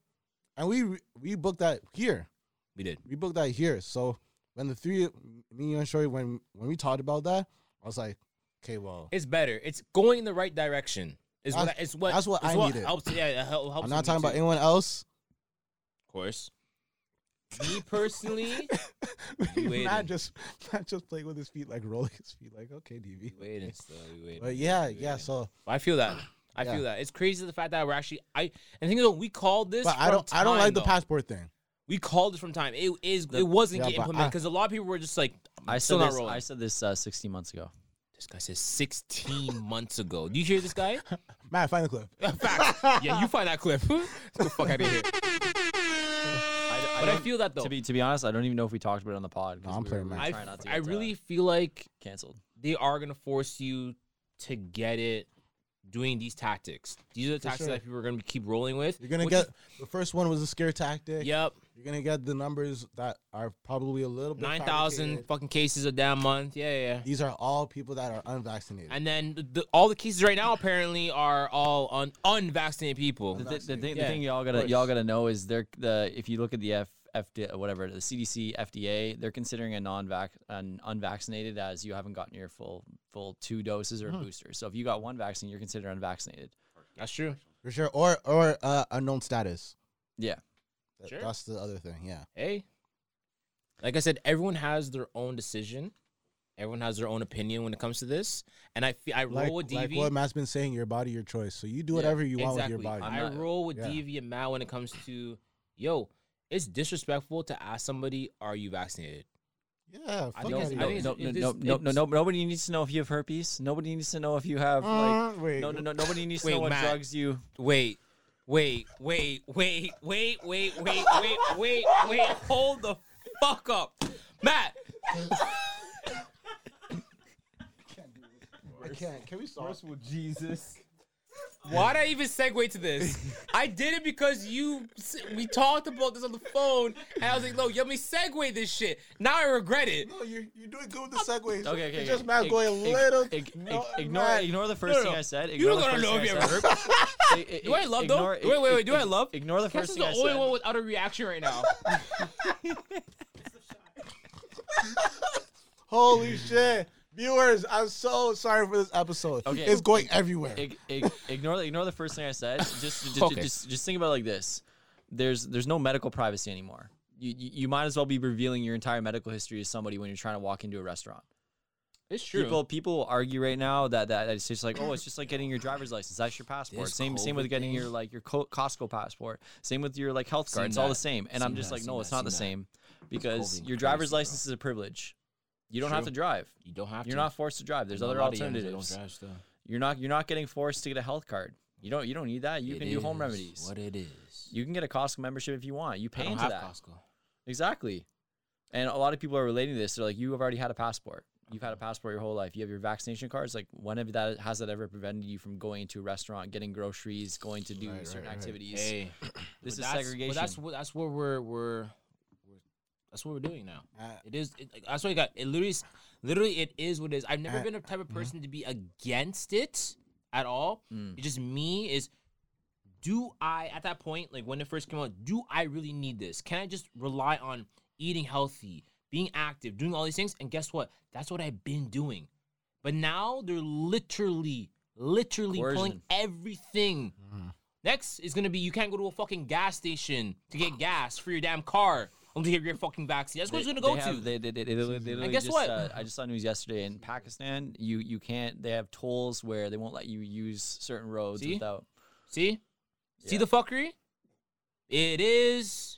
Speaker 2: And we re- we booked that here.
Speaker 1: We did.
Speaker 2: We booked that here. So when the three me you, and Shorty when when we talked about that, I was like, okay, well,
Speaker 1: It's better. It's going in the right direction. Is what.
Speaker 2: That's-
Speaker 1: It's what.
Speaker 2: that's what
Speaker 1: it's
Speaker 2: I needed.
Speaker 1: Helps, yeah. It hel- helps
Speaker 2: I'm
Speaker 1: me
Speaker 2: not talking about
Speaker 1: too.
Speaker 2: anyone else.
Speaker 1: Of course. Me personally, waiting.
Speaker 2: not just not just playing with his feet like rolling his feet (laughs) like okay, DV.
Speaker 1: waiting still. We waiting.
Speaker 2: But yeah, yeah. So
Speaker 1: I feel that. I
Speaker 2: Yeah.
Speaker 1: feel that. It's crazy the fact that we're actually. I and things we called this.
Speaker 2: but I
Speaker 1: from
Speaker 2: don't I don't
Speaker 1: time,
Speaker 2: like the
Speaker 1: though.
Speaker 2: passport thing.
Speaker 1: We called it from time. It is. it wasn't
Speaker 2: Yeah,
Speaker 1: getting
Speaker 2: but
Speaker 1: implemented
Speaker 2: I-
Speaker 1: because a lot of people were just like,
Speaker 3: I
Speaker 1: still
Speaker 3: said
Speaker 1: not
Speaker 3: this,
Speaker 1: rolling.
Speaker 3: I said this uh, 16 months ago.
Speaker 1: this guy says (laughs) 16 months ago. Do you hear this guy?
Speaker 2: Matt, find the clip.
Speaker 1: (laughs) Facts. yeah, you find that clip. (laughs) Get the fuck out of here. but I
Speaker 3: don't-
Speaker 1: feel that though.
Speaker 3: To be to be honest, I don't even know if we talked about it on the pod. 'cause
Speaker 2: I'm
Speaker 3: we
Speaker 2: playing
Speaker 3: were
Speaker 2: my-
Speaker 1: I,
Speaker 3: trying not to
Speaker 1: I
Speaker 3: get, uh,
Speaker 1: really feel like
Speaker 3: canceled.
Speaker 1: they are gonna force you to get it doing these tactics. These are the tactics
Speaker 2: sure.
Speaker 1: that people are gonna keep rolling with.
Speaker 2: You're gonna
Speaker 1: which
Speaker 2: get
Speaker 1: is-
Speaker 2: the first one was a scare tactic.
Speaker 1: yep,
Speaker 2: You're gonna get the numbers that are probably a little bit
Speaker 1: nine thousand
Speaker 2: fabricated.
Speaker 1: fucking cases a damn month. Yeah, yeah. yeah.
Speaker 2: These are all people that are unvaccinated.
Speaker 1: And then the, the, all the cases right now apparently are all on unvaccinated people.
Speaker 3: The, thi- the thing,
Speaker 1: Yeah,
Speaker 3: the thing y'all gotta y'all gotta know is they're the if you look at the F, FDA, whatever the CDC FDA they're considering a non-vac an unvaccinated as you haven't gotten your full full two doses
Speaker 1: Hmm.
Speaker 3: or a booster. So if you got one vaccine, you're considered unvaccinated.
Speaker 1: That's true.
Speaker 2: for sure. Or or uh, unknown status.
Speaker 3: Yeah,
Speaker 2: That-
Speaker 1: Sure.
Speaker 2: That's the other thing. Yeah.
Speaker 1: Hey, like I said, everyone has their own decision. Everyone has their own opinion when it comes to this, and I fe- I
Speaker 2: Like,
Speaker 1: roll with DV.
Speaker 2: like what Matt's been saying, your body, your choice. So you do whatever you want with your body.
Speaker 1: I
Speaker 3: I'm not-
Speaker 1: roll with
Speaker 2: yeah.
Speaker 1: DV and Mal when it comes to yo. It's disrespectful to ask somebody, "Are you vaccinated?"
Speaker 2: yeah. fuck
Speaker 1: I think
Speaker 2: outta
Speaker 1: it's- I
Speaker 2: here.
Speaker 3: no,
Speaker 1: think
Speaker 3: no,
Speaker 1: it's-
Speaker 3: no,
Speaker 1: it's-
Speaker 3: no, no,
Speaker 1: it's-
Speaker 3: no, nobody needs to know if you have herpes. Nobody needs to know if you have like.
Speaker 2: Mm, wait.
Speaker 3: No, no, no, nobody needs to
Speaker 1: Wait,
Speaker 3: know what
Speaker 1: Matt.
Speaker 3: drugs you.
Speaker 1: Wait, wait, wait, wait, wait, wait, wait, wait, wait, wait. Hold the fuck up, Matt.
Speaker 2: I can't. Can we stop?
Speaker 1: Why'd I even segue to this? I did it because you. We talked about this on the phone, and I was like, "No, let me segue this shit." Now I regret it.
Speaker 2: No, you're, you're doing good with the segues.
Speaker 3: Okay, okay.
Speaker 2: It's
Speaker 3: okay.
Speaker 2: just Matt
Speaker 3: Ig-
Speaker 2: going a
Speaker 3: ig-
Speaker 2: little.
Speaker 3: ig-
Speaker 2: no,
Speaker 3: ig- ignore,
Speaker 2: Matt.
Speaker 3: ignore the first
Speaker 1: No, no,
Speaker 3: thing
Speaker 1: no.
Speaker 3: I said.
Speaker 1: You
Speaker 3: Ignore
Speaker 1: don't
Speaker 3: the
Speaker 1: gotta
Speaker 3: first
Speaker 1: know if
Speaker 3: thing
Speaker 1: you
Speaker 3: I
Speaker 1: ever
Speaker 3: said.
Speaker 1: hurt. (laughs)
Speaker 3: I- I-
Speaker 1: Do I love though?
Speaker 3: ignore-
Speaker 1: Wait, wait, wait. Do I
Speaker 3: ig-
Speaker 1: love?
Speaker 3: Ignore the
Speaker 1: Cass
Speaker 3: first
Speaker 1: is the
Speaker 3: thing I
Speaker 1: only one
Speaker 3: said.
Speaker 1: without a reaction right
Speaker 3: (laughs)
Speaker 1: now.
Speaker 2: Holy shit. Viewers, I'm so sorry for this episode.
Speaker 3: Okay.
Speaker 2: It's going everywhere.
Speaker 3: Ig- ig- Ignore, the- ignore the first thing I said. Just, just,
Speaker 1: Okay.
Speaker 3: just, just think about it like this. There's, there's no medical privacy anymore. You, you, you might as well be revealing your entire medical history to somebody when you're trying to walk into a restaurant.
Speaker 1: It's true.
Speaker 3: People, people argue right now that, that that it's just like, oh, it's just like getting your driver's license. That's your passport.
Speaker 1: This
Speaker 3: same, same
Speaker 1: COVID
Speaker 3: with getting
Speaker 1: thing.
Speaker 3: your like your Co- Costco passport. Same with your like health
Speaker 1: Seen
Speaker 3: card. It's all
Speaker 1: that.
Speaker 3: the same. And I'm
Speaker 1: Seen
Speaker 3: just
Speaker 1: that,
Speaker 3: like,
Speaker 1: seen
Speaker 3: no,
Speaker 1: that,
Speaker 3: it's not the
Speaker 1: seen that.
Speaker 3: same, because
Speaker 1: COVID
Speaker 3: your driver's
Speaker 1: crazy, bro.
Speaker 3: license is a privilege. You don't have
Speaker 1: True.
Speaker 3: to drive.
Speaker 1: you don't have
Speaker 3: You're
Speaker 1: to.
Speaker 3: not forced to drive. There's
Speaker 1: A
Speaker 3: other
Speaker 1: lot of youngins, they
Speaker 3: alternatives.
Speaker 1: don't drive still.
Speaker 3: You're not you're not getting forced to get a health card. You don't you don't need that. You
Speaker 1: It
Speaker 3: can do home
Speaker 1: is
Speaker 3: remedies.
Speaker 1: What it is.
Speaker 3: You can get a Costco membership if you want. You
Speaker 1: I
Speaker 3: pay
Speaker 1: don't
Speaker 3: into
Speaker 1: have
Speaker 3: that.
Speaker 1: Costco.
Speaker 3: Exactly. And a lot of people are relating to this. They're like, you have already had a passport. You've
Speaker 2: Uh-huh.
Speaker 3: had a passport your whole life. You have your vaccination cards. Like, when have that has that ever prevented you from going to a restaurant, getting groceries, going to do
Speaker 2: Right,
Speaker 3: certain
Speaker 2: right, right.
Speaker 3: activities?
Speaker 1: Hey,
Speaker 3: This
Speaker 1: but
Speaker 3: is
Speaker 1: that's- but
Speaker 3: segregation.
Speaker 1: that's what that's what we're we're, we're that's what we're doing now.
Speaker 2: Uh,
Speaker 1: It is. It, that's what I got. It literally, is- literally, it is what it is. I've never
Speaker 2: Uh,
Speaker 1: been a type of person to be against it at all.
Speaker 3: Mm.
Speaker 1: It's just me is. Do I at that point, like when it first came out, do I really need this? Can I just rely on eating healthy, being active, doing all these things? And guess what? That's what I've been doing. But now they're literally, literally pulling
Speaker 3: Coercion.
Speaker 1: everything. Next is gonna be you can't go to a fucking gas station to get gas for your damn car until you have your fucking vaccine. That's what it's gonna go
Speaker 3: they
Speaker 1: to.
Speaker 3: have- they- they- they- they literally- they literally
Speaker 1: guess
Speaker 3: just,
Speaker 1: what?
Speaker 3: uh, I just saw news yesterday in Pakistan. You you can't. They have tolls where they won't let you use certain roads
Speaker 1: See?
Speaker 3: without.
Speaker 1: See? See the fuckery? It is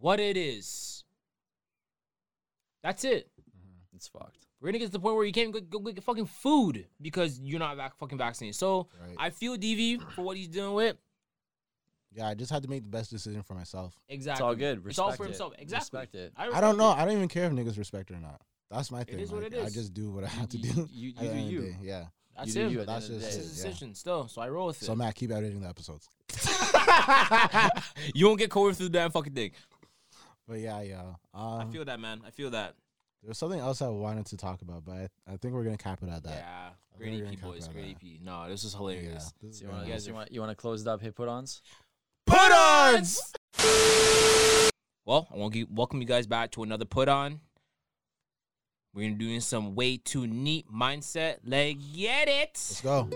Speaker 1: what it is. That's it.
Speaker 3: Mm-hmm. It's fucked.
Speaker 1: We're gonna get to the point where you can't go, go get fucking food because you're not vac- fucking vaccinated. So
Speaker 2: Right.
Speaker 1: I feel DV for what he's dealing with.
Speaker 2: yeah, I just had to make the best decision for myself.
Speaker 1: Exactly.
Speaker 3: It's all good. Respect
Speaker 1: it's all for
Speaker 3: it.
Speaker 1: himself. Exactly.
Speaker 3: Respect it.
Speaker 2: I
Speaker 1: respect
Speaker 2: don't know.
Speaker 1: it.
Speaker 2: I don't even care if niggas respect it or not. That's my thing.
Speaker 1: is what
Speaker 2: like,
Speaker 1: it
Speaker 2: I
Speaker 1: is.
Speaker 2: just do what I have to
Speaker 3: You-
Speaker 2: do.
Speaker 3: you-
Speaker 2: (laughs) at the
Speaker 3: you do
Speaker 2: end of the
Speaker 3: you.
Speaker 2: day, Yeah.
Speaker 1: That's
Speaker 3: You
Speaker 1: it.
Speaker 3: do you at the
Speaker 2: That's
Speaker 3: end of the
Speaker 2: just
Speaker 3: day.
Speaker 2: it.
Speaker 1: It's a decision still, so I roll with it.
Speaker 2: So Matt, keep editing the episodes.
Speaker 1: you won't get COVID through the (laughs) damn fucking thing.
Speaker 2: But yeah, yeah. Um,
Speaker 1: I feel that, man. I feel that.
Speaker 2: there's something else I wanted to talk about, but I, I think we're gonna cap it at that.
Speaker 1: Yeah,
Speaker 2: we're
Speaker 1: great
Speaker 2: gonna
Speaker 1: EP
Speaker 2: cap
Speaker 1: boys,
Speaker 2: it at
Speaker 1: great
Speaker 2: that.
Speaker 1: EP. No, this is hilarious.
Speaker 2: this is
Speaker 3: You
Speaker 2: gonna
Speaker 3: want
Speaker 2: be-
Speaker 1: guys
Speaker 3: to you
Speaker 1: are-
Speaker 3: want you want to close it up? Hit put ons.
Speaker 1: Put ons. Well, I want to welcome you guys back to another put on. We're gonna doing some way too neat mindset. Like, get
Speaker 2: Let's
Speaker 1: it,
Speaker 2: go.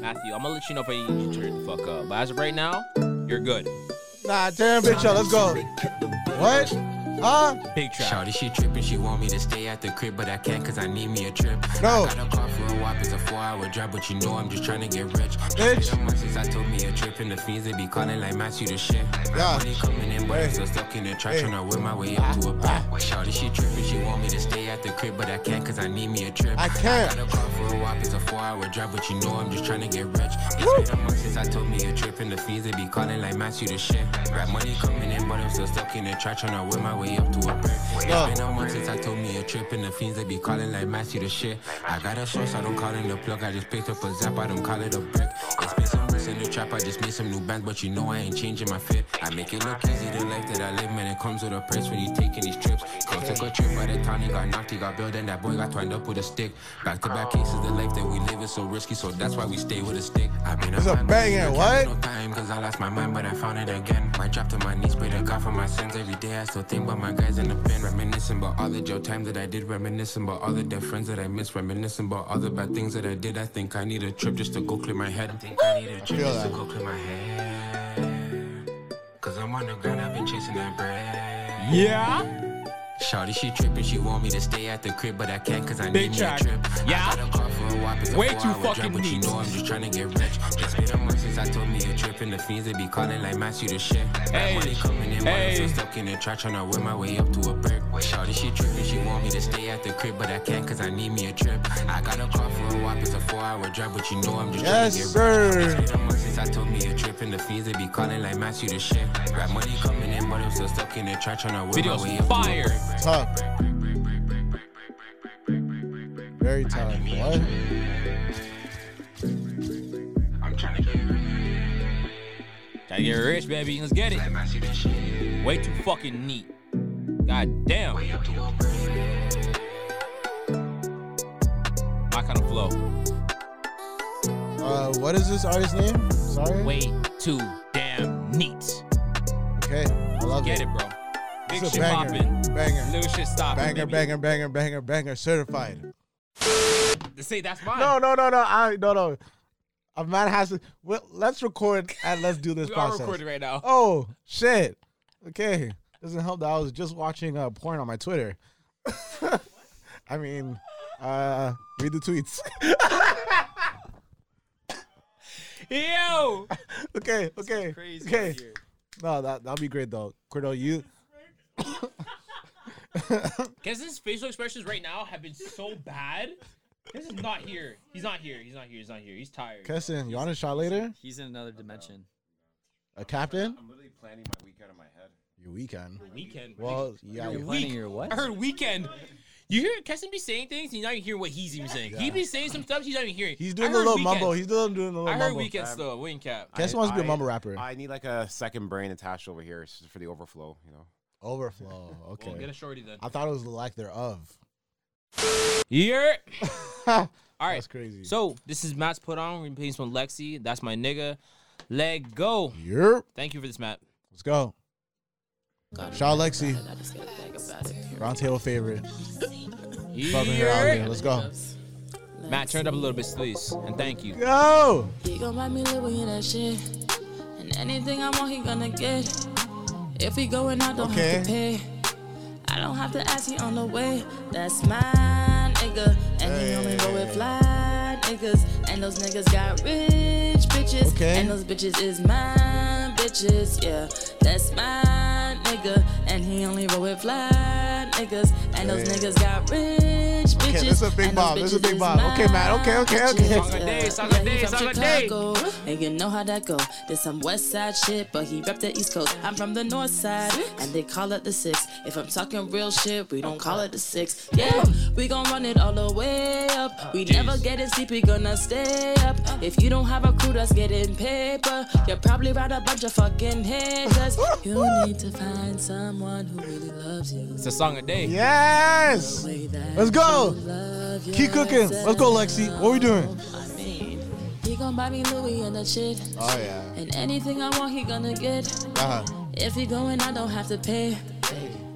Speaker 1: Matthew. I'm gonna let you know if I need you to turn the fuck up. But as of right now, you're good.
Speaker 2: Nah, damn bitch, yo, let's go. What? Huh?
Speaker 1: Big trap.
Speaker 11: Shawty, she tripping, she want me to stay at the crib, but I can't cause I need me a trip.
Speaker 2: No.
Speaker 11: I got a car for a whop, it's a four hour drive, but you know I'm just trying to get rich.
Speaker 2: Bitch.
Speaker 11: Been a month since I took me a trip, and the fiends they be calling like Matthew the shit. My
Speaker 2: Yeah.
Speaker 11: money coming in, but I'm still stuck in the trap, trying to work my way up to a pack.
Speaker 2: Ah.
Speaker 11: Shawty, she tripping, she want me to stay at the crib, but I can't cause I need me a trip.
Speaker 2: I can't.
Speaker 11: got a car for a whop, it's a four hour drive, but you know I'm just trying to get rich. It's been a month since I took me a trip, and the fiends they be calling like Matthew the shit. Got money coming in, but I'm still stuck in the trap, trying to work my way up to a brick. It's been a month since I told me a trip and the fiends they be calling like Matthew the shit. I got a source, I don't call in the plug. I just picked up a zap, I don't call it a brick. It's been some risks in the trap, I just made some new bands, but you know I ain't changing my fit. I make it look easy, the life that I live, man. It comes with a price when you taking these trips. Come took a trip by the town, he got knocked, he got built, and that boy got twined up with a stick. Back to back cases, the life that we live is so risky, so that's why we stay with a stick. I mean,
Speaker 2: It's a banger, what?
Speaker 11: no time, cause I lost my mind, but I found it again. I dropped to my knees, pray to God for my sins. Every day I still think about my guys in the pen. Reminiscing about all the jail time that I did, reminiscing about all the dead friends that I missed, reminiscing about all the bad things that I did. I think I need a trip just to go clear my head. I think I need a trip
Speaker 2: feel
Speaker 11: just to
Speaker 2: that.
Speaker 11: go clear my head. Cause I'm on the ground, I've been chasing that bread.
Speaker 1: Yeah.
Speaker 11: Shawty, she tripping, she want me to stay at the crib, but I can't cause I
Speaker 1: Big
Speaker 11: need
Speaker 1: track.
Speaker 11: me a trip.
Speaker 1: Yeah.
Speaker 11: I got a car for a whop, it's a
Speaker 1: Way
Speaker 11: four
Speaker 1: too
Speaker 11: hour drive,
Speaker 1: fucking
Speaker 11: but you
Speaker 1: neat.
Speaker 11: know I'm just trying to get rich. It's been a month since I told me a trip, and the fiends they be calling like Matthew the shit. That
Speaker 1: Hey.
Speaker 11: money coming in, but I'm
Speaker 1: Hey.
Speaker 11: still stuck in the trap, trying to work my way up to a brick. Shawty, she tripping, she want me to stay at the crib, but I can't cause I need me a trip. I got a car for a whop, it's a four hour drive, but you know I'm just
Speaker 2: Yes,
Speaker 11: trying to get
Speaker 2: sir.
Speaker 11: rich. It's been a month since I told me a trip, and the fiends they be calling like Matthew the shit. Got money coming in, but I'm still stuck in the trap, trying to work my way
Speaker 1: Video's
Speaker 11: up to a brick.
Speaker 1: fire.
Speaker 2: Tough. Very tough. What?
Speaker 11: I'm trying to get rid
Speaker 1: Gotta get rich, baby. Let's get it.
Speaker 11: of my shit and shit.
Speaker 1: Way too fucking neat. God damn.
Speaker 11: Way up to a brick.
Speaker 1: My kind of flow.
Speaker 2: Uh, what is this artist's name? Sorry.
Speaker 1: Way too damn neat.
Speaker 2: Okay. I love
Speaker 1: Get
Speaker 2: it.
Speaker 1: it, bro. Big
Speaker 2: It's a
Speaker 1: shit
Speaker 2: banger.
Speaker 1: popping.
Speaker 2: Banger.
Speaker 1: Little shit stopping.
Speaker 2: Banger.
Speaker 1: baby.
Speaker 2: Banger. Banger. Banger. Banger. Certified.
Speaker 1: They say that's mine.
Speaker 2: No, no, no, no. I no, no. A man has to. Well, let's record and let's
Speaker 1: (laughs)
Speaker 2: do this
Speaker 1: we are
Speaker 2: process.
Speaker 1: recording right now.
Speaker 2: Oh shit. Okay. Doesn't help that I was just watching uh, porn on my Twitter. (laughs) I mean, uh, read the tweets.
Speaker 1: (laughs) Yo.
Speaker 2: okay. Okay.
Speaker 5: Crazy.
Speaker 2: Okay.
Speaker 5: here.
Speaker 2: No, that that'll be great though. Cordell,
Speaker 1: (laughs)
Speaker 2: you (laughs)
Speaker 1: Guess his facial expressions right now have been so bad. This is not here. He's not here. He's not here. He's not here. He's tired.
Speaker 2: Kessin, you want a shot later?
Speaker 3: He's in another dimension.
Speaker 2: A captain?
Speaker 10: I'm literally planning my week out of my head.
Speaker 2: Your weekend.
Speaker 1: Weekend.
Speaker 2: Well, yeah.
Speaker 3: You're
Speaker 2: we-
Speaker 3: planning your what?
Speaker 1: I heard weekend. You hear Kessin be saying things, and you're not even hearing what he's even saying. He be saying some stuff, he's not even hearing.
Speaker 2: He's
Speaker 1: I
Speaker 2: doing the
Speaker 1: heard
Speaker 2: little
Speaker 1: weekend.
Speaker 2: mumble. He's doing doing the little
Speaker 1: I heard
Speaker 2: mumble.
Speaker 1: weekend still. Wing cap.
Speaker 2: (laughs) Kessin wants to be a mumble rapper.
Speaker 10: I need like a second brain attached over here s- for the overflow, you know.
Speaker 2: Overflow. Okay.
Speaker 1: (laughs) Well, get a shorty then.
Speaker 2: I thought it was the lack thereof.
Speaker 1: You hear it?
Speaker 2: (laughs) All
Speaker 1: All right.
Speaker 2: That's crazy.
Speaker 1: So this is Matt's put on. We're gonna be playing some Lexi. That's my nigga. Let go.
Speaker 2: Yep.
Speaker 1: Thank you for this, Matt.
Speaker 2: Let's go. Shaw Lexi. Roundtable favorite. Fucking her out here.
Speaker 1: Yeah.
Speaker 2: Let's go.
Speaker 1: Matt, turn it up a little bit, please, and thank you.
Speaker 2: Go.
Speaker 12: He gon' buy me live with that shit. And anything I want, he gonna get. If he going out, don't
Speaker 2: Okay.
Speaker 12: have to pay. I don't have to ask, he on the way. That's my nigga. And he only go with fly niggas. And those niggas got rich bitches.
Speaker 2: Okay.
Speaker 12: And those bitches is my bitches. Yeah, that's my nigga. And he only roll with fly niggas. And those
Speaker 2: Hey.
Speaker 12: niggas got rich those
Speaker 2: Okay,
Speaker 12: bitches.
Speaker 2: this is a big
Speaker 12: and those
Speaker 2: bomb. This is a
Speaker 12: bitches
Speaker 2: big bomb. Okay,
Speaker 12: mine.
Speaker 2: man. Okay, okay, okay.
Speaker 12: Yeah.
Speaker 2: Saga day,
Speaker 12: Yeah,
Speaker 2: saga
Speaker 12: he
Speaker 2: day,
Speaker 12: from
Speaker 2: saga day.
Speaker 12: Chicago, And you know how that go. There's some west side shit, but he rep the east coast. I'm from the north side, and they call it the six. If I'm talking real shit, we don't call it the six. Yeah, we gon' run it all the way
Speaker 2: Oh,
Speaker 12: up. We never
Speaker 13: jeez.
Speaker 12: get it sleep, we gonna stay up. If you don't have a crew that's getting paper, you're probably around a bunch of fucking haters. You need to find someone who really loves you.
Speaker 1: It's a song a day.
Speaker 2: Yes. Let's go. Keep cooking. Let's go, Lexi. What we doing?
Speaker 12: He gon' buy me Louis and that shit.
Speaker 2: Oh yeah.
Speaker 12: And anything I want, he gonna get.
Speaker 2: Uh huh.
Speaker 12: If he going, I don't have to pay.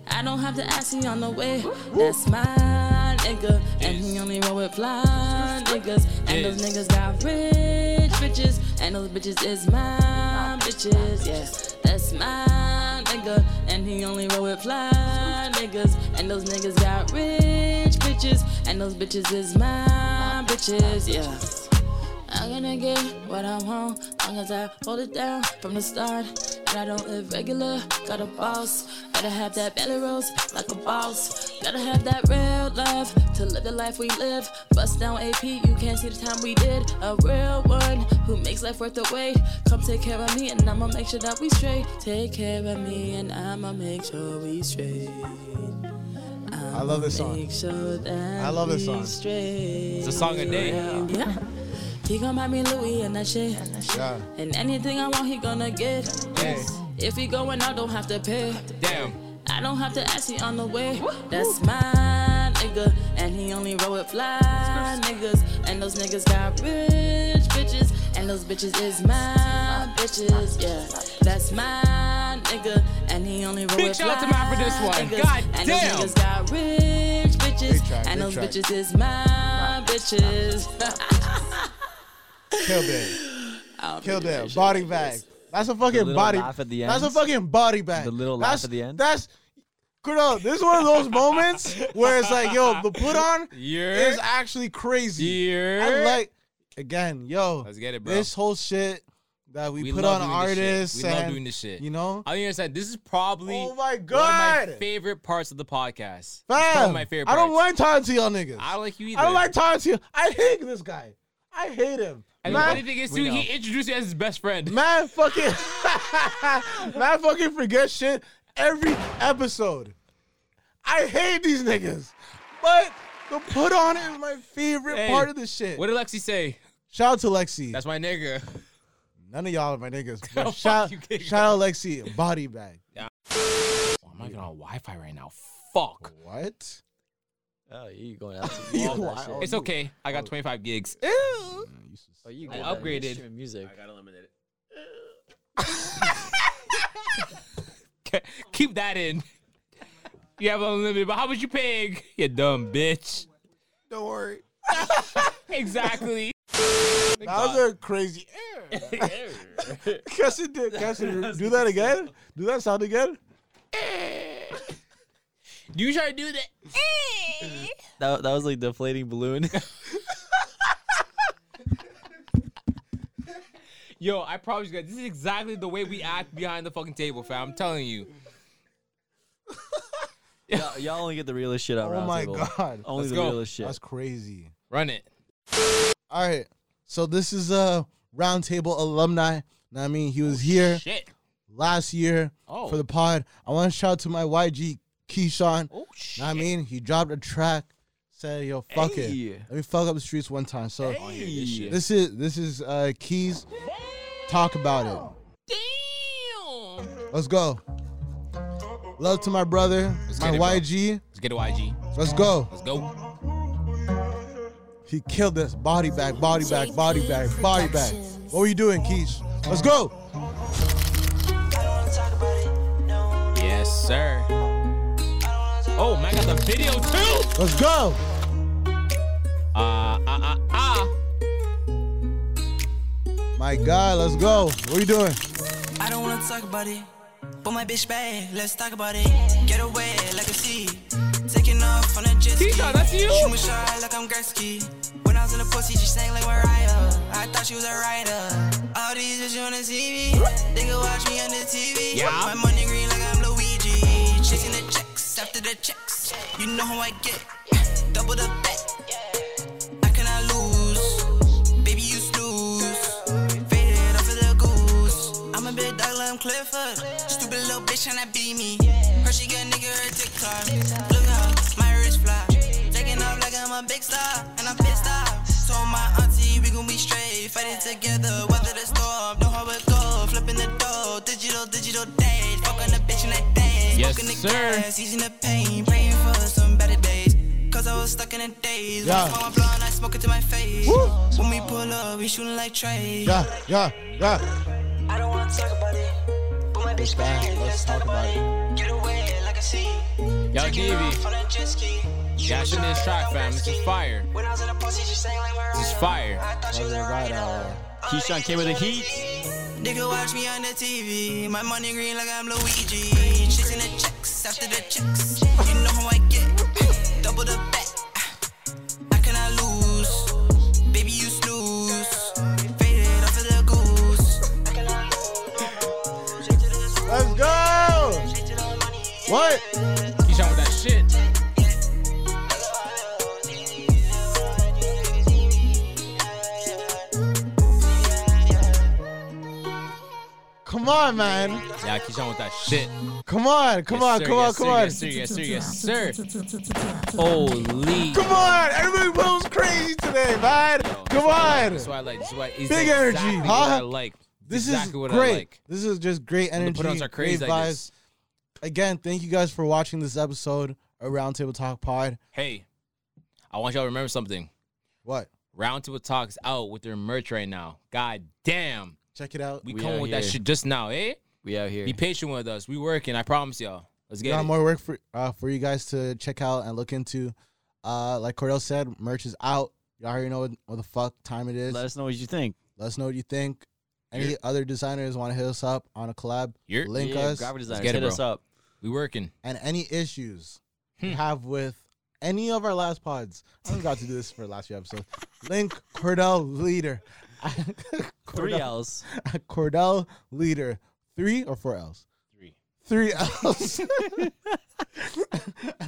Speaker 12: I don't have to ask, he on the way. That's my nigga. And he only roll with fly niggas. And those niggas got rich bitches. And those bitches is my bitches. Yes, that's my nigga. And he only roll with fly niggas. And those niggas got rich bitches. And those bitches is my bitches. Yeah. I'm gonna get what I want, long as I hold it down from the start. And I don't live regular, got a boss. Gotta have that belly rolls like a boss. Gotta have that real love to live the life we live. Bust down AP, you can't see the time we did. A real one who makes life worth the wait. Come take care of me, and I'ma make sure that we straight. Take care of me, and I'ma make sure we straight.
Speaker 2: I love this song.
Speaker 12: Make sure that
Speaker 2: I love this
Speaker 12: we
Speaker 2: song.
Speaker 12: Straight.
Speaker 1: It's a song a day.
Speaker 12: Yeah. He gon' buy me Louis and that shit. And anything I want, he gonna get. If he going out, don't have to pay.
Speaker 1: Damn.
Speaker 12: I don't have to ask, he on the way. That's my nigga. And he only roll with fly niggas. And those niggas got rich bitches. And those bitches is my bitches. Yeah. That's my nigga. And he only roll
Speaker 1: Big
Speaker 12: with
Speaker 1: shout out to
Speaker 12: fly
Speaker 1: Matt for this one.
Speaker 12: niggas.
Speaker 1: God
Speaker 12: and
Speaker 1: damn.
Speaker 12: those niggas got rich bitches.
Speaker 2: try,
Speaker 12: and
Speaker 2: big
Speaker 12: those
Speaker 2: try.
Speaker 12: bitches is my bitches. (laughs)
Speaker 2: Kill them. Kill them. Body bag. That's a fucking
Speaker 3: little
Speaker 2: body.
Speaker 3: laugh at the
Speaker 2: That's a
Speaker 3: end.
Speaker 2: fucking body bag.
Speaker 3: The little laugh
Speaker 2: that's,
Speaker 3: at the end.
Speaker 2: That's. Kudo, this is one of those moments where it's like, yo, the put on
Speaker 1: Yeah.
Speaker 2: is actually crazy.
Speaker 1: Yeah.
Speaker 2: I like again, yo.
Speaker 1: Let's get it, bro.
Speaker 2: This whole shit that we,
Speaker 1: We
Speaker 2: put
Speaker 1: love
Speaker 2: on
Speaker 1: doing this shit.
Speaker 2: artists.
Speaker 1: We love
Speaker 2: and,
Speaker 1: doing this shit.
Speaker 2: You know,
Speaker 1: I understand. This is probably
Speaker 2: Oh my
Speaker 1: one of
Speaker 2: God.
Speaker 1: my favorite parts of the podcast. It's One
Speaker 2: Fam,
Speaker 1: of my favorite.
Speaker 2: I don't
Speaker 1: parts.
Speaker 2: like talking to y'all niggas.
Speaker 1: I don't like you either.
Speaker 2: I don't like talking to you. I hate this guy. I hate him.
Speaker 1: And the funny thing is, too, he introduced you as his best friend.
Speaker 2: Man, fucking, man, fucking forget shit every episode. I hate these niggas, but the put on is my favorite
Speaker 1: Hey,
Speaker 2: part of (laughs)
Speaker 1: (laughs)
Speaker 2: this shit.
Speaker 1: What did Lexi say?
Speaker 2: Shout out to Lexi.
Speaker 1: That's my nigga.
Speaker 2: None of y'all are my niggas.
Speaker 1: Fuck
Speaker 2: But shout,
Speaker 1: you, King.
Speaker 2: shout out Lexi, body bag.
Speaker 1: Oh, I'm not even on Wi-Fi right now. Fuck.
Speaker 2: What?
Speaker 3: Oh, you going out?
Speaker 2: (laughs)
Speaker 3: To
Speaker 2: You
Speaker 3: all that
Speaker 2: wild.
Speaker 3: shit.
Speaker 1: It's okay. I got 25 gigs. (laughs)
Speaker 2: Ew.
Speaker 3: Oh, you
Speaker 1: I
Speaker 3: good at
Speaker 1: upgraded.
Speaker 3: streaming music. I got eliminated.
Speaker 1: Keep that in. (laughs) You have unlimited, but how much you paying? You dumb bitch.
Speaker 2: Don't worry.
Speaker 1: (laughs) Exactly.
Speaker 2: That was a
Speaker 1: (laughs)
Speaker 2: crazy (laughs) air. Kesson did. Kesson, do that again. Do that sound again.
Speaker 1: You try to (laughs) do (laughs) that.
Speaker 3: That, that was like deflating balloon. (laughs)
Speaker 1: Yo, I promise you guys, this is exactly the way we act behind the fucking table, fam. I'm telling you.
Speaker 3: y'all, y'all only get the realest shit out.
Speaker 2: Oh my god.
Speaker 3: Only the realest shit.
Speaker 2: That's crazy.
Speaker 1: Run it.
Speaker 2: All right. So this is uh, roundtable alumni. Know what I mean, he was here
Speaker 1: Oh, shit.
Speaker 2: last year
Speaker 1: Oh.
Speaker 2: for the pod. I want to shout out to my YG Keyshawn.
Speaker 1: Oh
Speaker 2: shit. Know what I mean, he dropped a track. Said yo, fuck
Speaker 3: Hey.
Speaker 2: it. Let me fuck up the streets one time. So
Speaker 3: this shit.
Speaker 2: this is this is uh, Keys. Talk about it. Let's go. Love to my brother, my
Speaker 1: get it, bro.
Speaker 2: YG.
Speaker 1: Let's get to YG.
Speaker 2: Let's go.
Speaker 1: Let's go.
Speaker 2: He killed us. Body back, body back, body back, body back. What were you doing, Keish? Let's go.
Speaker 1: Yes, sir. Oh, man, I got the video too.
Speaker 2: Let's go.
Speaker 1: Uh, uh, uh, uh.
Speaker 2: My God, let's go. What you doing?
Speaker 13: I don't wanna talk about it, but my bitch bad. Let's talk about it. Get away like a sea, taking off on a jet ski.
Speaker 1: Keyshawn, that's you?
Speaker 13: Shoot me shot like I'm Gretzky. When I was in the pussy, she sang like Mariah. I thought she was a writer. All these bitches on the TV, they can watch me on the TV.
Speaker 1: Yeah.
Speaker 13: My money green like I'm Luigi, chasing the checks after the checks. You know how I get, double the bet. Fight it together, weather the storm. Know how it go. Flipping the door, digital, digital days. Fuck on the bitch in that day.
Speaker 1: Yes,
Speaker 13: Smoking the
Speaker 1: sir.
Speaker 13: gas, easing the pain. Praying for some better days. Cause I was stuck in a daze.
Speaker 2: Yeah.
Speaker 13: When I smoke my blunt, I smoke it to my face.
Speaker 2: Woo.
Speaker 13: When we pull up, we shooting like Trey.
Speaker 2: Yeah, yeah, yeah.
Speaker 13: I don't wanna talk about it. But my bitch bad, let's talk about it. Get away like a sea.
Speaker 1: Yo,
Speaker 13: Take it
Speaker 1: DV.
Speaker 13: off on a jet ski.
Speaker 1: Yeah, shit in this track, fam. This is fire.
Speaker 13: When I was in a pussy, she sang like we're
Speaker 1: This is fire.
Speaker 9: uh, Keyshawn came with the heat.
Speaker 13: Nigga watch me on the TV. My money green like I'm Luigi. Chasing the checks after the checks. You know how I get. Double the bet. I cannot lose. Baby, you snooze. Faded off of the goose. I cannot
Speaker 2: Let's go. What?
Speaker 1: Keyshawn with that shit.
Speaker 2: Come on, man.
Speaker 1: Yeah, Keyshawn with that shit.
Speaker 2: Come on, come on,
Speaker 1: Yes,
Speaker 2: come on,
Speaker 1: sir,
Speaker 2: come on.
Speaker 1: yes, sir, Yes, sir, yes, sir, yes, sir. Holy.
Speaker 2: Come on, everybody goes crazy today, man. Come on.
Speaker 1: That's what I like. This is what is
Speaker 2: Big
Speaker 1: exactly
Speaker 2: energy,
Speaker 1: what
Speaker 2: huh?
Speaker 1: I like.
Speaker 2: This
Speaker 1: exactly
Speaker 2: is
Speaker 1: what
Speaker 2: great.
Speaker 1: I like.
Speaker 2: This is just great
Speaker 1: When the
Speaker 2: energy.
Speaker 1: put-ons are crazy
Speaker 2: great
Speaker 1: like
Speaker 2: vibes.
Speaker 1: this.
Speaker 2: Again, thank you guys for watching this episode of Roundtable Talk Pod.
Speaker 1: Hey, I want y'all to remember something.
Speaker 2: What?
Speaker 1: Round Table Talk is out with their merch right now. God damn.
Speaker 2: Check it out.
Speaker 1: We,
Speaker 9: We
Speaker 1: coming
Speaker 9: out
Speaker 1: with that
Speaker 9: here.
Speaker 1: shit just now, eh?
Speaker 9: We out here.
Speaker 1: Be patient with us. We working. I promise y'all. Let's
Speaker 2: We
Speaker 1: get
Speaker 2: got
Speaker 1: it.
Speaker 2: more work for uh, for you guys to check out and look into. Uh, like Cordell said, merch is out. Y'all already know what, what the fuck time it is.
Speaker 9: Let us know what you think.
Speaker 2: Let us know what you think. Any other designers want to hit us up on a collab?
Speaker 1: You're-
Speaker 2: link
Speaker 9: Yeah,
Speaker 2: us.
Speaker 9: graphic
Speaker 1: Let's
Speaker 9: designers,
Speaker 1: get
Speaker 9: hit
Speaker 1: it,
Speaker 9: us
Speaker 1: bro.
Speaker 9: up.
Speaker 1: We working.
Speaker 2: and any issues you
Speaker 9: Hmm.
Speaker 2: have with any of our last pods, I'm about to do this for the last few episodes. Link Cordell Leader. (laughs)
Speaker 9: Three
Speaker 2: Cordell-
Speaker 9: L's.
Speaker 2: (laughs) Cordell Leader. Three or four L's? Three. Three L's. (laughs)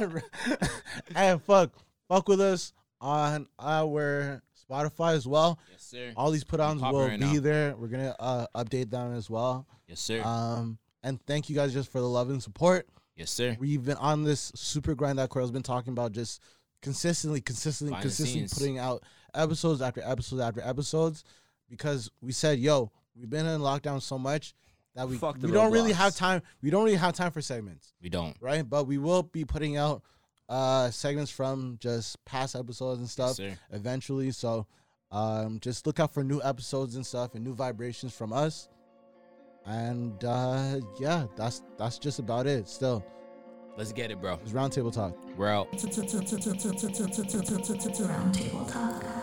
Speaker 2: and fuck, fuck with us on our Spotify as well.
Speaker 1: Yes, sir.
Speaker 2: All these put ons
Speaker 1: Popping
Speaker 2: will
Speaker 1: right
Speaker 2: be
Speaker 1: now.
Speaker 2: there. We're gonna uh, update them as well.
Speaker 1: Yes, sir.
Speaker 2: Um, and thank you guys just for the love and support.
Speaker 1: yes, sir.
Speaker 2: We've been on this super grind that Cordell's been talking about, just consistently, consistently,
Speaker 1: Behind the
Speaker 2: consistently
Speaker 1: scenes.
Speaker 2: putting out episodes after episodes after episodes, because we said, "Yo, we've been in lockdown so much that we
Speaker 9: Fuck the
Speaker 2: we don't really
Speaker 9: roadblocks.
Speaker 2: have time. We don't really have time for segments,
Speaker 1: We don't.
Speaker 2: right? But we will be putting out uh segments from just past episodes and stuff
Speaker 1: sir.
Speaker 2: eventually. So, um, just look out for new episodes and stuff and new vibrations from us." And uh, yeah, that's that's just about it. Still,
Speaker 1: Let's get it, bro.
Speaker 2: it's roundtable talk.
Speaker 1: We're out.
Speaker 8: Roundtable talk.